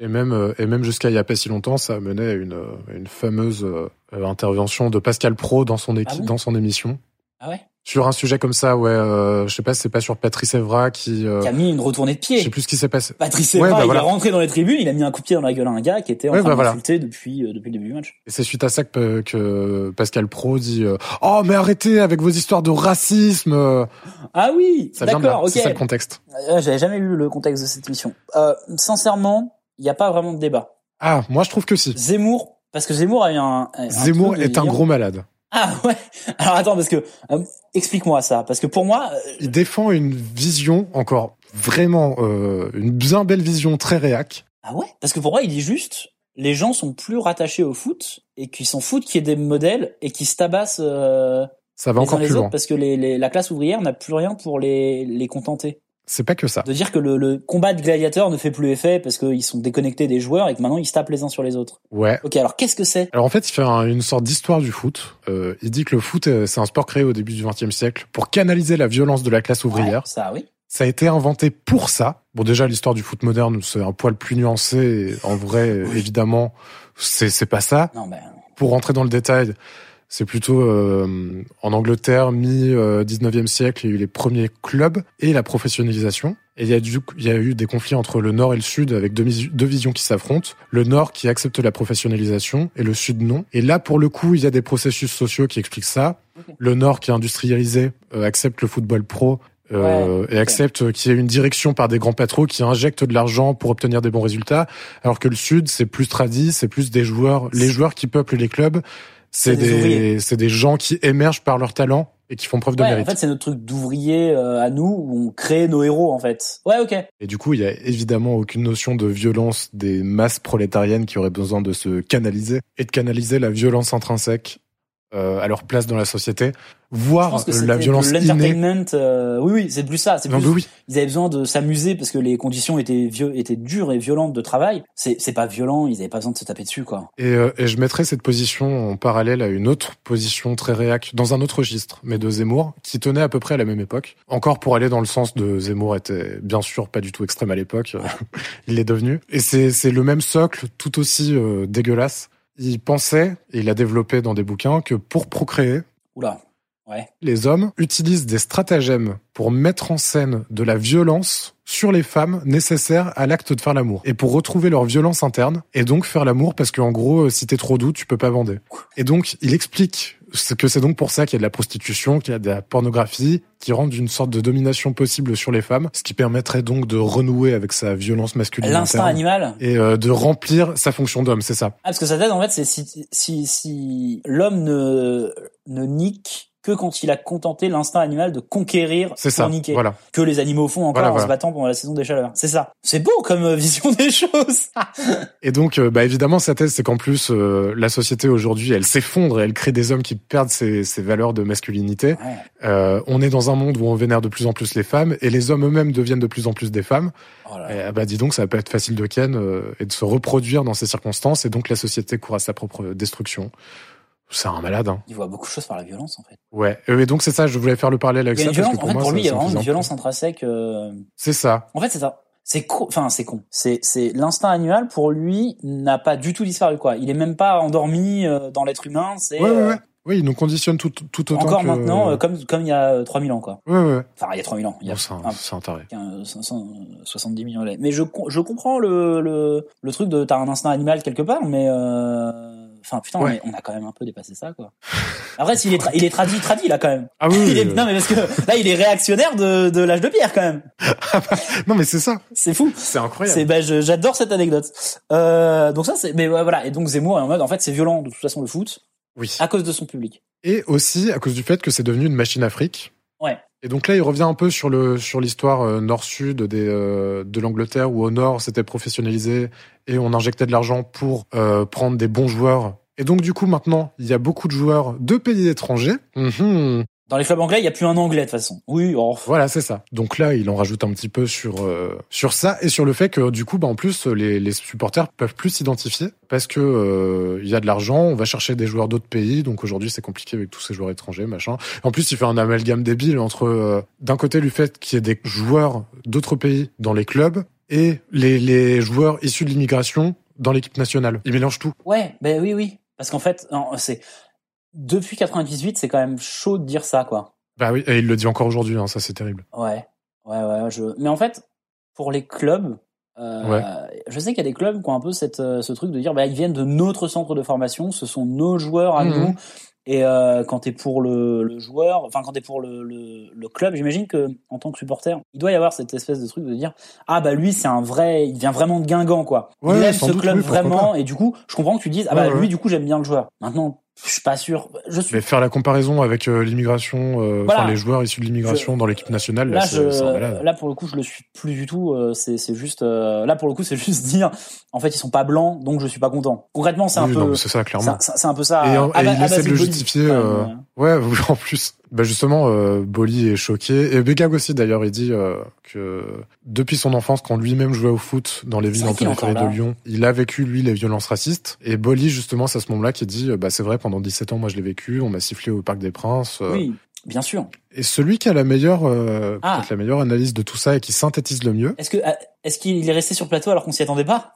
Et même, euh, et même jusqu'à il n'y a pas si longtemps, ça menait à une, euh, à une fameuse euh, euh, intervention de Pascal Pro dans son, équipe, Ah bon dans son émission. Ah ouais Sur un sujet comme ça, ouais, euh, je sais pas, c'est pas sur Patrice Evra qui. euh, Qui a mis une retournée de pied. Je sais plus ce qui s'est passé. Patrice Ouais, Evra, bah il voilà. est rentré dans les tribunes, il a mis un coup de pied dans la gueule à un gars qui était en Ouais, train bah voilà. d'insulter depuis, euh, depuis le début du match. Et c'est suite à ça que, euh, que Pascal Pro dit euh, Oh, mais arrêtez avec vos histoires de racisme euh. Ah oui, Ça vient de là, d'accord, ok. c'est ça le contexte. Euh, J'avais jamais lu le contexte de cette émission. Euh, sincèrement, il n'y a pas vraiment de débat. Ah, moi je trouve que si. Zemmour, parce que Zemmour a eu un. un Zemmour truc de est un dire- gros malade. Ah ouais. Alors attends, parce que euh, explique-moi ça, parce que pour moi, euh, Il défend une vision encore vraiment euh, une bien belle vision très réac. ah ouais, parce que pour moi, il dit juste, les gens sont plus rattachés au foot et qu'ils s'en foutent qu'il y ait des modèles et qu'ils se tabassent. euh, Ça va les uns encore les plus autres loin. parce que les, les- la classe ouvrière n'a plus rien pour les, les contenter. C'est pas que ça. De dire que le, le combat de gladiateurs ne fait plus effet parce qu'ils sont déconnectés des joueurs et que maintenant ils se tapent les uns sur les autres. Ouais. Ok, alors qu'est-ce que c'est Alors en fait, il fait un- une sorte d'histoire du foot. Euh, il dit que le foot, euh, c'est un sport créé au début du XXe siècle pour canaliser la violence de la classe ouvrière. Ça, oui. Ça a été inventé pour ça. Bon, déjà, l'histoire du foot moderne, c'est un poil plus nuancé. Et En vrai, euh, évidemment, c'est c'est pas ça. Non, ben, Pour rentrer dans le détail, c'est plutôt euh, en Angleterre, mi-19e siècle, il y a eu les premiers clubs et la professionnalisation. Et il y, a du- il y a eu des conflits entre le Nord et le Sud avec deux, mis- deux visions qui s'affrontent. Le Nord qui accepte la professionnalisation et le Sud non. Et là, pour le coup, il y a des processus sociaux qui expliquent ça. Le Nord qui est industrialisé euh, accepte le football pro euh, et accepte euh, qu'il y ait une direction par des grands patrons qui injectent de l'argent pour obtenir des bons résultats, alors que le Sud, c'est plus tradit, c'est plus des joueurs, les joueurs qui peuplent les clubs, c'est C'est des des, ouvriers. c'est des gens qui émergent par leur talent et qui font preuve de Ouais, en mérite. fait, c'est notre truc d'ouvrier euh, à nous où on crée nos héros en fait. Ouais, ok. Et du coup, il y a évidemment aucune notion de violence des masses prolétariennes qui auraient besoin de se canaliser et de canaliser la violence intrinsèque euh, à leur place dans la société, Je voire pense que euh, c'était la violence de innée. l'entertainment. euh, oui, oui, c'est plus ça. C'est Non, plus. mais oui. Ils avaient besoin de s'amuser parce que les conditions étaient vieux, étaient dures et violentes de travail. C'est c'est pas violent. Ils avaient pas besoin de se taper dessus quoi. Et, euh, et je mettrais cette position en parallèle à une autre position très réac dans un autre registre, mais de Zemmour, qui tenait à peu près à la même époque. Encore pour aller dans le sens de Zemmour était bien sûr pas du tout extrême à l'époque, il l'est devenu. Et c'est c'est le même socle, tout aussi euh, dégueulasse. Il pensait, et il a développé dans des bouquins, que pour procréer, Oula. Ouais. les hommes utilisent des stratagèmes pour mettre en scène de la violence sur les femmes nécessaire à l'acte de faire l'amour et pour retrouver leur violence interne et donc faire l'amour parce qu'en gros euh, si t'es trop doux tu peux pas bander et donc il explique ce que c'est donc pour ça qu'il y a de la prostitution qu'il y a de la pornographie qui rendent une sorte de domination possible sur les femmes ce qui permettrait donc de renouer avec sa violence masculine L'instinct interne animal. et euh, de remplir sa fonction d'homme c'est ça Ah, parce que sa thèse en fait, c'est si si si l'homme ne ne nique que quand il a contenté l'instinct animal de conquérir C'est pour ça, niquer voilà. que les animaux font encore Voilà, en voilà. se battant pendant la saison des chaleurs. C'est ça. C'est beau comme euh, vision des choses. Et donc, euh, bah, évidemment, sa thèse, c'est qu'en plus, euh, la société aujourd'hui, elle s'effondre et elle crée des hommes qui perdent ses, ses valeurs de masculinité. Euh, on est dans un monde où on vénère de plus en plus les femmes et les hommes eux-mêmes deviennent de plus en plus des femmes. Oh Et, ah bah, dis donc, ça va pas être facile de ken euh, et de se reproduire dans ces circonstances. Et donc, la société court à sa propre euh, destruction. C'est un malade, hein. Il voit beaucoup de choses par la violence en fait. Ouais. Euh, Et donc, c'est ça, je voulais faire le parallèle avec Il y ça. a une parce violence, que en pour fait, moi, pour ça- lui, il y a ça vraiment faisait une un- violence intrinsèque. euh, C'est ça. En fait, c'est ça. C'est con, enfin, c'est con. C'est, c'est, l'instinct animal, pour lui, n'a pas du tout disparu, quoi. Il est même pas endormi euh, dans l'être humain, c'est, Ouais, ouais, euh, ouais. Oui, ils nous conditionnent tout, tout autant Encore que- maintenant, euh, comme, comme il y a euh, 3000 ans, quoi. Ouais, ouais. Enfin, il y a 3000 ans. Il y a Bon, c'est un- un- c'est un taré. qu'un 570 millions d'années. Mais je, com- je comprends le, le, le truc de t'as un instinct animal quelque part, mais euh, enfin putain, Ouais. on, est- on a quand même un peu dépassé ça quoi. Après, s'il est, tra- il est tradit, tradit là quand même. Ah oui, oui, Il est- oui. Non mais parce que là, il est réactionnaire de, de l'âge de pierre quand même. Non, mais c'est ça. C'est fou. C'est incroyable. C'est ben je- j'adore cette anecdote. Euh, donc ça c'est mais ouais, voilà et donc Zemmour est en mode en fait c'est violent de toute façon le foot. Oui. À cause de son public. Et aussi à cause du fait que c'est devenu une machine afrique. Ouais. Et donc là, il revient un peu sur le sur l'histoire euh, nord-sud des euh, de l'Angleterre où au nord c'était professionnalisé et on injectait de l'argent pour euh, prendre des bons joueurs. Et donc du coup maintenant, il y a beaucoup de joueurs de pays étrangers. Mhm. Dans les clubs anglais, il y a plus un anglais de toute façon. Oui, oh, Voilà, c'est ça. Donc là, il en rajoute un petit peu sur euh, sur ça et sur le fait que du coup, bah, en plus, les, les supporters peuvent plus s'identifier parce que euh, il y a de l'argent, on va chercher des joueurs d'autres pays. Donc aujourd'hui, c'est compliqué avec tous ces joueurs étrangers, machin. En plus, il fait un amalgame débile entre euh, d'un côté le fait qu'il y ait des joueurs d'autres pays dans les clubs et les les joueurs issus de l'immigration dans l'équipe nationale. Il mélange tout. Ouais, ben oui, oui. Parce qu'en fait, non, c'est depuis 98, c'est quand même chaud de dire ça, quoi. Bah oui, et il le dit encore aujourd'hui. hein, ça, c'est terrible. Ouais, ouais, ouais. Je... Mais en fait, pour les clubs, euh, je sais qu'il y a des clubs qui ont un peu cette, euh, ce truc de dire, bah, ils viennent de notre centre de formation, ce sont nos joueurs à Mhm. nous. Et euh, quand t'es pour le, le joueur, enfin quand t'es pour le, le, le club, j'imagine que en tant que supporter, il doit y avoir cette espèce de truc de dire ah bah lui c'est un vrai, il vient vraiment de Guingamp quoi. Ouais, il aime sans ce doute, club oui, pourquoi vraiment et du coup je comprends que tu dises ah bah Ouais, ouais. lui du coup j'aime bien le joueur. Maintenant je suis pas sûr, je suis Mais faire la comparaison avec euh, l'immigration, euh, Voilà. enfin, les joueurs issus de l'immigration dans l'équipe nationale, là, là, c'est c'est un je, malade. là pour le coup je le suis plus du tout euh, c'est c'est juste euh, là pour le coup c'est juste dire en fait ils sont pas blancs donc je suis pas content concrètement c'est un Oui, peu non, mais c'est ça, clairement. c'est un- c'est un peu ça Et, en- Ah et bah- il ah bah, essaie c'est de le Bolly. justifier. Ouais, euh, ouais, en plus. Bah justement, euh, Bolly est choqué. Et Begag aussi, d'ailleurs, il dit euh, que depuis son enfance, quand lui-même jouait au foot dans les villes vrai en qu'il est périphérie encore de là. Lyon, il a vécu, lui, les violences racistes. Et Bolly, justement, c'est à ce moment-là qui dit euh, Bah, c'est vrai, pendant 17 ans, moi, je l'ai vécu. On m'a sifflé au Parc des Princes. euh, oui bien sûr Et celui qui a la meilleure, euh, Ah. peut-être la meilleure analyse de tout ça et qui synthétise le mieux, est-ce que ah, est-ce qu'il est resté sur le plateau alors qu'on s'y attendait pas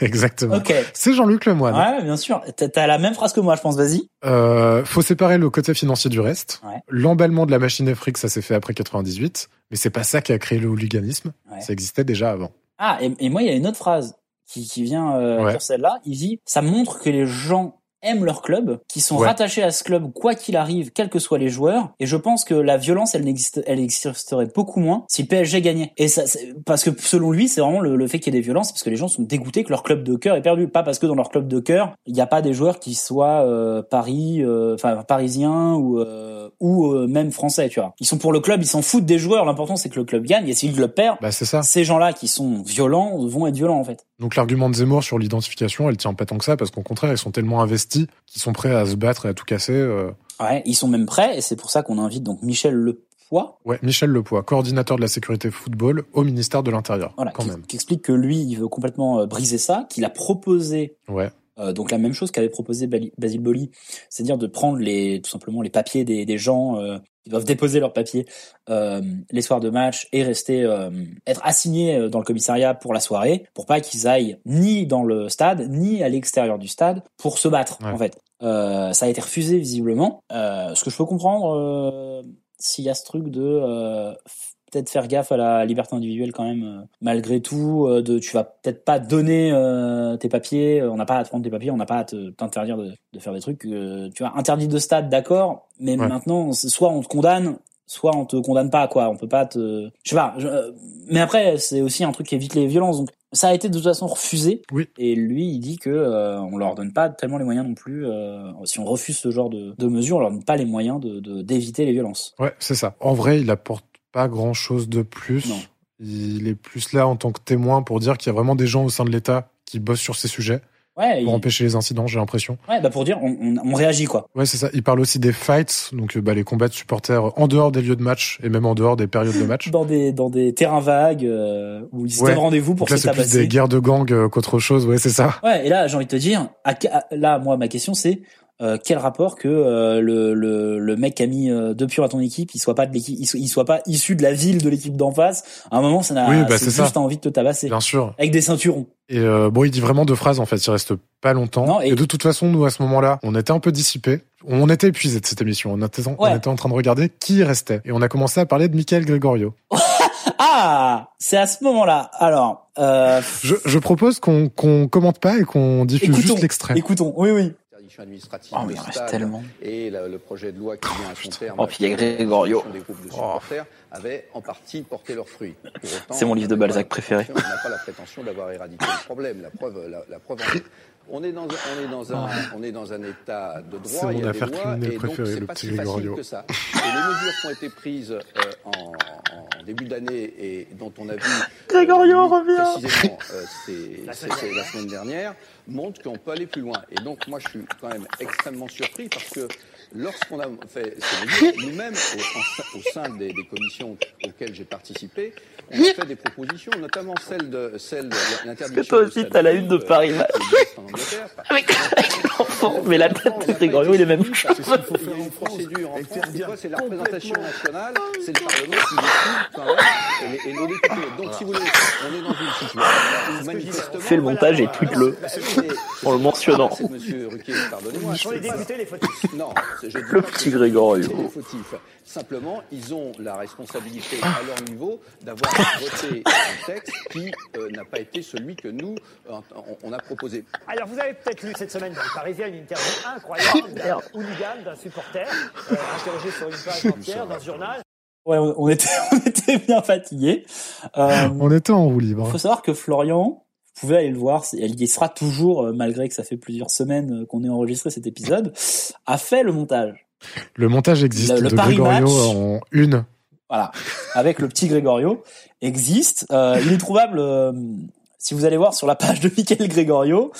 exactement, ok c'est Jean-Luc Lemoyne. ouais bien sûr T'as- t'as la même phrase que moi je pense vas-y Euh, faut séparer le côté financier du reste. Ouais. L'emballement de la machine afrique, ça s'est fait après 98, mais c'est pas ça qui a créé le hooliganisme. Ouais. Ça existait déjà avant. ah et, et moi il y a une autre phrase qui, qui vient euh, Ouais. sur celle-là il dit ça montre que les gens aiment leur club, qui sont Ouais. rattachés à ce club quoi qu'il arrive, quels que soient les joueurs. Et je pense que la violence, elle n'existe, elle existerait beaucoup moins si le PSG gagnait. Et ça, c'est- parce que selon lui, c'est vraiment le, le fait qu'il y ait des violences, parce que les gens sont dégoûtés que leur club de cœur est perdu. Pas parce que dans leur club de cœur, il n'y a pas des joueurs qui soient euh, Paris, euh, enfin parisiens ou euh, ou euh, même français, tu vois. Ils sont pour le club, ils s'en foutent des joueurs. L'important c'est que le club gagne. Et s'il le perd, Bah, c'est ça. ces gens-là qui sont violents vont être violents en fait. Donc l'argument de Zemmour sur l'identification, elle tient pas tant que ça, parce qu'au contraire, ils sont tellement investis qu'ils sont prêts à se battre et à tout casser. euh. Ouais, ils sont même prêts, et c'est pour ça qu'on invite donc Michel Le Poix Ouais, Michel Lepoix, coordinateur de la sécurité football au ministère de l'Intérieur, voilà, quand qui, même. qui explique que lui, il veut complètement euh, briser ça, qu'il a proposé Ouais. euh, donc la même chose qu'avait proposé Bali- Basile Boli, c'est-à-dire de prendre les, tout simplement les papiers des, des gens euh, qui doivent déposer leurs papiers euh, les soirs de match et rester euh, être assignés euh, dans le commissariat pour la soirée, pour pas qu'ils aillent ni dans le stade ni à l'extérieur du stade pour se battre Ouais. en fait. Euh, ça a été refusé visiblement. Euh, ce que je peux comprendre, euh, s'il y a ce truc de euh, f- peut-être faire gaffe à la liberté individuelle quand même euh, malgré tout euh, de tu vas peut-être pas donner euh, tes papiers euh, on n'a pas à te prendre tes papiers on n'a pas à te- t'interdire de, de faire des trucs euh, tu vois interdit de stade d'accord mais Ouais. maintenant c'est soit on te condamne soit on te condamne pas quoi on peut pas te je sais pas je- euh, mais après c'est aussi un truc qui évite les violences donc ça a été de toute façon refusé Oui. et lui il dit que euh, on leur donne pas tellement les moyens non plus euh, si on refuse ce genre de, de mesures on leur donne pas les moyens de de- d'éviter les violences Ouais, c'est ça. En vrai, il apporte pas grand chose de plus. Non. Il est plus là en tant que témoin pour dire qu'il y a vraiment des gens au sein de l'État qui bossent sur ces sujets ouais pour il- empêcher les incidents, j'ai l'impression. Ouais, bah pour dire, on, on, on réagit quoi. Ouais, c'est ça. Il parle aussi des fights, donc euh, bah, les combats de supporters en dehors des lieux de match et même en dehors des périodes de match. Dans des dans des terrains vagues euh, où ils se Ouais. donnent rendez-vous pour donc là, se c'est plus tabasser. des guerres de gang euh, qu'autre chose. Ouais, c'est ça. Ouais, et là j'ai envie de te dire, à, ca- à- là moi ma question c'est euh, quel rapport que euh, le, le, le mec qui a mis euh, deux pions à ton équipe, il soit pas de l'équipe, il, so- il soit pas issu de la ville de l'équipe d'en face. À un moment, ça n'a Oui, bah, c'est c'est juste ça. t'as envie de te tabasser. Bien sûr. Avec des ceinturons. Et euh, bon, il dit vraiment deux phrases en fait, il reste pas longtemps. et... de toute façon, nous à ce moment-là, on était un peu dissipés. On était épuisés de cette émission. On était, en- on Ouais. était en train de regarder qui restait. Et on a commencé à parler de Michael Gregorio. Ah, c'est à ce moment-là. Alors, euh, Je, je propose qu'on qu'on commente pas et qu'on diffuse juste l'extrait. Écoutons, oui, oui. Interdiction administrative. Oh, mais il de reste stade tellement. Et la- le projet de loi qui vient à son terme. Oh, puis il y a Gregorio. L'association Des groupes de supporters avait en partie porté leurs fruits. Pour autant, Oh. C'est mon livre de on n'a pas Balzac la préféré. prétention- On n'a pas la prétention d'avoir éradiqué le problème. La preuve, la, la preuve en est. On est, dans, on, est dans un, on est dans un état de droit. C'est mon il y a des affaire lois, criminelle et donc préférée, c'est le pas petit si facile Gregorio. que ça. Et les mesures qui ont été prises euh, en, en début d'année et dont on a vu Grégorio revient. précisément euh, c'est- c'est- c'est la semaine dernière, montre qu'on peut aller plus loin. Et donc, moi, je suis quand même extrêmement surpris parce que lorsqu'on a fait ces mesures, nous-mêmes, au, en- au sein des, des commissions auxquelles j'ai participé, on a fait des propositions, notamment celle de, celle de l'interdiction. Toi aussi, t'as la une de Paris Match. Avec, avec l'enfant, mais la tête de Grégorio, il est même plus. une procédure en France, tu vois, c'est la représentation nationale, c'est le Parlement qui décide quand même, et, les- et nos députés. Donc, si vous voulez, on est dans une situation où manifestement... Ah, Fais le montage et tweet-le. En le mentionnant. C'est Monsieur Ruquier, pardonnez-moi. Sur les c'est pas- députés, les fautifs. Non, c'est- je dis Le pas petit que Grégorio. c'est les fautifs. Simplement, ils ont la responsabilité à leur niveau d'avoir voté un texte qui euh, n'a pas été celui que nous, euh, on- on a proposé. Alors, vous avez peut-être lu cette semaine dans le Parisien une interview incroyable d'un hooligan, d'un supporter, euh, interrogé sur une page entière dans ce journal. Ouais, on, on était, on était bien fatigués. Euh, On était en roue libre. faut savoir que Florian, vous pouvez aller le voir, c'est- elle y sera toujours, euh, malgré que ça fait plusieurs semaines euh, qu'on ait enregistré cet épisode, a fait le montage. Le montage existe Le- le de Paris Gregorio Match. en une. Voilà, avec le petit Gregorio, existe. Euh, il est trouvable, euh, si vous allez voir sur la page de Michael Gregorio,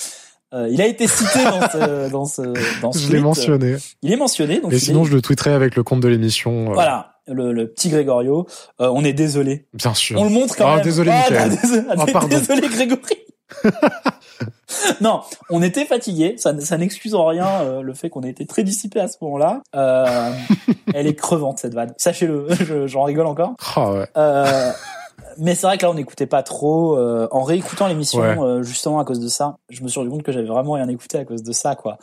euh, il a été cité dans ce, dans ce, dans ce Je tweet. l'ai mentionné. Il est mentionné, donc Et il sinon, est- je le tweeterai avec le compte de l'émission. euh, Voilà, le, le petit Gregorio. Euh, on est désolé. Bien sûr. On le montre quand Ah, même. Désolé, Ah, Michael. dés- Ah, pardon. Désolé, Grégory. non, on était fatigué. Ça, n- ça n'excuse en rien euh, le fait qu'on ait été très dissipé à ce moment-là. Euh, elle est crevante cette vanne. Sachez-le, je- j'en rigole encore. Ah ouais. Euh, mais c'est vrai que là, on n'écoutait pas trop. euh, en réécoutant l'émission, Ouais. euh, justement à cause de ça, je me suis rendu compte que j'avais vraiment rien écouté à cause de ça, quoi.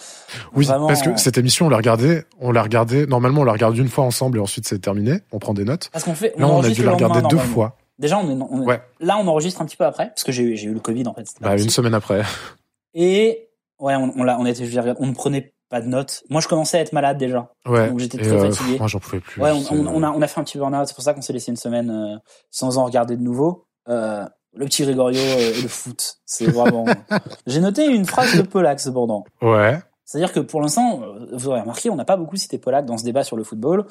Oui, Vraiment, parce euh, que cette émission, on l'a regardée, on l'a regardée, normalement, on la regarde une fois ensemble et ensuite c'est terminé, on prend des notes. Parce qu'on fait, Là, on a enregistre dû le la regarder lendemain, deux normalement. fois, Déjà, on est, on est- là, on enregistre un petit peu après, parce que j'ai eu, j'ai eu le Covid en fait. c'était pas bah, une possible. semaine après. Et ouais, on, on, l'a- on était, je veux dire, on ne prenait pas de notes. Moi, je commençais à être malade déjà, Ouais. euh, donc j'étais Et, très euh, fatigué. moi, j'en pouvais plus. Ouais, on, on- C'est- on a, on a fait un petit burn-out. C'est pour ça qu'on s'est laissé une semaine euh, sans en regarder de nouveau. Euh, le petit Gregorio euh, et le foot, c'est vraiment. J'ai noté une phrase de Polak cependant. Ouais. C'est-à-dire que pour l'instant, euh, vous aurez remarqué, on n'a pas beaucoup cité Polak dans ce débat sur le football.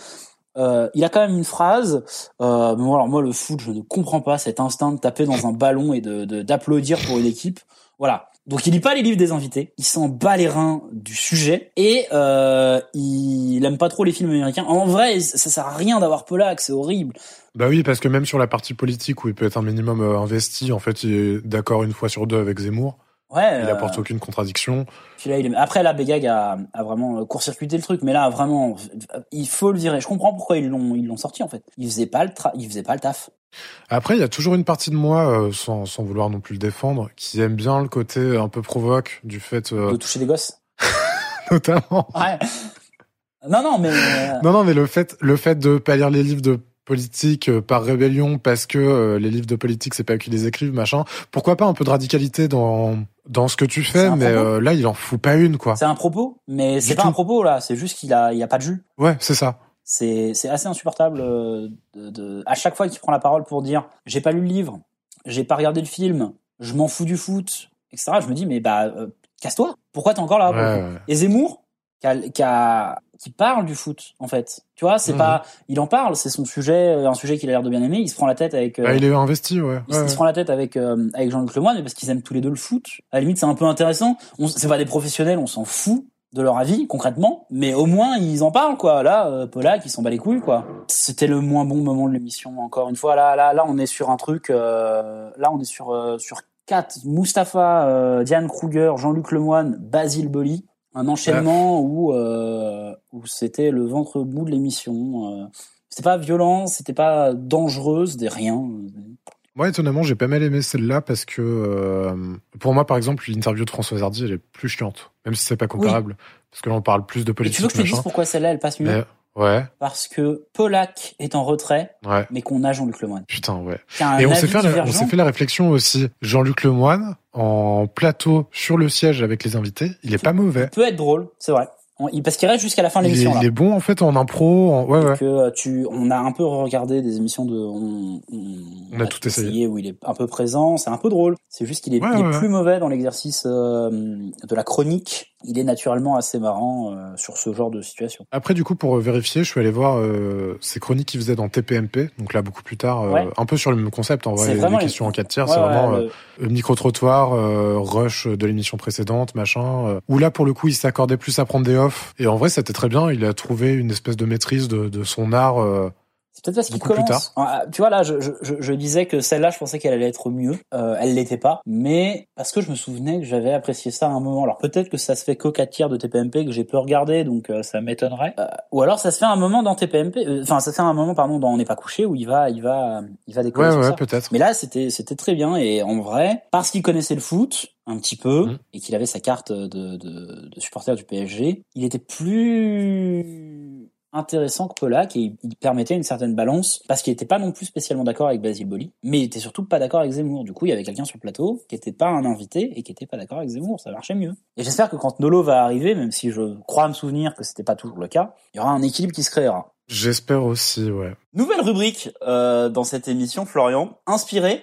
Euh, il a quand même une phrase. Euh, mais moi, alors moi, le foot, je ne comprends pas cet instinct de taper dans un ballon et de de- d'applaudir pour une équipe. Voilà. Donc il lit pas les livres des invités, il s'en bat les reins du sujet et euh, il aime pas trop les films américains. En vrai, ça sert à rien d'avoir Polak, c'est horrible. Bah oui, parce que même sur la partie politique où il peut être un minimum euh, investi, en fait, il est d'accord une fois sur deux avec Zemmour. Ouais. Il euh, apporte aucune contradiction. Puis là, il est- Après, là, Begag a, a vraiment euh, court-circuité le truc, mais là, vraiment, il faut le virer. Je comprends pourquoi ils l'ont, ils l'ont sorti en fait. Il faisait pas le, tra... il faisait pas le taf. Après, il y a toujours une partie de moi, euh, sans, sans vouloir non plus le défendre, qui aime bien le côté un peu provoque du fait. euh, De toucher des gosses Notamment. Ouais. non, non, mais euh, Non, non, mais le fait, le fait de pas lire les livres de politique euh, par rébellion parce que euh, les livres de politique, c'est pas eux qui les écrivent, machin. Pourquoi pas un peu de radicalité dans dans ce que tu C'est fais, un mais propos. euh, là, il en fout pas une, quoi. c'est un propos, mais c'est pas un propos là. C'est juste qu'il a, il a pas de jus. Ouais, c'est ça. C'est, c'est assez insupportable euh, de, de- à chaque fois qu'il prend la parole pour dire j'ai pas lu le livre, j'ai pas regardé le film, je m'en fous du foot, etc. Je me dis mais bah euh, casse-toi. Pourquoi t'es encore là pour Ouais, le coup ouais. Et Zemmour qui, a- qui a- qui parle du foot en fait. Tu vois, c'est Mhm. pas, il en parle, c'est son sujet, euh, un sujet qu'il a l'air de bien aimer. Il se prend la tête avec. euh, Bah, il est investi, ouais. ils, se- Ouais, ils se prend la tête avec euh, avec Jean-Luc Lemoyne mais parce qu'ils aiment tous les deux le foot. À la limite, c'est un peu intéressant. On, c'est pas des professionnels, on s'en fout de leur avis concrètement, mais au moins ils en parlent quoi. Là, euh, Polak, ils s'en bat les couilles quoi. C'était le moins bon moment de l'émission. Encore une fois, là, là, là, on est sur un truc. euh, là, on est sur euh, sur quatre. Mustapha, euh, Diane Kruger, Jean-Luc Lemoine, Basile Boli. un enchaînement où euh, où c'était le ventre mou de l'émission. euh. C'était pas violent, c'était pas dangereux, c'était rien. Moi, étonnamment, j'ai pas mal aimé celle-là parce que, euh, pour moi, par exemple, l'interview de Françoise Hardy, elle est plus chiante, même si c'est pas comparable, parce que là, on parle plus de Et politique. tu veux que je te dise machin. Euh. pourquoi celle-là elle passe mieux Mais- ouais, Parce que Polak est en retrait, ouais. mais qu'on a Jean-Luc Lemoyne. Putain, ouais. Qui a un Et on avis s'est fait, la- on divergent. s'est fait la réflexion aussi. Jean-Luc Lemoine, en plateau sur le siège avec les invités, il est pas mauvais. peut être drôle, c'est vrai. On- il- Parce qu'il reste jusqu'à la fin de Il est, l'émission. là. il est bon en fait en impro. en- Ouais, ouais. que euh, tu, on a un peu regardé des émissions de, on, on- On a tout essayé. où il est un peu présent, c'est un peu drôle. C'est juste qu'il est, Ouais, il est ouais, ouais. plus mauvais dans l'exercice euh, de la chronique. Il est naturellement assez marrant euh, sur ce genre de situation. Après, du coup, pour euh, vérifier, je suis allé voir euh, ces chroniques qu'il faisait dans TPMP, donc là beaucoup plus tard, euh, Ouais. un peu sur le même concept en C'est vrai, les, vraiment les les- questions en 4 tiers, Ouais, c'est ouais, vraiment le- euh, euh, micro-trottoir, euh, rush de l'émission précédente, machin, euh, où là pour le coup il s'accordait plus à prendre des offs, et en vrai c'était très bien, il a trouvé une espèce de maîtrise de, de son art. euh, C'est peut-être parce qu'il Beaucoup plus commence. Ah, Tu vois là, je, je, je- je disais que celle-là, je pensais qu'elle allait être mieux. Euh, elle l'était pas, mais parce que je me souvenais que j'avais apprécié ça à un moment. Alors peut-être que ça se fait qu'au 4 tiers de TPMP que j'ai peu regardé, donc euh, ça m'étonnerait. Euh, ou alors ça se fait à un moment dans TPMP, euh, enfin ça se fait à un moment pardon dans On n'est pas couché où il va, il va, euh, il va décoller. Ouais, sur ouais, ça. peut-être. Mais là, c'était c'était très bien et en vrai, parce qu'il connaissait le foot un petit peu et qu'il avait sa carte de, de, de supporter du PSG, il était plus intéressant que Polak et il- il permettait une certaine balance parce qu'il n'était pas non plus spécialement d'accord avec Basile Boli, mais il était surtout pas d'accord avec Zemmour. Du coup, il y avait quelqu'un sur le plateau qui n'était pas un invité et qui n'était pas d'accord avec Zemmour. Ça marchait mieux. Et j'espère que quand Nolo va arriver, même si je crois me souvenir que c'était pas toujours le cas, il y aura un équilibre qui se créera. J'espère aussi, ouais. Nouvelle rubrique euh, dans cette émission, Florian, inspirée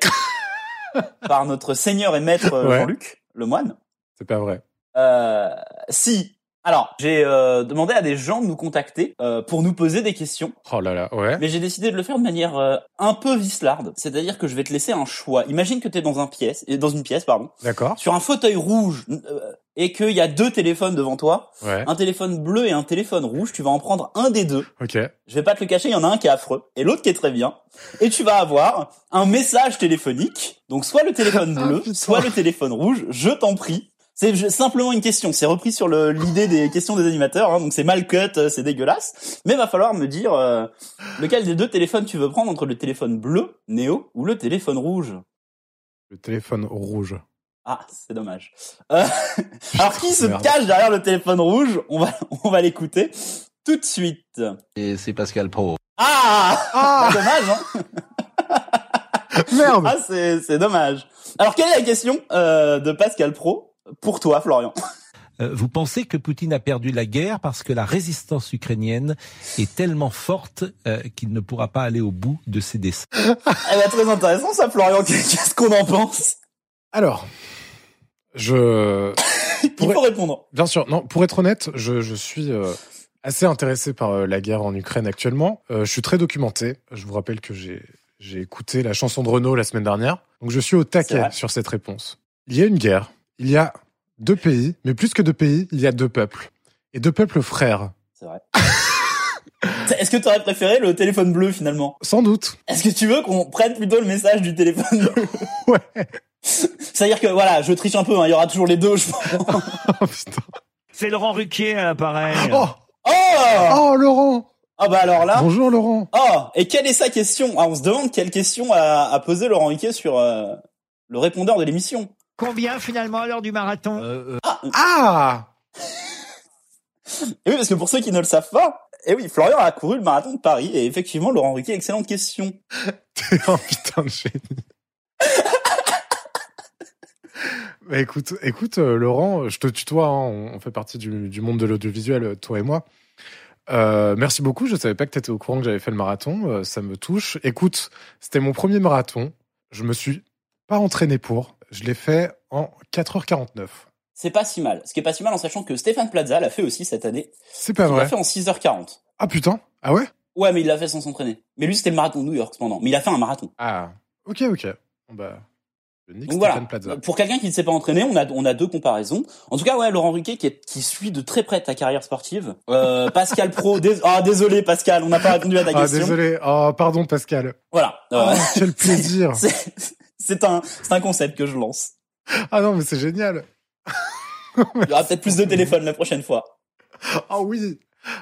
par notre seigneur et maître euh, Ouais. Jean-Luc Lemoine. C'est pas vrai. Euh, si. Alors, j'ai euh, demandé à des gens de nous contacter euh, pour nous poser des questions. Oh là là, ouais. Mais j'ai décidé de le faire de manière euh, un peu vislarde. C'est-à-dire que je vais te laisser un choix. Imagine que t'es dans un pièce, et dans une pièce, pardon, D'accord. sur un fauteuil rouge euh, et qu'il y a deux téléphones devant toi, Ouais. un téléphone bleu et un téléphone rouge. Tu vas en prendre un des deux. Ok. Je vais pas te le cacher, il y en a un qui est affreux et l'autre qui est très bien. Et tu vas avoir un message téléphonique. Donc soit le téléphone bleu, soit le téléphone rouge. Je t'en prie. C'est ju- simplement une question. C'est repris sur le- l'idée des questions des animateurs. hein. donc c'est mal cut, euh, c'est dégueulasse. Mais va falloir me dire euh, lequel des deux téléphones tu veux prendre entre le téléphone bleu, Néo, ou le téléphone rouge. Le téléphone rouge. Ah, c'est dommage. Euh, alors qui se Merde. cache derrière le téléphone rouge On va, on va l'écouter tout de suite. Et c'est Pascal Pro. Ah, Dommage, hein Merde Ah, c'est c'est dommage. Alors, quelle est la question euh, de Pascal Pro pour toi, Florian Euh, Vous pensez que Poutine a perdu la guerre parce que la résistance ukrainienne est tellement forte euh, qu'il ne pourra pas aller au bout de ses dessins. Elle est très intéressante, ça, Florian. Qu'est-ce qu'on en pense Alors, je. Il faut répondre. Bien sûr. Non, pour être honnête, je, je suis euh, assez intéressé par euh, la guerre en Ukraine actuellement. Euh, je suis très documenté. Je vous rappelle que j'ai j'ai écouté la chanson de Renault la semaine dernière. Donc je suis au taquet sur cette réponse. Il y a une guerre. Il y a deux pays, mais plus que deux pays, il y a deux peuples. Et deux peuples frères. C'est vrai. Est-ce que tu aurais préféré le téléphone bleu, finalement Sans doute. Est-ce que tu veux qu'on prenne plutôt le message du téléphone bleu C'est-à-dire que, voilà, je triche un peu, hein, il y aura toujours les deux, je pense. C'est Laurent Ruquier à l'appareil. Oh Oh Oh, Laurent Ah bah alors là... Bonjour, Laurent Oh, et quelle est sa question ah, On se demande quelle question a, a posé Laurent Riquet sur euh, le répondeur de l'émission. Combien finalement à l'heure du marathon Ah Et oui, parce que pour ceux qui ne le savent pas, et oui, Florian a couru le marathon de Paris, et effectivement, Laurent Riquet, excellente question. T'es un putain de génie. Bah écoute, écoute euh, Laurent, je te tutoie, hein, on, on fait partie du, du monde de l'audiovisuel, euh, toi et moi. Euh, merci beaucoup, je savais pas que tu étais au courant que j'avais fait le marathon, euh, ça me touche. Écoute, c'était mon premier marathon, je me suis pas entraîné pour, je l'ai fait en 4h49. C'est pas si mal. Ce qui est pas si mal en sachant que Stéphane Plaza l'a fait aussi cette année. C'est pas Il vrai. l'a fait en 6h40. Ah putain, ah ouais Ouais, mais il l'a fait sans s'entraîner. Mais lui, c'était le marathon de New York, cependant. Mais il a fait un marathon. Ah, ok, ok. Bon bah, je nique Donc voilà, Stéphane Plaza. pour quelqu'un qui ne s'est pas entraîné, on a, on a deux comparaisons. En tout cas, ouais, Laurent Ruquet qui, est- qui suit de très près ta carrière sportive. Euh, Pascal Pro, dés- ah désolé Pascal, on n'a pas répondu à ta Ah question. désolé, oh pardon Pascal. Voilà. Ah, Euh, quel plaisir c'est- c'est un, c'est un concept que je lance. Ah non mais c'est génial Il y aura peut-être plus de téléphones la prochaine fois. Ah oui.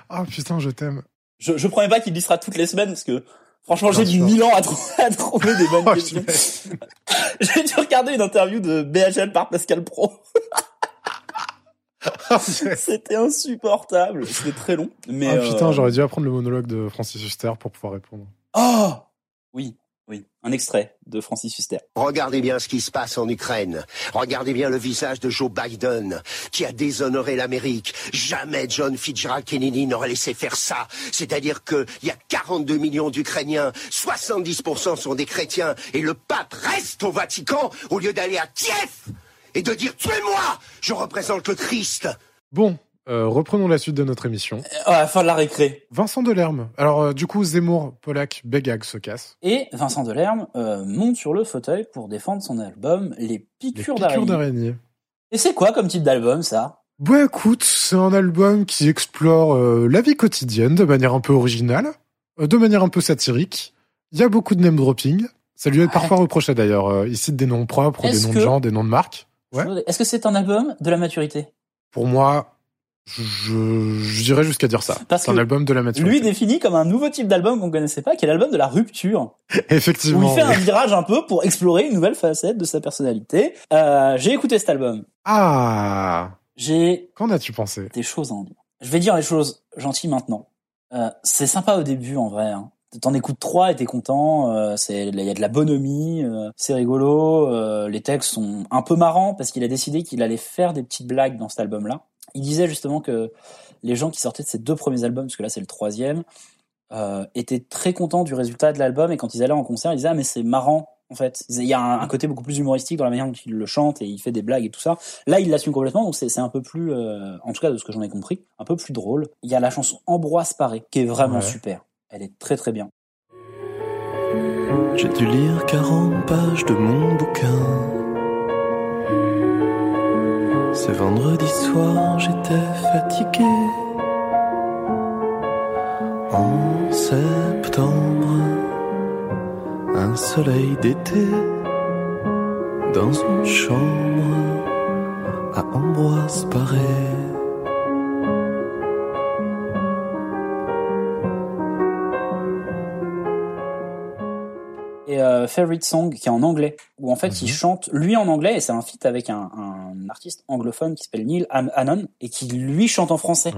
Ah putain, je t'aime. Je, je promets pas qu'il y sera toutes les semaines parce que franchement j'ai mis mille ans à, trou- à trouver des Oh, bonnes questions. j'ai dû regarder une interview de BHL par Pascal Pro. C'était insupportable. C'était très long. Ah, Mais ah euh, putain, j'aurais dû apprendre le monologue de Francis Huster pour pouvoir répondre. Oh Oui, oui. Un extrait de Francis Huster. Regardez bien ce qui se passe en Ukraine. Regardez bien le visage de Joe Biden, qui a déshonoré l'Amérique. Jamais John Fitzgerald Kennedy n'aurait laissé faire ça. C'est-à-dire qu'il y a 42 millions d'Ukrainiens, 70% sont des chrétiens, et le pape reste au Vatican au lieu d'aller à Kiev et de dire tuez-moi, je représente le Christ. Bon, euh, reprenons la suite de notre émission. à la Euh, fin de la récré. Vincent Delerme. Alors euh, du coup, Zemmour, Polak, Begag se cassent. Et Vincent Delerme euh, monte sur le fauteuil pour défendre son album Les piqûres Piqûre d'araignée. d'araignée. Et c'est quoi comme type d'album ça Bah écoute, c'est un album qui explore euh, la vie quotidienne de manière un peu originale, euh, de manière un peu satirique. Il y a beaucoup de name dropping. Ça lui est parfois reproché d'ailleurs. Euh, il cite des noms propres, des Ah, Est-ce noms que- de gens, des noms de marques. Ouais. Est-ce que c'est un album de la maturité Pour moi, je, je, je dirais jusqu'à dire ça. Parce C'est un que album de la maturité. Lui défini comme un nouveau type d'album qu'on connaissait pas, qui est l'album de la rupture, où il Effectivement. fait oui. un virage un peu pour explorer une nouvelle facette de sa personnalité. Euh, J'ai écouté cet album. Ah J'ai Qu'en as-tu pensé des choses à en dire. Je vais dire les choses gentilles maintenant. Euh, c'est sympa au début en vrai. Hein. T'en écoutes trois et t'es content. euh, C'est il y a de la bonhomie, euh, c'est rigolo. euh, les textes sont un peu marrants parce qu'il a décidé qu'il allait faire des petites blagues dans cet album-là. Il disait justement que les gens qui sortaient de ses deux premiers albums, parce que là c'est le troisième, euh, étaient très contents du résultat de l'album et quand ils allaient en concert, ils disaient ah mais c'est marrant en fait. Il y a un, un côté beaucoup plus humoristique dans la manière dont il le chante et il fait des blagues et tout ça. Là, il l'assume complètement, donc c'est c'est un peu plus, euh, en tout cas de ce que j'en ai compris, un peu plus drôle. Il y a la chanson Ambroise Paré qui est vraiment Ouais. super. Elle est très très bien. J'ai dû lire 40 pages de mon bouquin. Ce vendredi soir, j'étais fatigué. En septembre, un soleil d'été dans une chambre à Ambroise Paré. Et euh, Favorite Song qui est en anglais, où en fait il chante lui en anglais et c'est un feat avec un, un artiste anglophone qui s'appelle Neil An- Hannon et qui lui chante en français.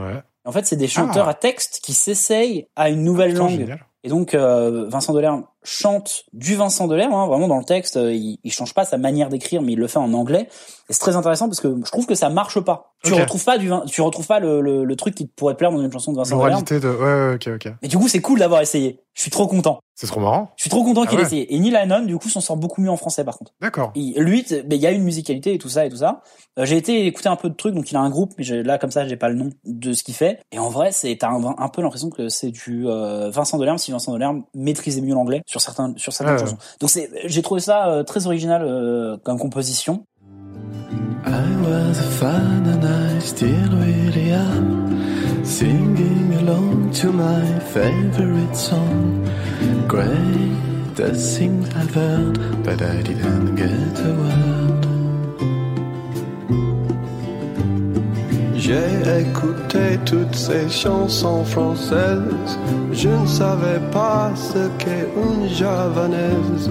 En fait, c'est des chanteurs Ah. à texte qui s'essayent à une nouvelle Putain, langue. génial. Et donc, euh, Vincent Delerme chante du Vincent Delerme, hein, vraiment dans le texte, euh, il, il change pas sa manière d'écrire, mais il le fait en anglais. Et c'est très intéressant parce que je trouve que ça marche pas. Tu Ok. retrouves pas du, Vin- tu retrouves pas le, le- le truc qui te pourrait plaire dans une chanson de Vincent Delerme. L'oralité de. Ouais, ouais, ok, ok. Mais du coup, c'est cool d'avoir essayé. Je suis trop content. C'est trop marrant. Je suis trop content Ah qu'il ouais. ait essayé. Et Neil Hannon, du coup, s'en sort beaucoup mieux en français, par contre. D'accord. Il- Lui, t- mais il y a une musicalité et tout ça et tout ça. Euh, j'ai été écouter un peu de trucs, donc il a un groupe, mais j'ai- là comme ça, j'ai pas le nom de ce qu'il fait. Et en vrai, c'est t'as un, un peu l'impression que c'est du euh, Vincent Delerme si Vincent Delerme maîtrisait mieux l'anglais sur certains sur certaines Ouais, chansons. Donc c'est, j'ai trouvé ça euh, très original euh, comme composition. I was a fan and I still really am Singing along to my favorite song Greatest thing I've heard But I didn't get a word J'ai écouté toutes ces chansons françaises. Je ne savais pas ce qu'est une javanaise.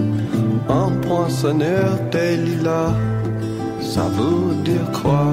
Un poinçonneur des lilas, ça veut dire quoi?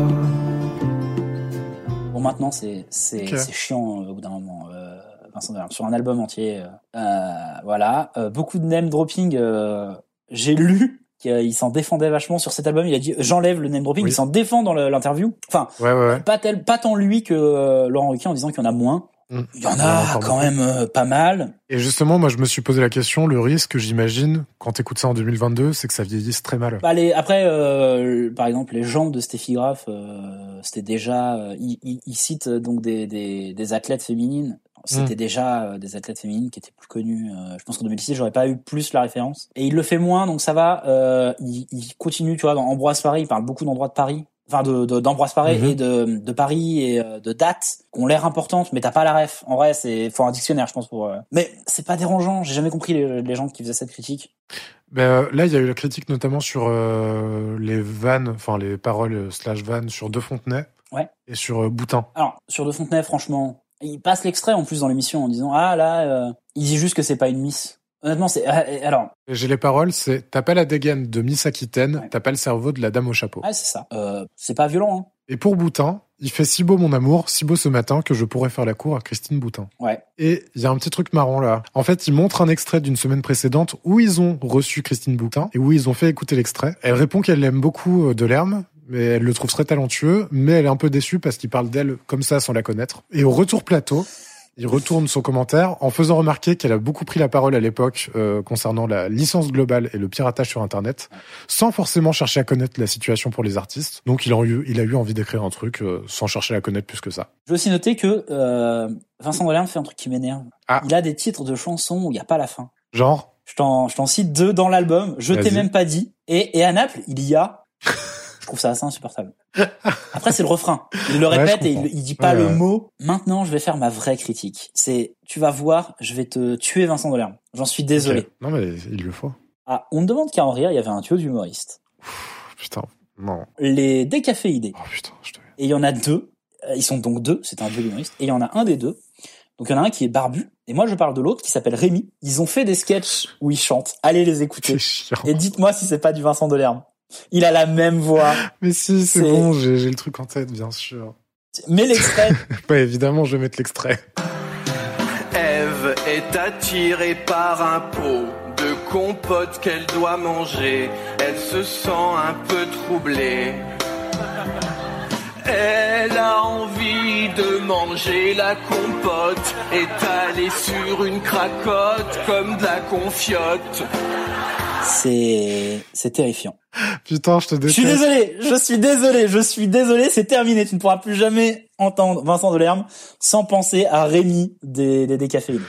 Bon maintenant, c'est c'est, Ok. c'est chiant euh, au bout d'un moment. euh, Vincent Delerme sur un album entier. euh, euh, voilà, Euh, beaucoup de name dropping. euh, j'ai lu qu'il s'en défendait vachement sur cet album. Il a dit j'enlève le name dropping. Oui. Il s'en défend dans le- l'interview. Enfin, Ouais, ouais, ouais. pas, tel, pas tant lui que euh, Laurent Ruquier en disant qu'il y en a moins. Mm. Il y en a encore quand beaucoup. même euh, pas mal. Et justement, moi, je me suis posé la question, le risque, j'imagine, quand t'écoutes ça en 2022, c'est que ça vieillisse très mal. Bah, les- après, euh, par exemple, les jambes de Steffi Graf, euh, c'était déjà. euh, il, il- il cite euh, donc des, des, des athlètes féminines. C'était Mm. déjà euh, des athlètes féminines qui étaient plus connues. euh, je pense qu'en 2006, j'aurais pas eu plus la référence. Et il le fait moins, donc ça va. euh, il, il continue, tu vois, dans Ambroise Paris, il parle beaucoup d'endroits de Paris. Enfin, de, de- d'Ambroise Paré Mhm. et de, de Paris et euh, de dates qui ont l'air importantes, mais t'as pas la ref. En vrai, c'est faut un dictionnaire, je pense, pour. euh. Mais c'est pas dérangeant. J'ai jamais compris les, les gens qui faisaient cette critique. Mais euh, là, il y a eu la critique notamment sur euh, les vannes, enfin les paroles euh, slash vannes sur De Fontenay Ouais. et sur euh, Boutin. Alors, sur De Fontenay, franchement, il passe l'extrait en plus dans l'émission en disant Ah là, euh, il dit juste que c'est pas une miss. Honnêtement, c'est. ah, et Alors, Et J'ai les paroles, c'est t'as pas la dégaine de Miss Aquitaine, t'as pas le cerveau de la dame au chapeau. ouais, c'est ça. Euh, c'est pas violent, hein. Et pour Boutin, il fait si beau mon amour, si beau ce matin que je pourrais faire la cour à Christine Boutin. Ouais. Et il y a un petit truc marrant là. En fait, il montre un extrait d'une semaine précédente où ils ont reçu Christine Boutin et où ils ont fait écouter l'extrait. Elle répond qu'elle aime beaucoup euh, Delerme, mais elle le trouve très talentueux, mais elle est un peu déçue parce qu'il parle d'elle comme ça sans la connaître. Et au retour plateau, il retourne son commentaire en faisant remarquer qu'elle a beaucoup pris la parole à l'époque euh, concernant la licence globale et le piratage sur Internet, sans forcément chercher à connaître la situation pour les artistes. Donc il a eu, il a eu envie d'écrire un truc euh, sans chercher à la connaître plus que ça. Je veux aussi noter que euh, Vincent Delerme fait un truc qui m'énerve. Ah. Il a des titres de chansons où il n'y a pas la fin. Genre Je t'en, je t'en cite deux dans l'album, Je t'ai Vas-y. même pas dit. Et, et à Naples, il y a. Je trouve ça assez insupportable. Après, c'est le refrain. Il le Ouais, je répète et il, comprends. il dit pas Ouais, le ouais. mot. Maintenant, je vais faire ma vraie critique. C'est, tu vas voir, je vais te tuer Vincent Delerme. J'en suis désolé. Ok. Non mais il le faut. Ah, on me demande qu'à en rire, il y avait un tuyau d'humoriste. Putain, non. Les décaféidés. Oh putain, je te... Et il y en a deux. Euh, Ils sont donc deux, c'est un duo d'humoristes. Et il y en a un des deux. Donc il y en a un qui est barbu. Et moi, je parle de l'autre qui s'appelle Rémi. Ils ont fait des sketchs où ils chantent. Allez les écouter. Et dites-moi si c'est pas du Vincent Delerme. Il a la même voix. Mais si, c'est C'est- bon, j'ai j'ai le truc en tête, bien sûr. Mais l'extrait. ouais, évidemment, je vais mettre l'extrait. Ève est attirée par un pot de compote qu'elle doit manger. Elle se sent un peu troublée. Elle a envie de manger la compote étalée sur une cracotte comme de la confiote. C'est, c'est terrifiant. Putain, je te Je déteste. suis désolé, je suis désolé, je suis désolé, c'est terminé. Tu ne pourras plus jamais entendre Vincent Delerme sans penser à Rémi des, des décaféinés.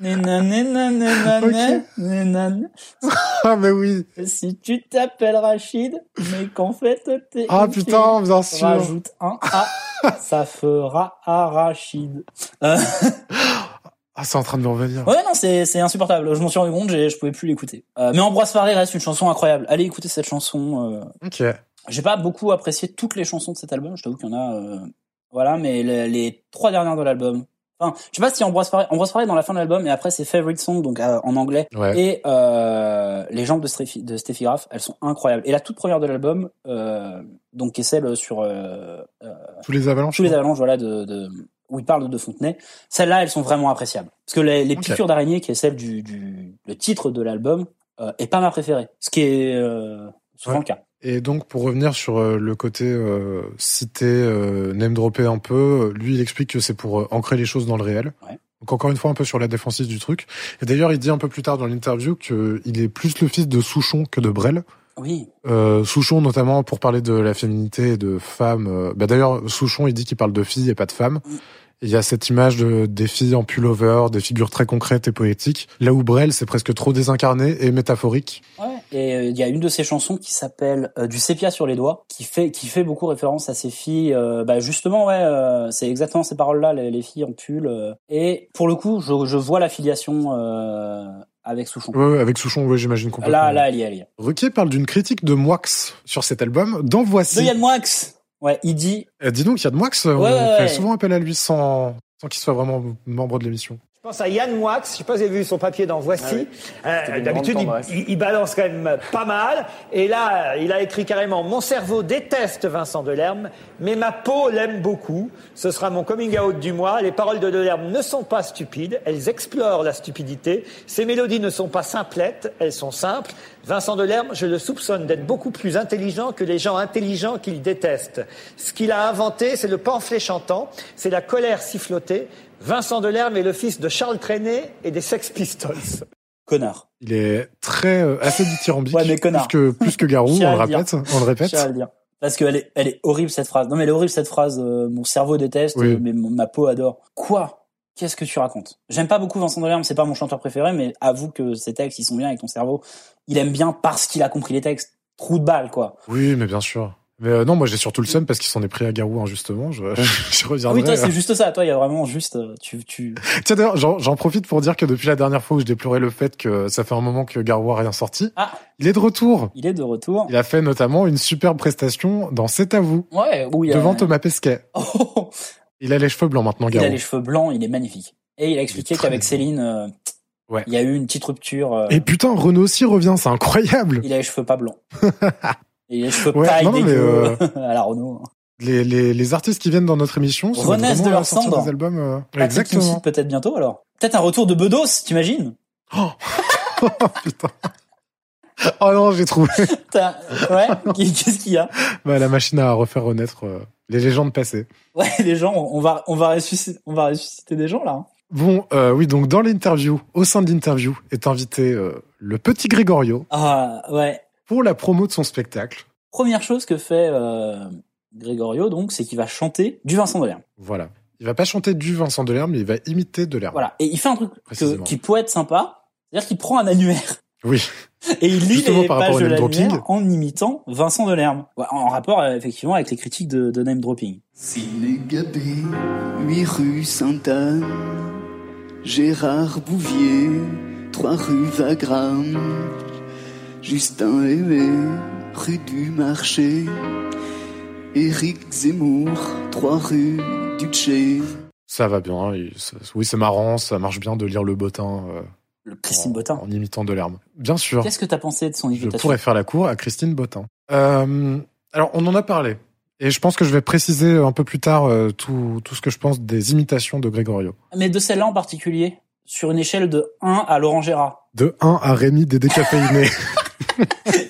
Nananananana, nanan. Ah mais oui. Si tu t'appelles Rachid, mais qu'en fait t'es... Ah, une putain, fille, bien sûr. Rajoute un A, ça fera Arachide. Ah, c'est en train de me revenir. Ouais, non, c'est c'est insupportable. Je m'en suis rendu compte, j'ai- je pouvais plus l'écouter. Euh, mais Ambroise Paré reste une chanson incroyable. Allez écouter cette chanson. euh, Ok. J'ai pas beaucoup apprécié toutes les chansons de cet album. Je t'avoue qu'il y en a, euh, voilà, mais le- les trois dernières de l'album. Enfin, je sais pas si Ambroise Paré, Ambroise Paré est dans la fin de l'album et après ses favorite songs, donc euh, en anglais. Ouais. Et euh, les jambes de, Steffi, de Steffi Graf, elles sont incroyables. Et la toute première de l'album, euh, donc qui est celle sur euh, euh, Tous les avalanches. tous les avalanches, voilà, de, de où il parle de De Fontenay. Celles-là, elles sont vraiment appréciables. Parce que les, les Ok. piqûres d'araignée, qui est celle du, du le titre de l'album, euh, est pas ma préférée. Ce qui est euh, souvent Ouais. le cas. Et donc, pour revenir sur euh, le côté euh, cité, euh, name dropper un peu, euh, lui, il explique que c'est pour euh, ancrer les choses dans le réel. Donc, encore une fois, un peu sur la défensive du truc. Et d'ailleurs, il dit un peu plus tard dans l'interview qu'il est plus le fils de Souchon que de Brel. Oui. Euh, Souchon, notamment, pour parler de la féminité et de femmes. euh, bah, d'ailleurs, Souchon, il dit qu'il parle de filles et pas de femmes. Et Il y a cette image de, des filles en pullover, des figures très concrètes et poétiques. Là où Brel, c'est presque trop désincarné et métaphorique. Ouais. Et euh, il y a une de ses chansons qui s'appelle euh, Du sépia sur les doigts, qui fait qui fait beaucoup référence à ses filles. euh, bah justement, ouais, euh, c'est exactement ces paroles-là, les, les filles en pull. euh. et pour le coup, je, je vois l'affiliation euh, avec Souchon. Ouais, ouais, avec Souchon, ouais, j'imagine complètement. Là, là, elle y est, elle y est. Ruquier parle d'une critique de Moix sur cet album. Dans Voici. De Yann Moix. Ouais, il dit Euh, dis donc, il y a de Moix. on Ouais, ouais, fait ouais. souvent appel à lui sans, sans qu'il soit vraiment membre de l'émission. Je pense à Yann Moix, je sais pas si vous avez vu son papier dans Voici. Euh, Ah C'était une D'habitude, grande il, tendresse. il- il balance quand même pas mal. Et là, il a écrit carrément Mon cerveau déteste Vincent Delerme, mais ma peau l'aime beaucoup. Ce sera mon coming out du mois. Les paroles de Delerme ne sont pas stupides, elles explorent la stupidité. Ses mélodies ne sont pas simplettes, elles sont simples. Vincent Delerme, je le soupçonne d'être beaucoup plus intelligent que les gens intelligents qu'il déteste. Ce qu'il a inventé, c'est le pamphlet chantant, c'est la colère sifflotée. Vincent Delerme est le fils de Charles Trenet et des Sex Pistols. Connard. Il est très, euh, assez dithyrambique. Ouais, mais plus connard. que, plus que Garou, on Tiens le à le dire. répète. On le répète. Tiens à le dire. Parce qu'elle est, elle est horrible cette phrase. Non mais elle est horrible cette phrase. euh, mon cerveau déteste, Oui. euh, mais mon- ma peau adore. Quoi Qu'est-ce que tu racontes J'aime pas beaucoup Vincent Delerme, c'est pas mon chanteur préféré, mais avoue que ses textes, ils sont bien avec ton cerveau. Il aime bien parce qu'il a compris les textes. Trou de balle, quoi. Oui, mais bien sûr. Mais euh, non, moi j'ai surtout le seum parce qu'ils s'en est pris à Garou injustement. Je, je regarderai, Oui, toi, c'est euh. juste ça. Toi, il y a vraiment juste, euh, tu, tu, Tiens d'ailleurs, j'en j'en profite pour dire que depuis la dernière fois où je déplorais le fait que ça fait un moment que Garou a rien sorti, Ah. il est de retour. Il est de retour. Il a fait notamment une superbe prestation dans C'est à vous. Ouais, où il y a- devant Thomas Pesquet. Il a les cheveux blancs maintenant, euh. il Garou. a les cheveux blancs, il est magnifique. Et il a expliqué qu'avec Céline, euh, il y a eu une petite rupture. euh, Et putain, Renault aussi revient, c'est incroyable. Il a les cheveux pas blancs. il a les cheveux Ouais, paille non, non, mais, euh, dégueu à la Renault. Les, les, les artistes qui viennent dans notre émission ça va Renaissent vraiment de leur leur sortir cendre. des albums. euh, Patrick Exactement. Timsit peut-être bientôt alors. Peut-être un retour de Bedos, t'imagines Oh non, j'ai trouvé. T'as- Ouais, qu'est-ce qu'il y a Bah, la machine à refaire renaître euh, les légendes passées. Ouais, les gens, on va, on va ressusciter, on va ressusciter des gens là. hein. Bon, euh, oui, donc dans l'interview, au sein de l'interview, est invité euh, le petit Grégorio Ah ouais. pour la promo de son spectacle. Première chose que fait euh, Gregorio donc, c'est qu'il va chanter du Vincent Delerme. Voilà. Il va pas chanter du Vincent Delerme, mais il va imiter Delerme. Voilà. Et il fait un truc que- Précisément. qui peut être sympa, c'est-à-dire qu'il prend un annuaire Oui. et il lit Justement, les par rapport au pages de name dropping. l'annuaire en imitant Vincent Delerme. Ouais, en en rapport euh, effectivement avec les critiques de, de name dropping. Gabé, 8 rue Sainte-Anne, Gérard Bouvier, 3 rue Wagram, Justin Aimé, rue du Marché, Éric Zemmour, 3 rue Duché. Ça va bien. hein, il- ça- oui, c'est marrant, ça marche bien de lire le bottin. euh, Le Christine Botin. En imitant Delerme. Bien sûr. Qu'est-ce que t'as pensé de son Oh. Je imitation pourrais faire la cour à Christine Botin. Euh, alors, on en a parlé. Et je pense que je vais préciser un peu plus tard euh, tout, tout ce que je pense des imitations de Grégorio. Mais de celle-là en particulier, sur une échelle de 1 à Laurent Gérard, De 1 à Rémi des décaféinés.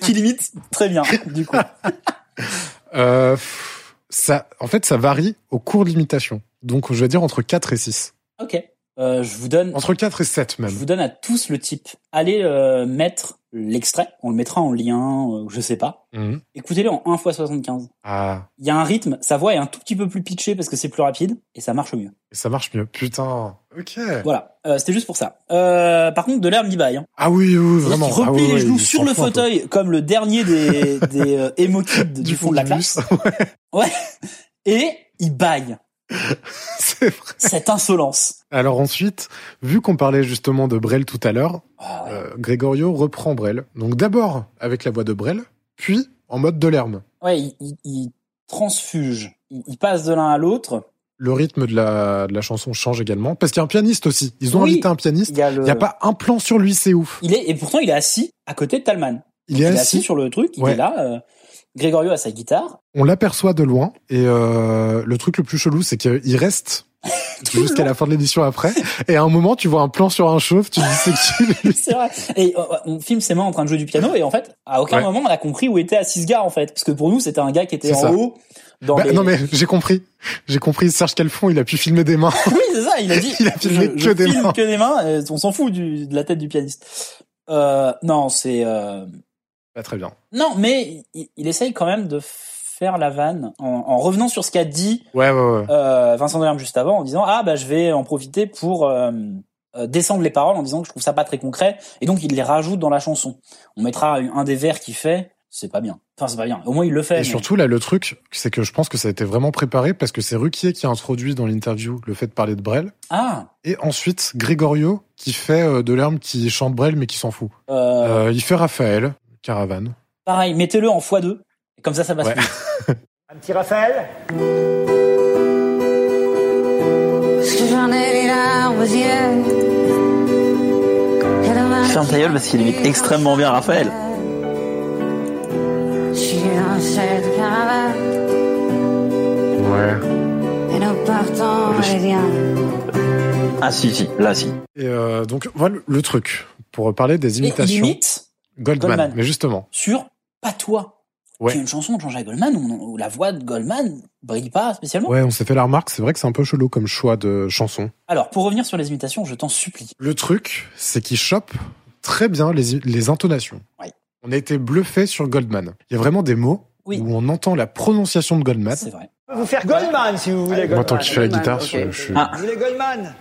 qui limite très bien, du coup. Euh, pff, ça, en fait, ça varie au cours de l'imitation. Donc, je vais dire entre 4 et 6. Ok. Euh, je vous donne. Entre 4 et 7 même. Je vous donne à tous le type. Allez euh, mettre l'extrait. On le mettra en lien, euh, je sais pas. Mhm. Écoutez-le en 1 x 75. Ah, Il y a un rythme. Sa voix est un tout petit peu plus pitchée parce que c'est plus rapide et ça marche mieux. et ça marche mieux. Putain. Ok. Voilà. Euh, C'était juste pour ça. Euh, par contre, de l'air m'y baille. hein. Ah oui, oui, C'est-à-dire vraiment. qu'il Ah replie oui, les oui, genoux il sur s'en le fout un peu. fauteuil comme le dernier des, des euh, emo kids du, fond de la classe. Ouais. Et il baille. C'est vrai. Cette insolence. Alors ensuite, vu qu'on parlait justement de Brel tout à l'heure, Ah euh, Gregorio reprend Brel. Donc d'abord avec la voix de Brel, puis en mode de l'herme. Ouais, il, il- il transfuge. Il, il passe de l'un à l'autre. Le rythme de la, de la chanson change également, parce qu'il y a un pianiste aussi. Ils ont Oui. Euh. invité un pianiste. Il y a, le- Il n'y a pas un plan sur lui, c'est ouf. Il est et pourtant il est assis à côté de Talman. Il Donc, est assis sur le truc. Il Ouais. est là. euh, Gregorio a sa guitare. On l'aperçoit de loin, et euh, le truc le plus chelou, c'est qu'il reste jusqu'à la fin de l'émission après, et à un moment, tu vois un plan sur un chauve, tu dis c'est qui lui C'est vrai. Et euh, on filme ses mains en train de jouer du piano et en fait à aucun Ouais. moment on a compris où était assis ce gars en fait parce que pour nous c'était un gars qui était C'est en ça. haut dans Bah, les- Non mais j'ai compris, j'ai compris, Serge Calfon, il a pu filmer des mains. oui c'est ça il a dit Il a filmé je- que je des filme mains. que des mains euh, on s'en fout du- de la tête du pianiste. Euh, non c'est euh, Pas très bien. non mais il, il essaye quand même de faire la vanne en, en revenant sur ce qu'a dit Ouais, ouais, ouais. euh, Vincent Delerme juste avant en disant ah bah je vais en profiter pour euh, euh, descendre les paroles en disant que je trouve ça pas très concret et donc il les rajoute dans la chanson. On mettra un des vers qui fait c'est pas bien. Enfin c'est pas bien. Au moins il le fait. Et mais- surtout, là, le truc, c'est que je pense que ça a été vraiment préparé parce que c'est Ruquier qui a introduit dans l'interview le fait de parler de Brel. Ah Et ensuite, Grégorio qui fait euh, de l'herbe qui chante Brel mais qui s'en fout. euh, Euh, il fait Raphaël, Caravane. pareil mettez-le en x2 comme ça ça passe plus. Un petit Raphaël Parce que j'en ai les larmes aux yeux. Et demain, Ferme ta gueule parce qu'il imite extrêmement bien Raphaël. je suis dans cette caravane. Ouais. Et nous partons, et bien. Ah si, si, là si. Et euh, donc, voilà le truc pour parler des Et il imitations. imite Goldman, Goldman. mais justement. sur pas toi. Ouais. qui est une chanson de Jean-Jacques Goldman où, où la voix de Goldman brille pas spécialement. Ouais, on s'est fait la remarque, c'est vrai que c'est un peu chelou comme choix de chanson. Alors pour revenir sur les imitations je t'en supplie. Le truc, c'est qu'il chope très bien les, les intonations. Ouais. On a été bluffé sur Goldman. Il y a vraiment des mots Oui. où on entend la prononciation de Goldman. C'est vrai. On peut vous faire Goldman si vous voulez. Moi, Goldman. tant qu'il fait la guitare, je, je suis. Ah. Vous voulez Goldman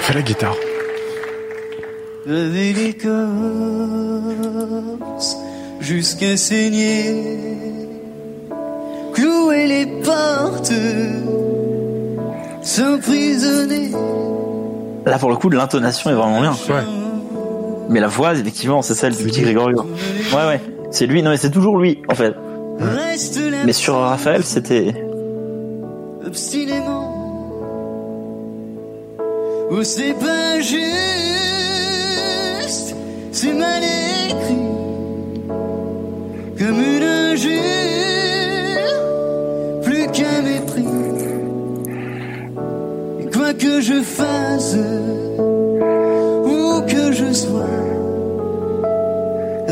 Fais la guitare. la délicatesse jusqu'à saigner, clouer les portes, s'emprisonner. Là, pour le coup, l'intonation est vraiment bien. Mais la voix, effectivement, c'est celle du petit Grégorio. Ouais, ouais. C'est lui, non, mais c'est toujours lui, en fait. Reste là Mais sur Raphaël, c'était. obstinément Oh c'est pas juste C'est mal écrit Comme une injure Plus qu'un mépris Et quoi que je fasse Où que je sois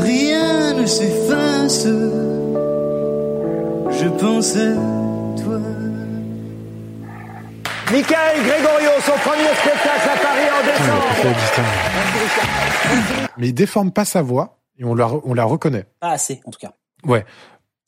Rien ne s'efface Je pense à toi Michael Gregorio, son premier spectacle à Paris en décembre. Mais il déforme pas sa voix et on la, re- on la reconnaît. Pas assez, en tout cas. Ouais.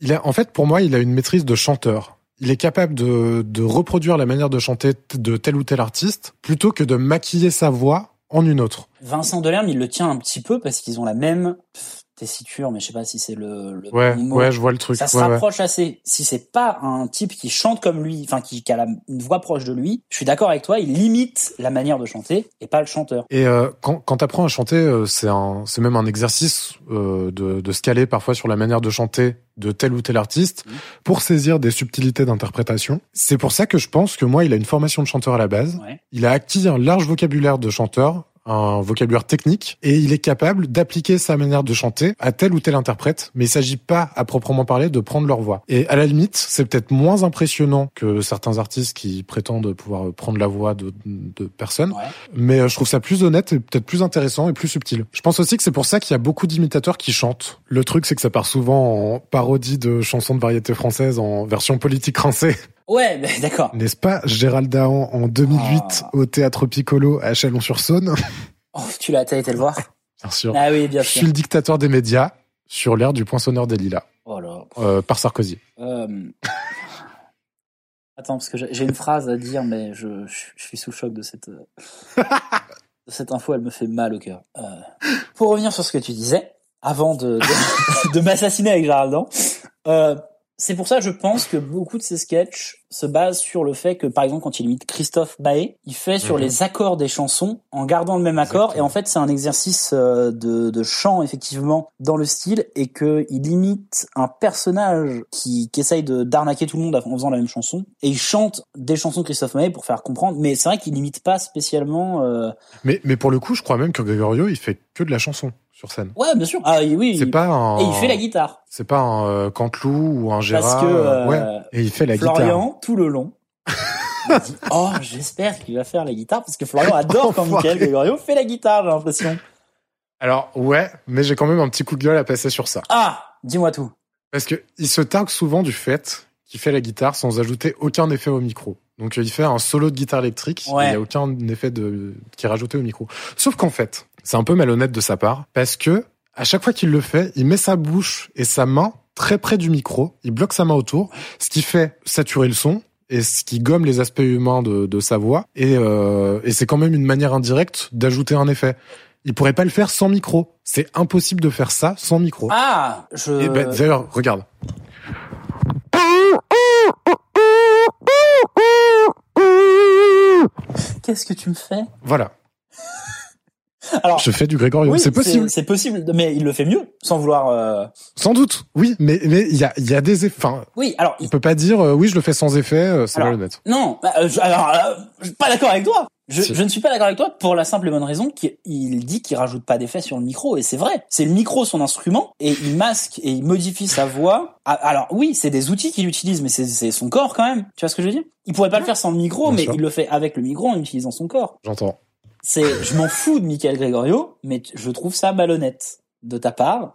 Il a, en fait, pour moi, il a une maîtrise de chanteur. Il est capable de, de reproduire la manière de chanter t- de tel ou tel artiste plutôt que de maquiller sa voix en une autre. Vincent Delerme, il le tient un petit peu parce qu'ils ont la même pff, tessiture, mais je sais pas si c'est le, le Ouais, bon mot. ouais, je vois le truc. Ça se Ouais, ouais. rapproche assez. Si c'est pas un type qui chante comme lui, enfin qui, qui a la- une voix proche de lui, je suis d'accord avec toi, il limite la manière de chanter et pas le chanteur. Et euh, quand, quand t'apprends à chanter, euh, c'est un, c'est même un exercice euh, de, de se caler parfois sur la manière de chanter de tel ou tel artiste pour saisir des subtilités d'interprétation. C'est pour ça que je pense que moi, il a une formation de chanteur à la base. Il a acquis un large vocabulaire de chanteur, un vocabulaire technique, et il est capable d'appliquer sa manière de chanter à tel ou tel interprète. Mais il s'agit pas à proprement parler de prendre leur voix. Et à la limite, c'est peut-être moins impressionnant que certains artistes qui prétendent pouvoir prendre la voix de, de personnes. Mais euh, je trouve ça plus honnête et peut-être plus intéressant et plus subtil. Je pense aussi que c'est pour ça qu'il y a beaucoup d'imitateurs qui chantent. Le truc, c'est que ça part souvent en parodie de chansons de variété française en version politique française. Ouais, mais d'accord. N'est-ce pas Gérald Dahan en 2008 au théâtre Piccolo à Chalon-sur-Saône Oh, tu l'as, t'as été le voir. Bien sûr. Ah oui, bien Je sûr. suis le dictateur des médias sur l'ère du poinçonneur des lilas Oh là. euh, par Sarkozy. Euh, Attends, parce que j'ai j'ai une phrase à dire, mais je, je- je suis sous le choc de cette, euh, de cette info, elle me fait mal au cœur. Euh, pour revenir sur ce que tu disais, avant de, de, de m'assassiner avec Gérald Dahan, euh, c'est pour ça, je pense que beaucoup de ses sketchs se basent sur le fait que, par exemple, quand il imite Christophe Baé, il fait sur Mhm. les accords des chansons en gardant le même accord. Et en fait, c'est un exercice euh, de, de chant, effectivement, dans le style et que il imite un personnage qui, qui essaye de, d'arnaquer tout le monde en faisant la même chanson. Et il chante des chansons de Christophe Maé pour faire comprendre. Mais c'est vrai qu'il n'imite pas spécialement, euh, Mais, mais pour le coup, je crois même que Gregorio, il fait que de la chanson sur scène. ouais, bien sûr. Ah oui. C'est il- pas un- Et il fait la guitare. C'est pas un euh, Canteloup ou un Gérard. Parce que, euh, ouais. Et il fait la Florian, guitare. tout le long. il dit, oh, j'espère qu'il va faire la guitare parce que Florian adore quand Michael Gregorio fait la guitare, j'ai l'impression. Alors ouais, mais j'ai quand même un petit coup de gueule à passer sur ça. Ah, dis-moi tout. Parce que il se targue souvent du fait qu'il fait la guitare sans ajouter aucun effet au micro. Donc euh, il fait un solo de guitare électrique, Ouais. il n'y a aucun effet de qui est rajouté au micro. Sauf qu'en fait, c'est un peu malhonnête de sa part parce que à chaque fois qu'il le fait, il met sa bouche et sa main très près du micro, il bloque sa main autour, ce qui fait saturer le son et ce qui gomme les aspects humains de, de sa voix. Et, euh, et c'est quand même une manière indirecte d'ajouter un effet. Il pourrait pas le faire sans micro. C'est impossible de faire ça sans micro. Ah, je. Et ben, d'ailleurs, regarde. Qu'est-ce que tu me fais Voilà. Alors, Je fais du Grégorio. oui, c'est possible. C'est possible, mais il le fait mieux, sans vouloir. euh, Sans doute. Oui, mais mais il y a il y a des effets. Enfin, Oui, alors. on peut pas dire euh, oui, je le fais sans effet. euh, c'est alors, malhonnête. Non, bah, euh, je, alors, euh, je suis pas d'accord avec toi. Je, je ne suis pas d'accord avec toi pour la simple et bonne raison qu'il dit qu'il rajoute pas d'effet sur le micro et c'est vrai. C'est le micro son instrument et il masque et il modifie sa voix. Ah, Alors oui, c'est des outils qu'il utilise, mais c'est- c'est son corps quand même. Tu vois ce que je veux dire Il pourrait pas le faire sans le micro, Bien mais sûr. il le fait avec le micro en utilisant son corps. J'entends. C'est, je m'en fous de Michael Gregorio, mais t- je trouve ça malhonnête de ta part.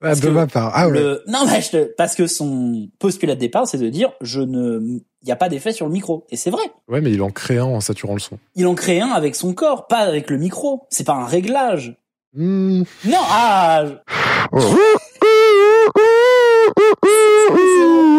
Ah, de ma part. Ah ouais. Le- Non, mais je te- parce que son postulat de départ, c'est de dire je ne, il n'y a pas d'effet sur le micro. Et c'est vrai. Ouais, mais il en crée un en saturant le son. Il en crée un avec son corps, pas avec le micro. C'est pas un réglage. Hmm. Non, ah. je-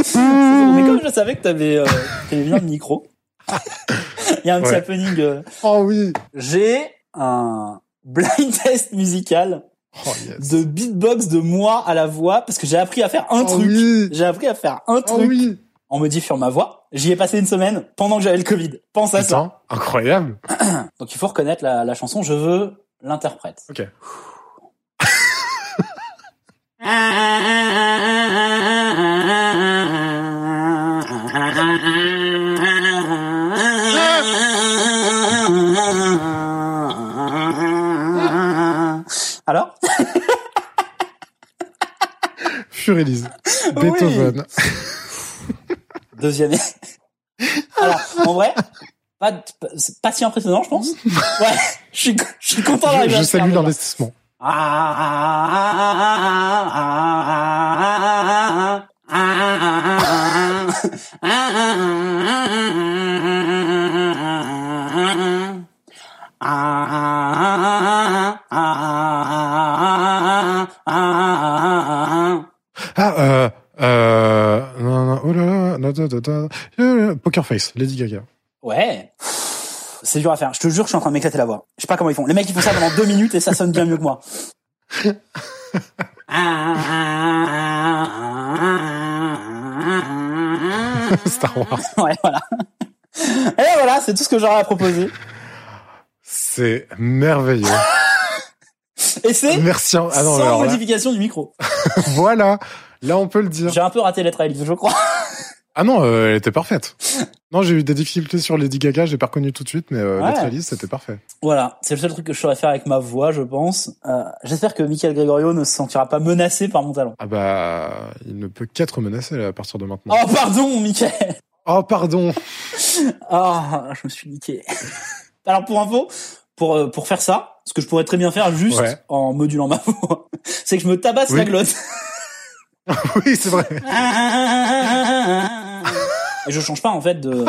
C'est bon, Mais comme je savais que t'avais, euh, t'avais bien le micro. Il y a un petit Ouais. happening. euh. Oh oui. J'ai un blind test musical Oh, de beatbox de moi à la voix parce que j'ai appris à faire un truc. J'ai appris à faire un truc. On me dit sur ma voix. J'y ai passé une semaine pendant que j'avais le Covid. Pense Bah, à ça. Incroyable. Donc il faut reconnaître la, la chanson. Je veux l'interprète. Ok. Alors Furélise. Oui. Beethoven. Deuxième. Alors, en vrai, pas, pas- c'est pas si impressionnant, je pense. Ouais, je suis, je suis content je d'arriver à je le faire, salue déjà. l'investissement. Ah, euh, euh, non, non, oh là là, non, non, non, non, euh, Poker Face, Lady Gaga. Ouais. C'est dur à faire. Je te jure, je suis en train de m'éclater la voix. Je sais pas comment ils font. Les mecs, ils font ça pendant deux minutes et ça sonne bien mieux que moi. Star Wars. Ouais, voilà. Et voilà, c'est tout ce que j'aurais à proposer. C'est merveilleux. Et c'est Merci. en- Ah non, sans alors là- modification du micro. voilà. Là, on peut le dire. J'ai un peu raté l'être à Elise, je crois. Ah non, euh, elle était parfaite. Non, j'ai eu des difficultés sur Lady Gaga, j'ai pas reconnu tout de suite, mais euh, Ouais. l'autre Alice, c'était parfait. Voilà, c'est le seul truc que je saurais faire avec ma voix, je pense. Euh, J'espère que Michael Gregorio ne se sentira pas menacé par mon talent. Ah bah, il ne peut qu'être menacé là, à partir de maintenant. Oh, pardon, Michael Oh, pardon Ah, je me suis niqué. Alors, pour info, pour, euh, pour faire ça, ce que je pourrais très bien faire juste Ouais. en modulant ma voix, c'est que je me tabasse Oui. la glotte. oui, c'est vrai. Et je change pas, en fait, de...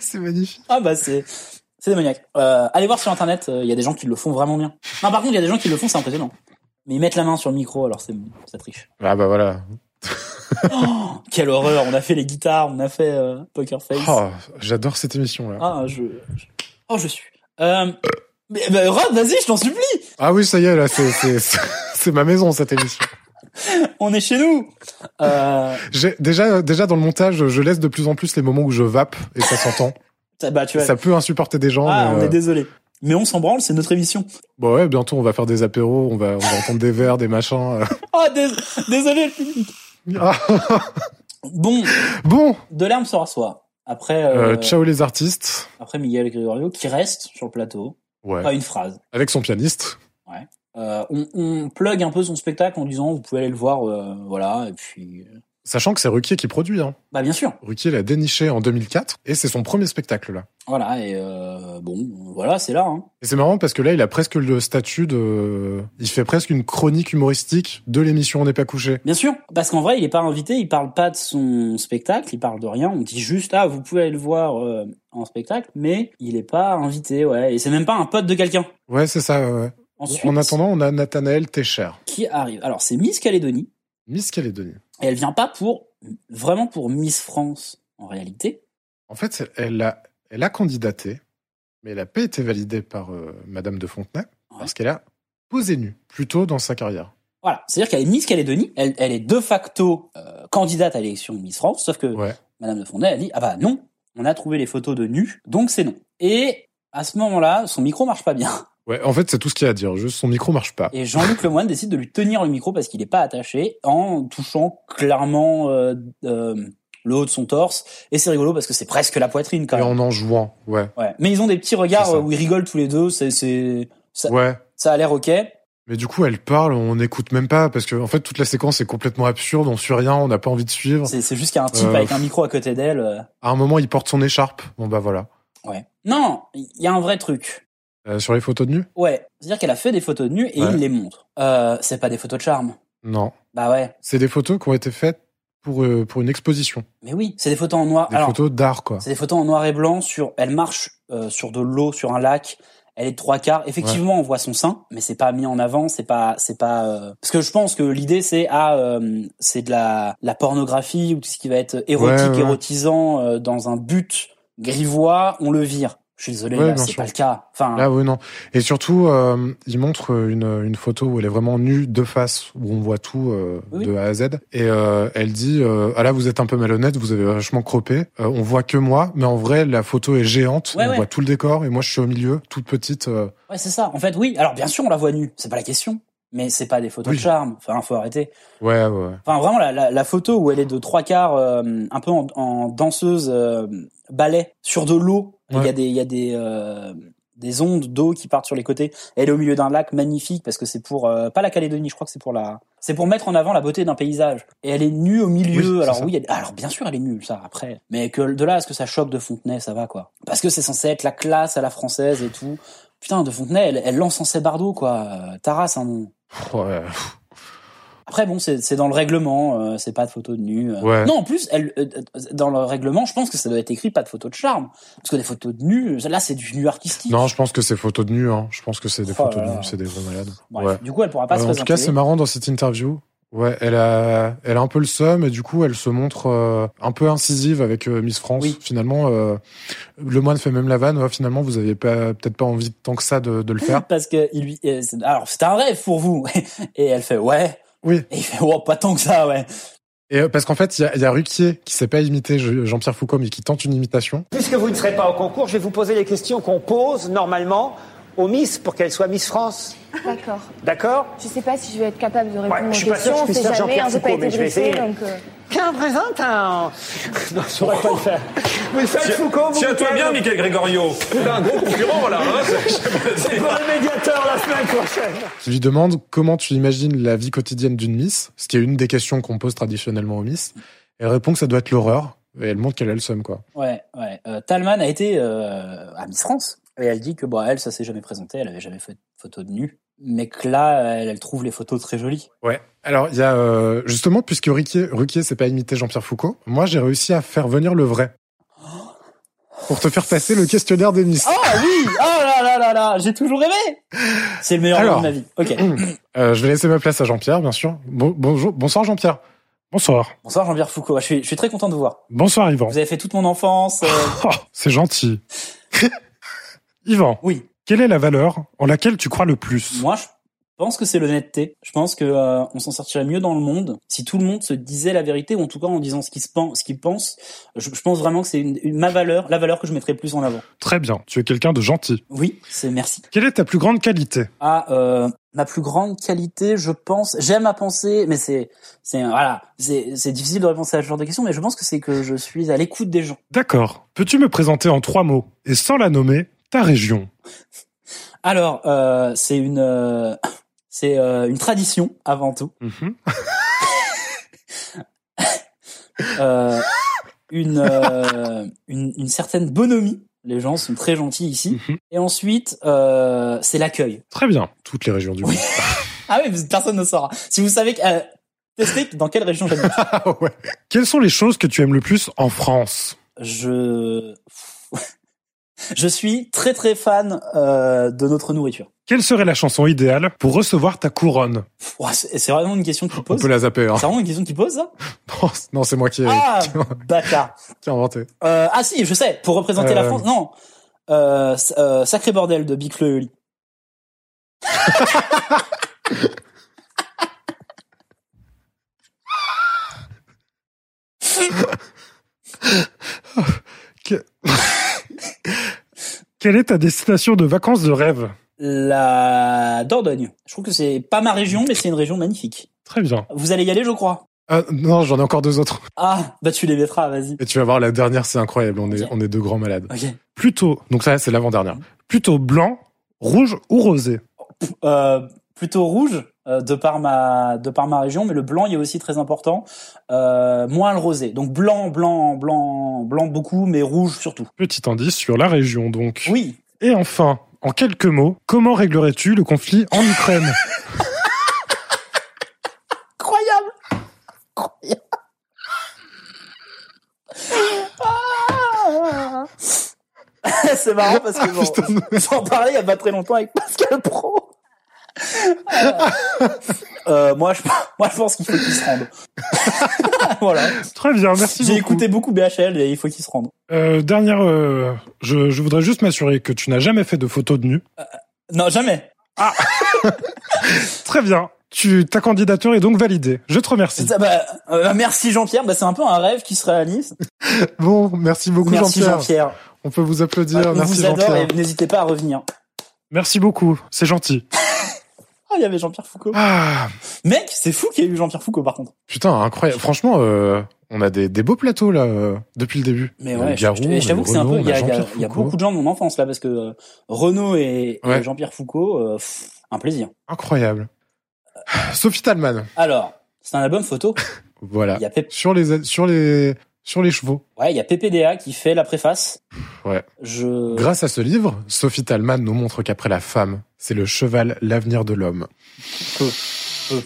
c'est magnifique. Ah bah, c'est... C'est démoniaque. Euh, allez voir sur Internet, euh, il y a des gens qui le font vraiment bien. Non, par contre, il y a des gens qui le font, c'est impressionnant. Mais ils mettent la main sur le micro, alors c'est ça triche. Ah bah voilà. Oh, quelle horreur On a fait les guitares, on a fait euh, Poker Face. Oh, j'adore cette émission là. Ah, je... je- Oh, je suis... Euh... Mais, bah, Rod, vas-y, je t'en supplie Ah oui, ça y est, là, c'est- c'est c'est- c'est ma maison cette émission. On est chez nous euh... J'ai- Déjà, déjà dans le montage, je laisse de plus en plus les moments où je vape et ça s'entend. ça- Bah, tu vois... Ça peut insupporter des gens. Ah, mais, on euh, est désolé. Mais on s'en branle, c'est notre émission. Bon ouais, bientôt on va faire des apéros, on va, on va entendre des verres, des machins. euh. Oh, dés- désolé le public. Bon. Ah, Bon. De l'herbe se rassoit. Après, euh, Euh, ciao les artistes. après Miguel Gregorio, qui reste sur le plateau. Ouais. Pas une phrase. Avec son pianiste. Ouais. Euh, on, on plug un peu son spectacle en disant, vous pouvez aller le voir, euh, voilà, et puis... euh, Sachant que c'est Ruquier qui produit. Hein. Bah bien sûr. Ruquier l'a déniché en 2004 et c'est son premier spectacle là. Voilà, et euh, bon, voilà, c'est là. Hein. Et c'est marrant parce que là, il a presque le statut de... Il fait presque une chronique humoristique de l'émission On n'est pas couché. Bien sûr, parce qu'en vrai, il est pas invité, il parle pas de son spectacle, il parle de rien. On dit juste ah, vous pouvez aller le voir euh, en spectacle, mais il est pas invité, ouais. Et c'est même pas un pote de quelqu'un. Ouais, c'est ça. ouais, ouais. Ensuite, En attendant, on a Nathanaël Techer. qui arrive Alors c'est Miss Calédonie, Miss Calédonie. et elle vient pas pour vraiment pour Miss France en réalité. En fait, elle a, elle a candidaté, mais elle n'a pas été validée par euh, Madame de Fontenay parce qu'elle a posé nue plus tôt dans sa carrière. Voilà, c'est-à-dire qu'elle est Miss Calédonie, elle, elle est de facto euh, candidate à l'élection de Miss France, sauf que Madame de Fontenay, elle dit ah bah non, on a trouvé les photos de nu, donc c'est non. Et à ce moment-là, son micro marche pas bien. Ouais, en fait, c'est tout ce qu'il y a à dire. Juste, son micro marche pas. Et Jean-Luc Lemoyne décide de lui tenir le micro parce qu'il n'est pas attaché en touchant clairement euh, euh, le haut de son torse. Et c'est rigolo parce que c'est presque la poitrine quand Et même. en en jouant, ouais. Ouais. Mais ils ont des petits regards euh, où ils rigolent tous les deux. C'est, c'est, ça, Ouais. ça a l'air ok. Mais du coup, elle parle, on n'écoute même pas parce que, en fait, toute la séquence est complètement absurde. On suit rien, on n'a pas envie de suivre. C'est, c'est juste qu'il y a un type Euh, avec un micro à côté d'elle. euh, À un moment, il porte son écharpe. Bon, bah voilà. Ouais. Non, il y a un vrai truc. Euh, sur les photos de nu Ouais. C'est-à-dire qu'elle a fait des photos de nu et Ouais. il les montre. Euh, c'est pas des photos de charme. Non. Bah ouais. C'est des photos qui ont été faites pour, euh, pour une exposition. Mais oui, c'est des photos en noir. Des Alors, photos d'art, quoi. C'est des photos en noir et blanc sur. Elle marche euh, sur de l'eau, sur un lac. Elle est de trois quarts. Effectivement, on voit son sein, mais c'est pas mis en avant. C'est pas, c'est pas. euh, Parce que je pense que l'idée c'est ah, euh, c'est de la, la pornographie ou tout ce qui va être érotique, Ouais, ouais. érotisant euh, dans un but grivois. On le vire. Je Je suis désolé, Ouais, là, bien c'est sûr. pas le cas. Enfin, Là, Ah oui, non. Et surtout, euh, il montre une, une photo où elle est vraiment nue de face, où on voit tout euh, de A à Z. Et euh, elle dit euh, Ah là, vous êtes un peu malhonnête, vous avez vachement croppé. Euh, on voit que moi, mais en vrai, la photo est géante. Ouais, on ouais. voit tout le décor, et moi, je suis au milieu, toute petite. euh, ouais, c'est ça. En fait, oui. Alors, bien sûr, on la voit nue. C'est pas la question. Mais c'est pas des photos de charme. Enfin, faut arrêter. Ouais, ouais. ouais. Enfin, vraiment, la, la, la photo où elle est de trois quarts, euh, un peu en, en danseuse euh, ballet, sur de l'eau. Il y a des, il y a des, euh, des ondes d'eau qui partent sur les côtés. Elle est au milieu d'un lac magnifique parce que c'est pour, euh, pas la Calédonie, je crois que c'est pour la, c'est pour mettre en avant la beauté d'un paysage. Et elle est nue au milieu. alors oui, elle- alors bien sûr, elle est nulle, ça, après. Mais que de là à ce que ça choque de Fontenay, ça va, quoi. Parce que c'est censé être la classe à la française et tout. Putain, de Fontenay, elle, elle l'encensait Bardot, quoi. Euh, Taras, un nom. Ouais. Après, bon, c'est c'est dans le règlement, euh, c'est pas de photo de nu. euh. Ouais. Non, en plus, elle, euh, euh, dans le règlement, je pense que ça doit être écrit pas de photo de charme. Parce que des photos de nu, euh, là, c'est du nu artistique. Non, je pense que c'est photos de nu. Hein. Je pense que c'est des Oh photos là de là. nu, c'est des vrais malades. Bref, Ouais. du coup, elle pourra pas Ouais, se Euh, en tout cas, présenter. c'est marrant dans cette interview. Ouais, elle a, elle a un peu le seum et du coup, elle se montre euh, un peu incisive avec euh, Miss France. Finalement, euh, le moine fait même la vanne. Ouais, finalement, vous aviez pas, peut-être pas envie tant que ça de, de le faire. Parce que il lui, euh, c'est- alors c'était un rêve pour vous. Et elle fait ouais. Oui. Et il fait oh pas tant que ça ouais. Et euh, parce qu'en fait, il y a, il y a Ruquier qui sait pas imiter Je- Jean-Pierre Foucault, mais qui tente une imitation. Puisque vous ne serez pas au concours, je vais vous poser les questions qu'on pose normalement aux Miss pour qu'elles soient Miss France. D'accord. D'accord Je sais pas si je vais être capable de répondre Ouais, aux je suis pas sûr questions. que je puisse on faire sait jamais, Jean-Pierre hein, j'ai pas Foucault, mais été je vais briefée, essayer. donc. euh, Qu'un représentant Non, je saurais pas le faire. Mais faites Tiens- Foucault, vous Tiens-toi bien, Michael. Michael Gregorio. C'est un gros concurrent, là. hein, c'est- je sais pas si- C'est pour le médiateur la semaine prochaine. qui lui demande comment tu imagines la vie quotidienne d'une Miss, ce qui est une des questions qu'on pose traditionnellement aux Miss. Elle répond que ça doit être l'horreur et elle montre qu'elle a le seum, quoi. Ouais ouais. Euh, Talman a été euh, à Miss France et elle dit que bah elle ça s'est jamais présentée, elle avait jamais fait de photo de nu, mais que là elle, elle trouve les photos très jolies. Ouais. Alors, il y a euh, justement, puisque Ruquier, Ruquier c'est pas imiter Jean-Pierre Foucault, moi j'ai réussi à faire venir le vrai. Pour te faire passer le questionnaire des Miss. Ah oui Oh là là là là J'ai toujours rêvé C'est le meilleur moment de ma vie. Ok. Euh, je vais laisser ma place à Jean-Pierre, bien sûr. Bon- bonjour, bonsoir Jean-Pierre. Bonsoir. Bonsoir Jean-Pierre Foucault, je suis, je suis très content de vous voir. Bonsoir Yvan. Oh, Vous avez fait toute mon enfance. euh, C'est gentil. Yvan. Oui. Quelle est la valeur en laquelle tu crois le plus Moi, je pense que c'est l'honnêteté. Je pense que euh, on s'en sortirait mieux dans le monde si tout le monde se disait la vérité, ou en tout cas en disant ce qu'il se pense, ce qu'il pense. Je, je pense vraiment que c'est une, une- ma valeur, la valeur que je mettrais le plus en avant. Très bien. Tu es quelqu'un de gentil. Oui, c'est merci. Quelle est ta plus grande qualité Ah, euh, ma plus grande qualité, je pense, j'aime à penser, mais c'est, c'est, voilà, c'est, c'est difficile de répondre à ce genre de questions, mais je pense que c'est que je suis à l'écoute des gens. D'accord. Peux-tu me présenter en trois mots et sans la nommer ta région Alors, euh, c'est une, euh, c'est euh, une tradition avant tout. Euh, une, euh, une une certaine bonhomie. Les gens sont très gentils ici. Mhm. Et ensuite, euh, c'est l'accueil. Très bien. Toutes les régions du monde. Ah oui, mais personne ne saura. Si vous savez, que- euh, testez dans quelle région j'habite. Quelles sont les choses que tu aimes le plus en France Je je suis très très fan euh, de notre nourriture. Quelle serait la chanson idéale pour recevoir ta couronne Ouah, C'est c'est vraiment une question qui pose. On peut Euh, la zapper. Hein. C'est vraiment une question qui pose ça Non, c'est moi qui ai, Ah, bâtard. qui ai inventé. Euh, ah si, je sais, pour représenter la Euh. France. Non. Euh, s- euh, sacré bordel de Big Fleury. Que- Quelle est ta destination de vacances de rêve La Dordogne. Je trouve que c'est pas ma région, mais c'est une région magnifique. Très bien. Vous allez y aller, je crois. Ah, non, j'en ai encore deux autres. Ah, bah tu les mettras, vas-y. Et tu vas voir, la dernière, c'est incroyable. On est, on est deux grands malades. Plutôt, donc ça, c'est l'avant-dernière. Plutôt blanc, rouge ou rosé Euh, plutôt rouge euh, de par ma de par ma région, mais le blanc il est aussi très important. Euh, moins le rosé. Donc blanc, blanc, blanc, blanc beaucoup, mais rouge surtout. Petit indice sur la région, donc. Oui. Et enfin, en quelques mots, comment réglerais-tu le conflit en Ukraine Incroyable. Ah c'est marrant parce que bon, j'en parlais il y a pas très longtemps avec Pascal Pro. Euh, Euh, moi, je, moi, je pense qu'il faut qu'ils se rendent. voilà. Très bien, merci J'ai beaucoup. écouté beaucoup BHL et il faut qu'ils se rendent. Euh, dernière, euh, je, je voudrais juste m'assurer que tu n'as jamais fait de photo de nu. Non, jamais. Très bien. Tu, ta candidature est donc validée. Je te remercie. Ça, bah, euh, merci Jean-Pierre. Bah, c'est un peu un rêve qui se réalise. Bon, merci beaucoup Merci Jean-Pierre. Jean-Pierre. On peut vous applaudir. On merci vous adore et Jean-Pierre. n'hésitez pas à revenir. Merci beaucoup. C'est gentil. Ah, il y avait Jean-Pierre Foucault. Ah. Mec, c'est fou qu'il y ait eu Jean-Pierre Foucault par contre. Putain, incroyable. Franchement, euh, on a des, des beaux plateaux là euh, depuis le début. Mais On a ouais, le je- Garou, je- je t'avoue on que c'est un Renaud, peu. on Il y a, il y a- Jean-Pierre il y a Foucault. beaucoup de gens de mon enfance là parce que euh, Renaud et, et Ouais. Jean-Pierre Foucault, euh, pff, un plaisir. Incroyable. Sophie Talman. Alors, c'est un album photo. Voilà. Il y a Pep- Sur les sur les sur les chevaux. Ouais, il y a PPDA qui fait la préface. Ouais. Je. Grâce à ce livre, Sophie Talman nous montre qu'après la femme, c'est le cheval l'avenir de l'homme. Peu, peu,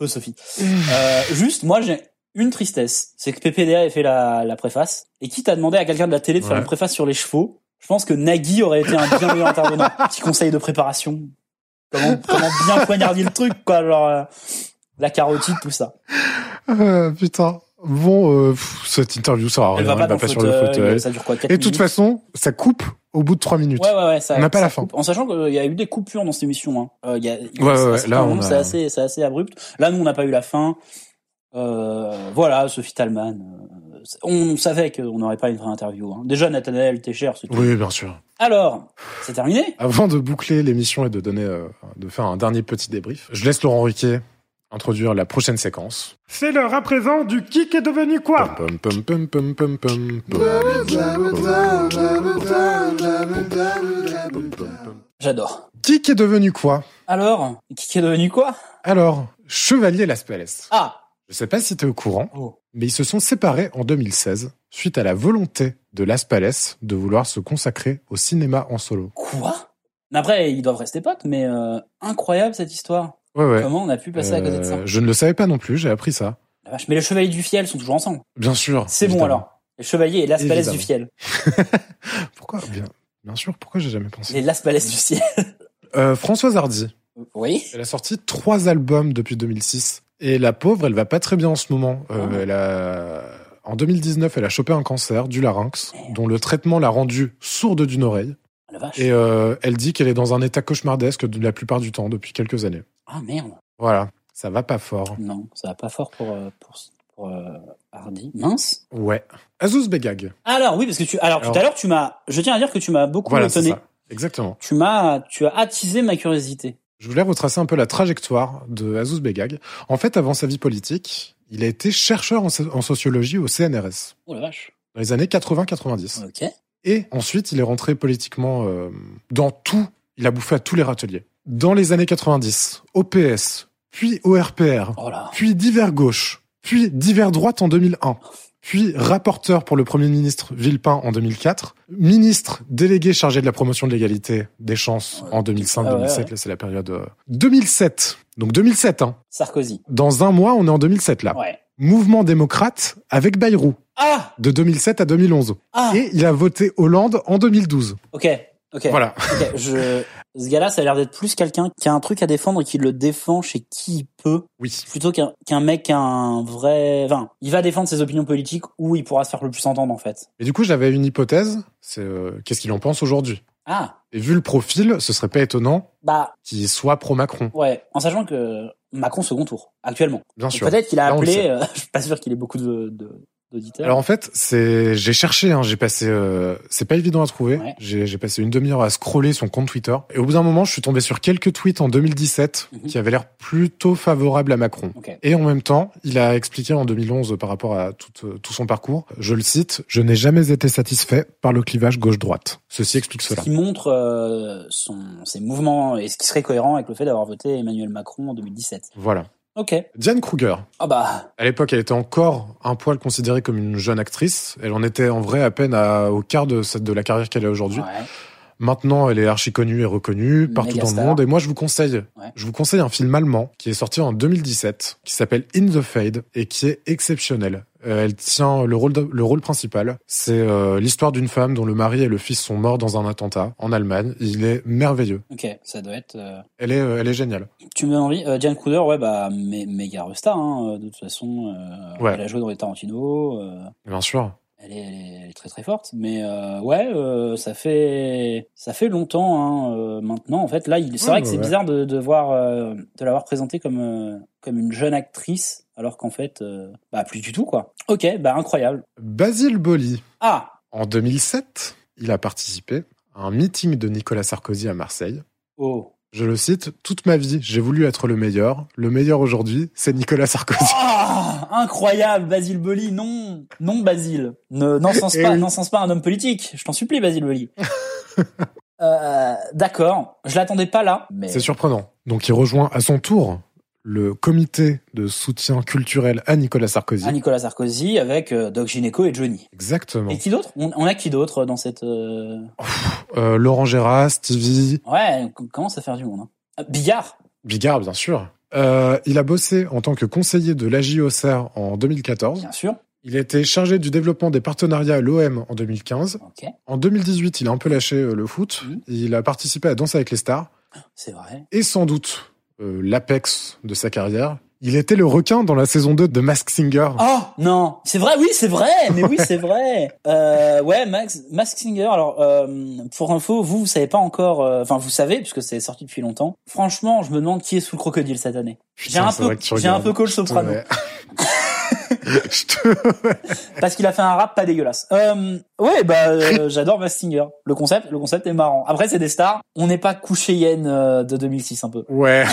peu, Sophie. Euh, juste, moi, j'ai une tristesse. C'est que PPDA ait fait la, la préface. Et quitte à demander à quelqu'un de la télé de faire Ouais. une préface sur les chevaux, je pense que Nagui aurait été un bien meilleur intervenant. Petit conseil de préparation. Comment, comment bien poignarder le truc, quoi. Genre, euh, la carotide, tout ça. Euh, putain. Bon, euh, pff, cette interview ça rien. Elle va pas dans le pas sur le fauteuil, fauteuil. ça dure quoi, quatre Et de toute minutes façon, ça coupe au bout de trois minutes. Ouais, ouais, ouais, ça, on n'a pas ça la fin. coupe. En sachant qu'il y a eu des coupures dans cette émission. Hein. Euh, il y a, il y a- Ouais, ouais, c'est- ouais, c'est là, pas on long, a- c'est assez, c'est assez abrupt. Là, nous, on n'a pas eu la fin. Euh, voilà, Sophie Talman. euh, c'est- on savait qu'on n'aurait pas une vraie interview. Hein. Déjà, Nathanaël Técher, c'est tout. Oui, bien sûr. Alors, c'est terminé Avant de boucler l'émission et de donner, euh, de faire un dernier petit débrief, je laisse Laurent Riquet introduire la prochaine séquence. C'est l'heure à présent du qui est devenu quoi Pum, pum, pum, pum, pum, pum, pum. J'adore. Qui est devenu quoi Alors, qui est devenu quoi Alors, Chevalier Laspalès. Ah Je sais pas si t'es au courant, Oh. mais ils se sont séparés en 2016 suite à la volonté de Laspalès de vouloir se consacrer au cinéma en solo. Quoi Mais Après, ils doivent rester potes, mais euh, incroyable cette histoire. Ouais, ouais. Comment on a pu passer à côté de ça Euh, Je ne le savais pas non plus, j'ai appris ça. La vache, Mais les Chevaliers du Fiel sont toujours ensemble. Bien sûr. C'est bon évidemment. alors. Les Chevaliers et Las Palais du Évidemment. Fiel. Pourquoi bien, bien sûr, pourquoi j'ai jamais pensé Les Las Palais du Ciel. Euh, Françoise Hardy. Oui. Elle a sorti trois albums depuis 2006. Et la pauvre, elle va pas très bien en ce moment. Euh, Ah. elle a... En 2019, elle a chopé un cancer du larynx, dont le traitement l'a rendue sourde d'une oreille. Ah, La vache. Et euh, elle dit qu'elle est dans un état cauchemardesque de la plupart du temps depuis quelques années. Ah merde. Voilà, ça va pas fort. Non, ça va pas fort pour, euh, pour, pour euh, Hardy. Mince. Ouais. Azouz Begag. Alors oui, parce que tu. Alors, Alors- tout à l'heure, tu m'as. Je tiens à dire que tu m'as beaucoup Voilà, c'est étonné. ça. Exactement. Tu m'as. Tu as attisé ma curiosité. Je voulais retracer un peu la trajectoire de Azouz Begag. En fait, avant sa vie politique, il a été chercheur en so- en sociologie au CNRS. Oh la vache. dans les années 80-90. Ok. Et ensuite, il est rentré politiquement euh, dans tout. Il a bouffé à tous les râteliers. Dans les années 90, au PS, puis au RPR, Oh là. puis divers gauche, puis divers droite en 2001, puis rapporteur pour le Premier ministre Villepin en 2004, ministre délégué chargé de la promotion de l'égalité des chances en 2005-2007, Ah ouais, ouais. là c'est la période... euh, 2007, donc 2007, hein. Sarkozy. dans un mois on est en 2007 là. Ouais. Mouvement démocrate avec Bayrou Ah. de 2007 à 2011. Ah. Et il a voté Hollande en 2012. Ok. Ok. Voilà. Ok, Je. Ce gars-là, ça a l'air d'être plus quelqu'un qui a un truc à défendre et qui le défend chez qui il peut, Oui. plutôt qu'un qu'un mec qui a un vrai. Enfin, il va défendre ses opinions politiques où il pourra se faire le plus entendre en fait. Et du coup, j'avais une hypothèse. C'est euh, qu'est-ce qu'il en pense aujourd'hui Ah. Et vu le profil, ce serait pas étonnant Bah. qu'il soit pro-Macron. Ouais, en sachant que Macron second tour, actuellement. Bien Donc sûr. Peut-être qu'il a Là, on le appelé, sait. euh, je suis pas sûr qu'il ait beaucoup de- de- d'auditeurs. Alors en fait, c'est j'ai cherché, hein, j'ai passé, euh, c'est pas évident à trouver. Ouais. J'ai j'ai passé une demi-heure à scroller son compte Twitter et au bout d'un moment, je suis tombé sur quelques tweets en 2017 Mhm. qui avaient l'air plutôt favorables à Macron. Ok. Et en même temps, il a expliqué en 2011 euh, par rapport à tout, euh, tout son parcours, je le cite, je n'ai jamais été satisfait par le clivage gauche-droite. Ceci explique Ce cela. qui montre euh, son, ses mouvements et ce qui serait cohérent avec le fait d'avoir voté Emmanuel Macron en 2017. Voilà. Ok. Diane Kruger. Ah bah, À l'époque, elle était encore un poil considérée comme une jeune actrice. Elle en était en vrai à peine à- au quart de, celle- de la carrière qu'elle a aujourd'hui. ouais. Maintenant, elle est archi connue et reconnue partout dans le Megastar. monde. Et moi, je vous conseille, je vous conseille un film allemand qui est sorti en 2017, qui s'appelle In the Fade et qui est exceptionnel. Euh, elle tient le rôle, de- le rôle principal. C'est euh, l'histoire d'une femme dont le mari et le fils sont morts dans un attentat en Allemagne. Il est merveilleux. Ok, ça doit être. euh, Elle est, euh, elle est géniale. Tu me donnes envie. Euh, Diane Kruder, ouais, bah, mé- méga restar, hein, euh, de toute façon. euh, Ouais. Elle a joué dans les Tarantino. euh, Bien sûr. elle, est, elle est- elle est très très forte. Mais euh, ouais, euh, ça fait ça fait longtemps hein, euh, maintenant. En fait, là, il- c'est Ouais, vrai que ouais, c'est ouais. bizarre de, de voir euh, de l'avoir présentée comme euh, comme une jeune actrice, alors qu'en fait, euh, bah plus du tout quoi. Ok, bah incroyable. Basile Boli. Ah. En 2007, il a participé à un meeting de Nicolas Sarkozy à Marseille. Oh. Je le cite, toute ma vie, j'ai voulu être le meilleur. Le meilleur aujourd'hui, c'est Nicolas Sarkozy. Ah, incroyable, Basile Boli, non, non Basile, ne n'encense Eh pas, oui. n'encense pas un homme politique, je t'en supplie Basile Boli. Euh, D'accord, je l'attendais pas là, mais C'est surprenant. Donc il rejoint à son tour le comité de soutien culturel à Nicolas Sarkozy. à Nicolas Sarkozy avec euh, Doc Gineco et Johnny. Exactement. Et qui d'autre on, on a qui d'autre dans cette euh, Euh, Laurent Gérard, Stevie, ouais, on commence à faire du monde. hein. Ah, Bigard, Bigard, bien sûr. Euh, il a bossé en tant que conseiller de l'AJOCR en 2014. Bien sûr. Il a été chargé du développement des partenariats à l'OM en 2015. En 2018, il a un peu lâché euh, le foot. Mmh. Il a participé à Danse avec les stars. c'est vrai. Et sans doute, euh, l'apex de sa carrière, il était le requin dans la saison 2 de Mask Singer. Oh non, c'est vrai, oui c'est vrai, mais oui c'est vrai. Euh, ouais, Max, Max Singer. Alors euh, pour info, vous vous savez pas encore, euh, enfin vous savez puisque c'est sorti depuis longtemps. Franchement, je me demande qui est sous le crocodile cette année. J'ai Putain, un Ah, c'est peu, vrai que tu j'ai un regardes. peu Cole Soprano Ouais. parce qu'il a fait un rap pas dégueulasse. Euh, ouais, bah euh, j'adore Max Singer. Le concept, le concept est marrant. Après c'est des stars. On n'est pas couché Yen euh, de 2006 un peu. Ouais.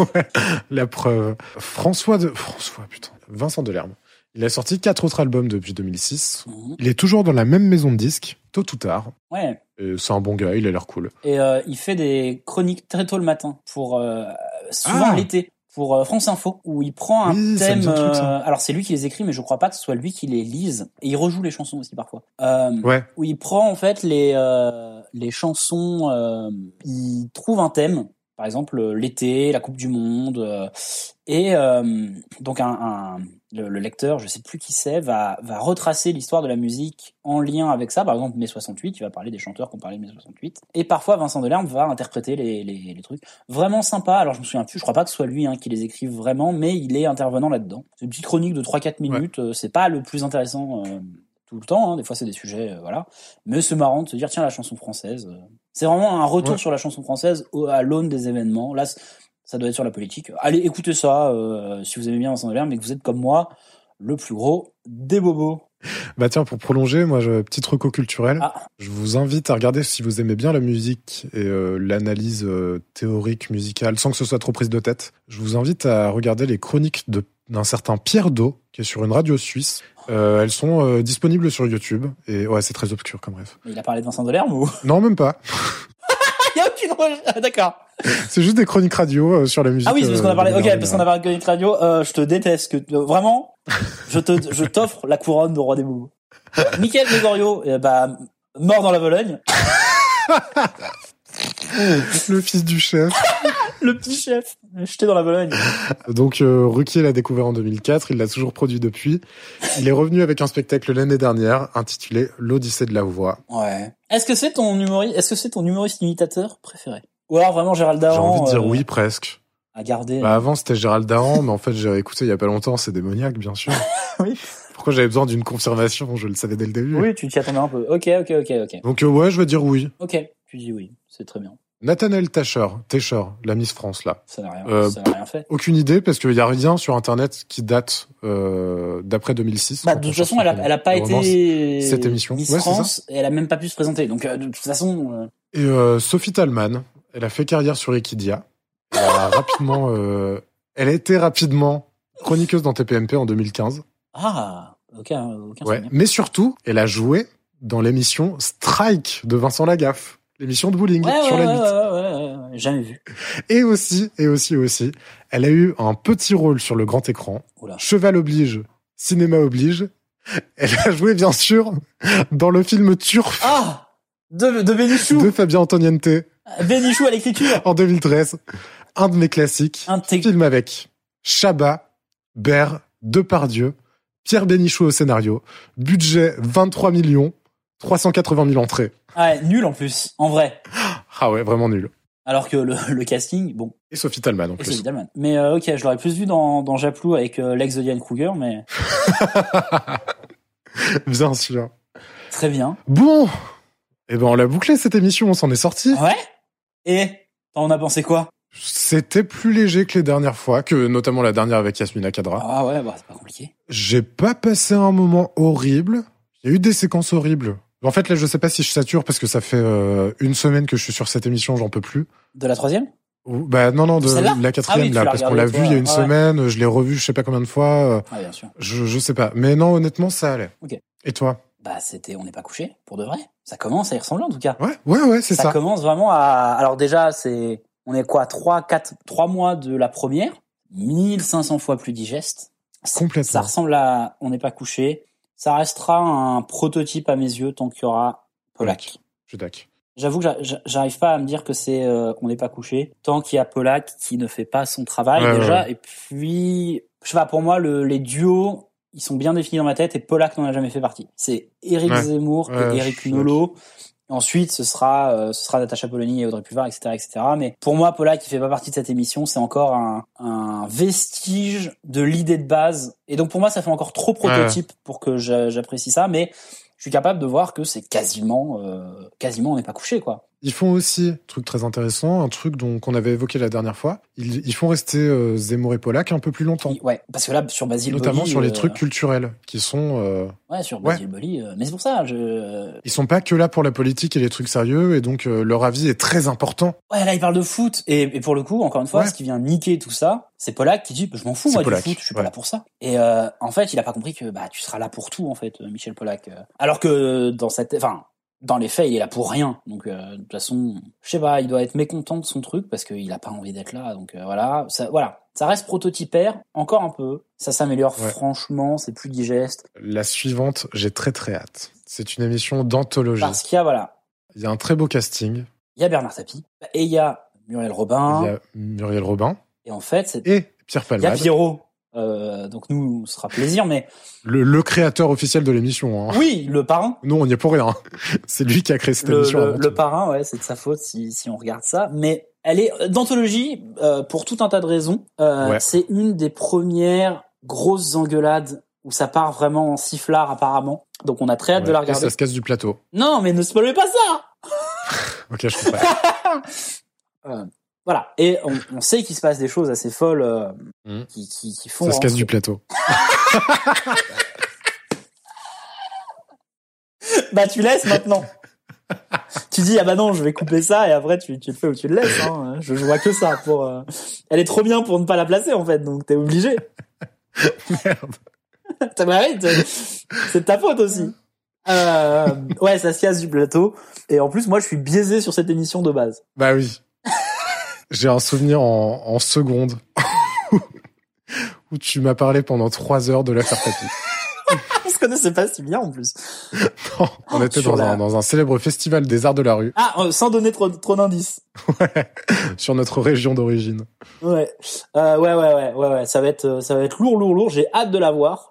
Ouais. la preuve. François de François, putain, Vincent Delerme. Il a sorti quatre autres albums depuis 2006. Il est toujours dans la même maison de disques, tôt ou tard. Mhm. Ouais. Et C'est un bon gars, il a l'air cool. Et euh, il fait des chroniques très tôt le matin pour euh, souvent Ah. l'été pour euh, France Info où il prend un Oui, ça me thème. dit un truc, ça. euh, alors c'est lui qui les écrit, mais je crois pas que ce soit lui qui les lise. Et il rejoue les chansons aussi parfois. Euh, Ouais. Où il prend en fait les euh, les chansons, euh, il trouve un thème. Par exemple euh, l'été, la Coupe du Monde, euh, et euh, donc un, un- le, le lecteur, je sais plus qui c'est, va va retracer l'histoire de la musique en lien avec ça. Par exemple mai 68, il va parler des chanteurs qu'on parlait de mai 68, et parfois Vincent Delerme va interpréter les, les, les trucs. Vraiment sympa. Alors je me souviens plus, je crois pas que ce soit lui hein, qui les écrive vraiment, mais il est intervenant là-dedans. C'est une petite chronique de 3-4 minutes. euh, C'est pas le plus intéressant. euh, tout le temps, hein. des fois c'est des sujets, euh, voilà. Mais c'est marrant de se dire, tiens, la chanson française. euh, C'est vraiment un retour Ouais. sur la chanson française au- à l'aune des événements. Là, c- ça doit être sur la politique. Allez, écoutez ça, euh, si vous aimez bien Vincent Delerme, mais que vous êtes comme moi, le plus gros des bobos. Bah tiens, pour prolonger, moi, je, petit reco culturel. Ah. Je vous invite à regarder si vous aimez bien la musique et euh, l'analyse euh, théorique musicale, sans que ce soit trop prise de tête. Je vous invite à regarder les chroniques de d'un certain Pierre Do, qui est sur une radio suisse. Euh, elles sont euh, disponibles sur YouTube. Et ouais, c'est très obscur comme bref. Mais il a parlé de Vincent Delerme ou Non, même pas. Il n'y a aucune recherche. Ah, D'accord. C'est juste des chroniques radio euh, sur la musique. Ah oui, c'est parce qu'on a euh, parlé. de Ok, manière parce qu'on a parlé de Connect Radio. euh, je te déteste. Que, euh, vraiment, je te, je t'offre la couronne de roi des bobos. Michael Gregorio, eh bah, mort dans la Vologne. Le fils du chef. le petit chef jeté dans la Vologne. Donc euh, Ruquier l'a découvert en 2004, il l'a toujours produit depuis. Il est revenu avec un spectacle l'année dernière intitulé L'Odyssée de la voix. Ouais. Est-ce que c'est ton humoriste, est-ce que c'est ton humoriste imitateur préféré Ou alors vraiment Gérald Darman J'ai envie de dire euh, oui presque. À garder. Bah, avant c'était Gérald Daran, mais en fait j'ai écouté il y a pas longtemps, c'est démoniaque bien sûr. Oui. Pourquoi j'avais besoin d'une confirmation Je le savais dès le début. Oui, tu t'y attendais un peu. Ok, ok, ok, ok. Donc euh, ouais, je veux dire oui. Ok, tu dis oui, c'est très bien. Nathanaël Tacher, Tacher, la Miss France là. Ça n'a rien, Euh, ça n'a rien fait. Aucune idée parce qu'il y a rien sur internet qui date euh, d'après 2006. Bah, de toute façon, elle a, elle a pas Vraiment, été cette émission. Miss Ouais, c'est ça. France, et elle a même pas pu se présenter. Donc euh, de toute façon, euh, Et euh, Sophie Talman, elle a fait carrière sur Equidia. Elle a rapidement, euh, elle a été rapidement chroniqueuse dans TPMP en 2015. ah, aucun, aucun Ouais. souvenir. Mais surtout, elle a joué dans l'émission Strike de Vincent Lagaffe, l'émission de bowling Ouais, ouais, sur ouais, la ouais, huit. ouais, ouais, ouais, jamais vu. Et aussi, et aussi, aussi, elle a eu un petit rôle sur le grand écran. Oh Cheval oblige, cinéma oblige. Elle a joué, bien sûr, dans le film Turf. Ah De, de Bénichou. De Fabien Antoniente. Bénichou à l'écriture. En 2013. Un de mes classiques. Un t- Film avec Chabat, Baird, Depardieu, Pierre Bénichou au scénario. Budget 23 millions, 380 000 entrées. Ouais, nul en plus, en vrai. Ah ouais, vraiment nul. Alors que le, le casting, bon. Et Sophie Talman en et plus. Sophie Dalman. Mais euh, ok, je l'aurais plus vu dans, dans Japlou avec euh, l'ex de Diane Kruger, mais Bien sûr. très bien. Bon. Eh ben, on l'a bouclé cette émission, on s'en est sorti. Ouais Et t'en as pensé quoi C'était plus léger que les dernières fois, que notamment la dernière avec Yasmina Kadra. Ah ouais, bah c'est pas compliqué. J'ai pas passé un moment horrible. Il y a eu des séquences horribles. En fait, là, je sais pas si je sature parce que ça fait euh, une semaine que je suis sur cette émission, j'en peux plus. De la troisième Ou- Bah non, non, de Celle-là la Ah quatrième oui, tu là, l'as parce qu'on l'a regardée, vu il y a une toi, ouais. semaine, je l'ai revu, je sais pas combien de fois. euh, Ah bien sûr. Je, je sais pas. Mais non, honnêtement, ça allait. Ok. Et toi Bah c'était, on n'est pas couché pour de vrai. Ça commence à y ressembler en tout cas. Ouais, ouais, ouais, c'est ça, ça. commence vraiment à. Alors déjà, c'est on est quoi trois, quatre, trois mois de la première, 1500 fois plus digeste. Complètement. Ça ressemble à on n'est pas couché. Ça restera un prototype à mes yeux tant qu'il y aura Polak. Je suis d'accord. J'avoue que j'a- j'a- j'arrive pas à me dire que c'est euh, on n'est pas couché tant qu'il y a Polak qui ne fait pas son travail Ouais, déjà. ouais, Et puis, je sais pas, pour moi, le- les duos, ils sont bien définis dans ma tête et Polak n'en a jamais fait partie. C'est Eric Ouais. Zemmour Ouais, et je Eric suis Nolot. Ensuite, ce sera, euh, ce sera Natacha Polony et Audrey Pulvar, etc., etc. Mais pour moi, Polak, qui fait pas partie de cette émission, c'est encore un, un vestige de l'idée de base. Et donc, pour moi, ça fait encore trop prototype pour que j'a- j'apprécie ça. Mais je suis capable de voir que c'est quasiment, euh, quasiment, on n'est pas couché, quoi. Ils font aussi, truc très intéressant, un truc dont qu'on avait évoqué la dernière fois, ils, ils font rester euh, Zemmour et Polak un peu plus longtemps. Qui- ouais, parce que là, sur Basile Notamment Boli, sur les euh, trucs culturels, qui sont... euh, Ouais, sur Ouais. Basile Boli. euh, mais c'est pour ça, je, ils sont pas que là pour la politique et les trucs sérieux, et donc euh, leur avis est très important. Ouais, là, il parle de foot. Et, et pour le coup, encore une fois, Ouais. ce qui vient niquer tout ça, c'est Polak qui dit, bah, je m'en fous, C'est moi, Polak, du foot, je suis ouais. pas là pour ça. Et euh, en fait, il a pas compris que bah tu seras là pour tout, en fait, euh, Michel Polak. Euh, Alors que dans cette... Enfin, dans les faits, il est là pour rien. Donc, euh, de toute façon, je sais pas, il doit être mécontent de son truc parce qu'il a pas envie d'être là. Donc, euh, voilà. Ça, voilà. Ça reste prototypaire, encore un peu. Ça s'améliore Ouais. franchement, c'est plus digeste. La suivante, j'ai très très hâte. C'est une émission d'anthologie. Parce qu'il y a, voilà, Il y a un très beau casting, il y a Bernard Tapie, et il y a Muriel Robin, il y a Muriel Robin et en fait, c'est et Pierre Hein Il y a Palmade, Pierrot. Euh, donc nous, on sera plaisir, mais le, le créateur officiel de l'émission. Hein. oui, le parrain, Nous, on y est pour rien. C'est lui qui a créé cette le, émission. le- avant le tout. parrain, ouais, c'est de sa faute si, si on regarde ça. Mais elle est euh, d'anthologie euh, pour tout un tas de raisons. Euh, Ouais. C'est une des premières grosses engueulades où ça part vraiment en sifflard apparemment. Donc on a très hâte de Ouais. la Et regarder. ça se casse du plateau. Non, mais ne spoilez pas ça. Ok, je comprends. Voilà. Et on, on sait qu'il se passe des choses assez folles euh, Mhm. qui, qui, qui font. ça se casse rentrer- du plateau. Bah tu laisses maintenant. tu dis ah bah non je vais couper ça et après tu, tu le fais ou tu le laisses. Hein. Je, je vois que ça pour. euh, Elle est trop bien pour ne pas la placer en fait donc t'es obligé. Merde. T'as- bah ouais, t'as- C'est de ta faute aussi. Euh, ouais ça se casse du plateau et en plus moi je suis biaisé sur cette émission de base. Bah oui. J'ai un souvenir en, en seconde où tu m'as parlé pendant trois heures de l'affaire Tapie. On se connaissait pas si bien en plus. Non, on était Sur dans, la- un, dans un célèbre festival des arts de la rue Ah euh, sans donner trop trop d'indices. sur notre région d'origine. Ouais. Euh, ouais, ouais, ouais, ouais, ouais. Ça va être, euh, ça va être lourd, lourd, lourd. J'ai hâte de la voir.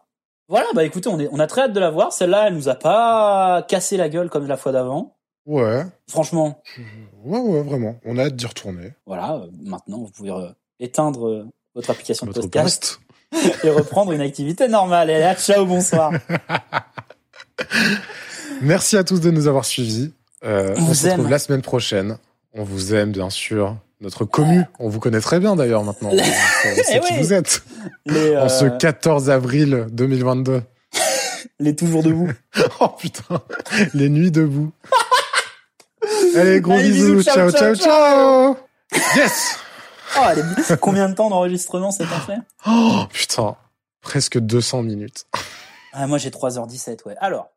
Voilà, bah écoutez, on, est, on a très hâte de la voir. Celle-là, elle nous a pas cassé la gueule comme la fois d'avant. Ouais, Franchement, ouais, ouais, vraiment. On a hâte d'y retourner. voilà, euh, maintenant, vous pouvez euh, éteindre euh, votre application de Notre podcast poste. et reprendre une activité normale. Et là, ciao, bonsoir. Merci à tous de nous avoir suivis. Euh, On on vous se retrouve aime. la semaine prochaine. On vous aime, bien sûr. Notre commu, on vous connaît très bien d'ailleurs maintenant. on sait Eh qui oui. vous êtes. Les, En ce euh, 14 avril 2022. les toujours debout. Oh putain, les nuits debout. Allez, gros Allez, bisous, bisous, ciao, ciao, ciao. ciao, ciao. Yes Oh, elle est bien. Combien de temps d'enregistrement c'est en fait Oh putain, presque 200 minutes. ah, Moi, j'ai 3h17, ouais. Alors.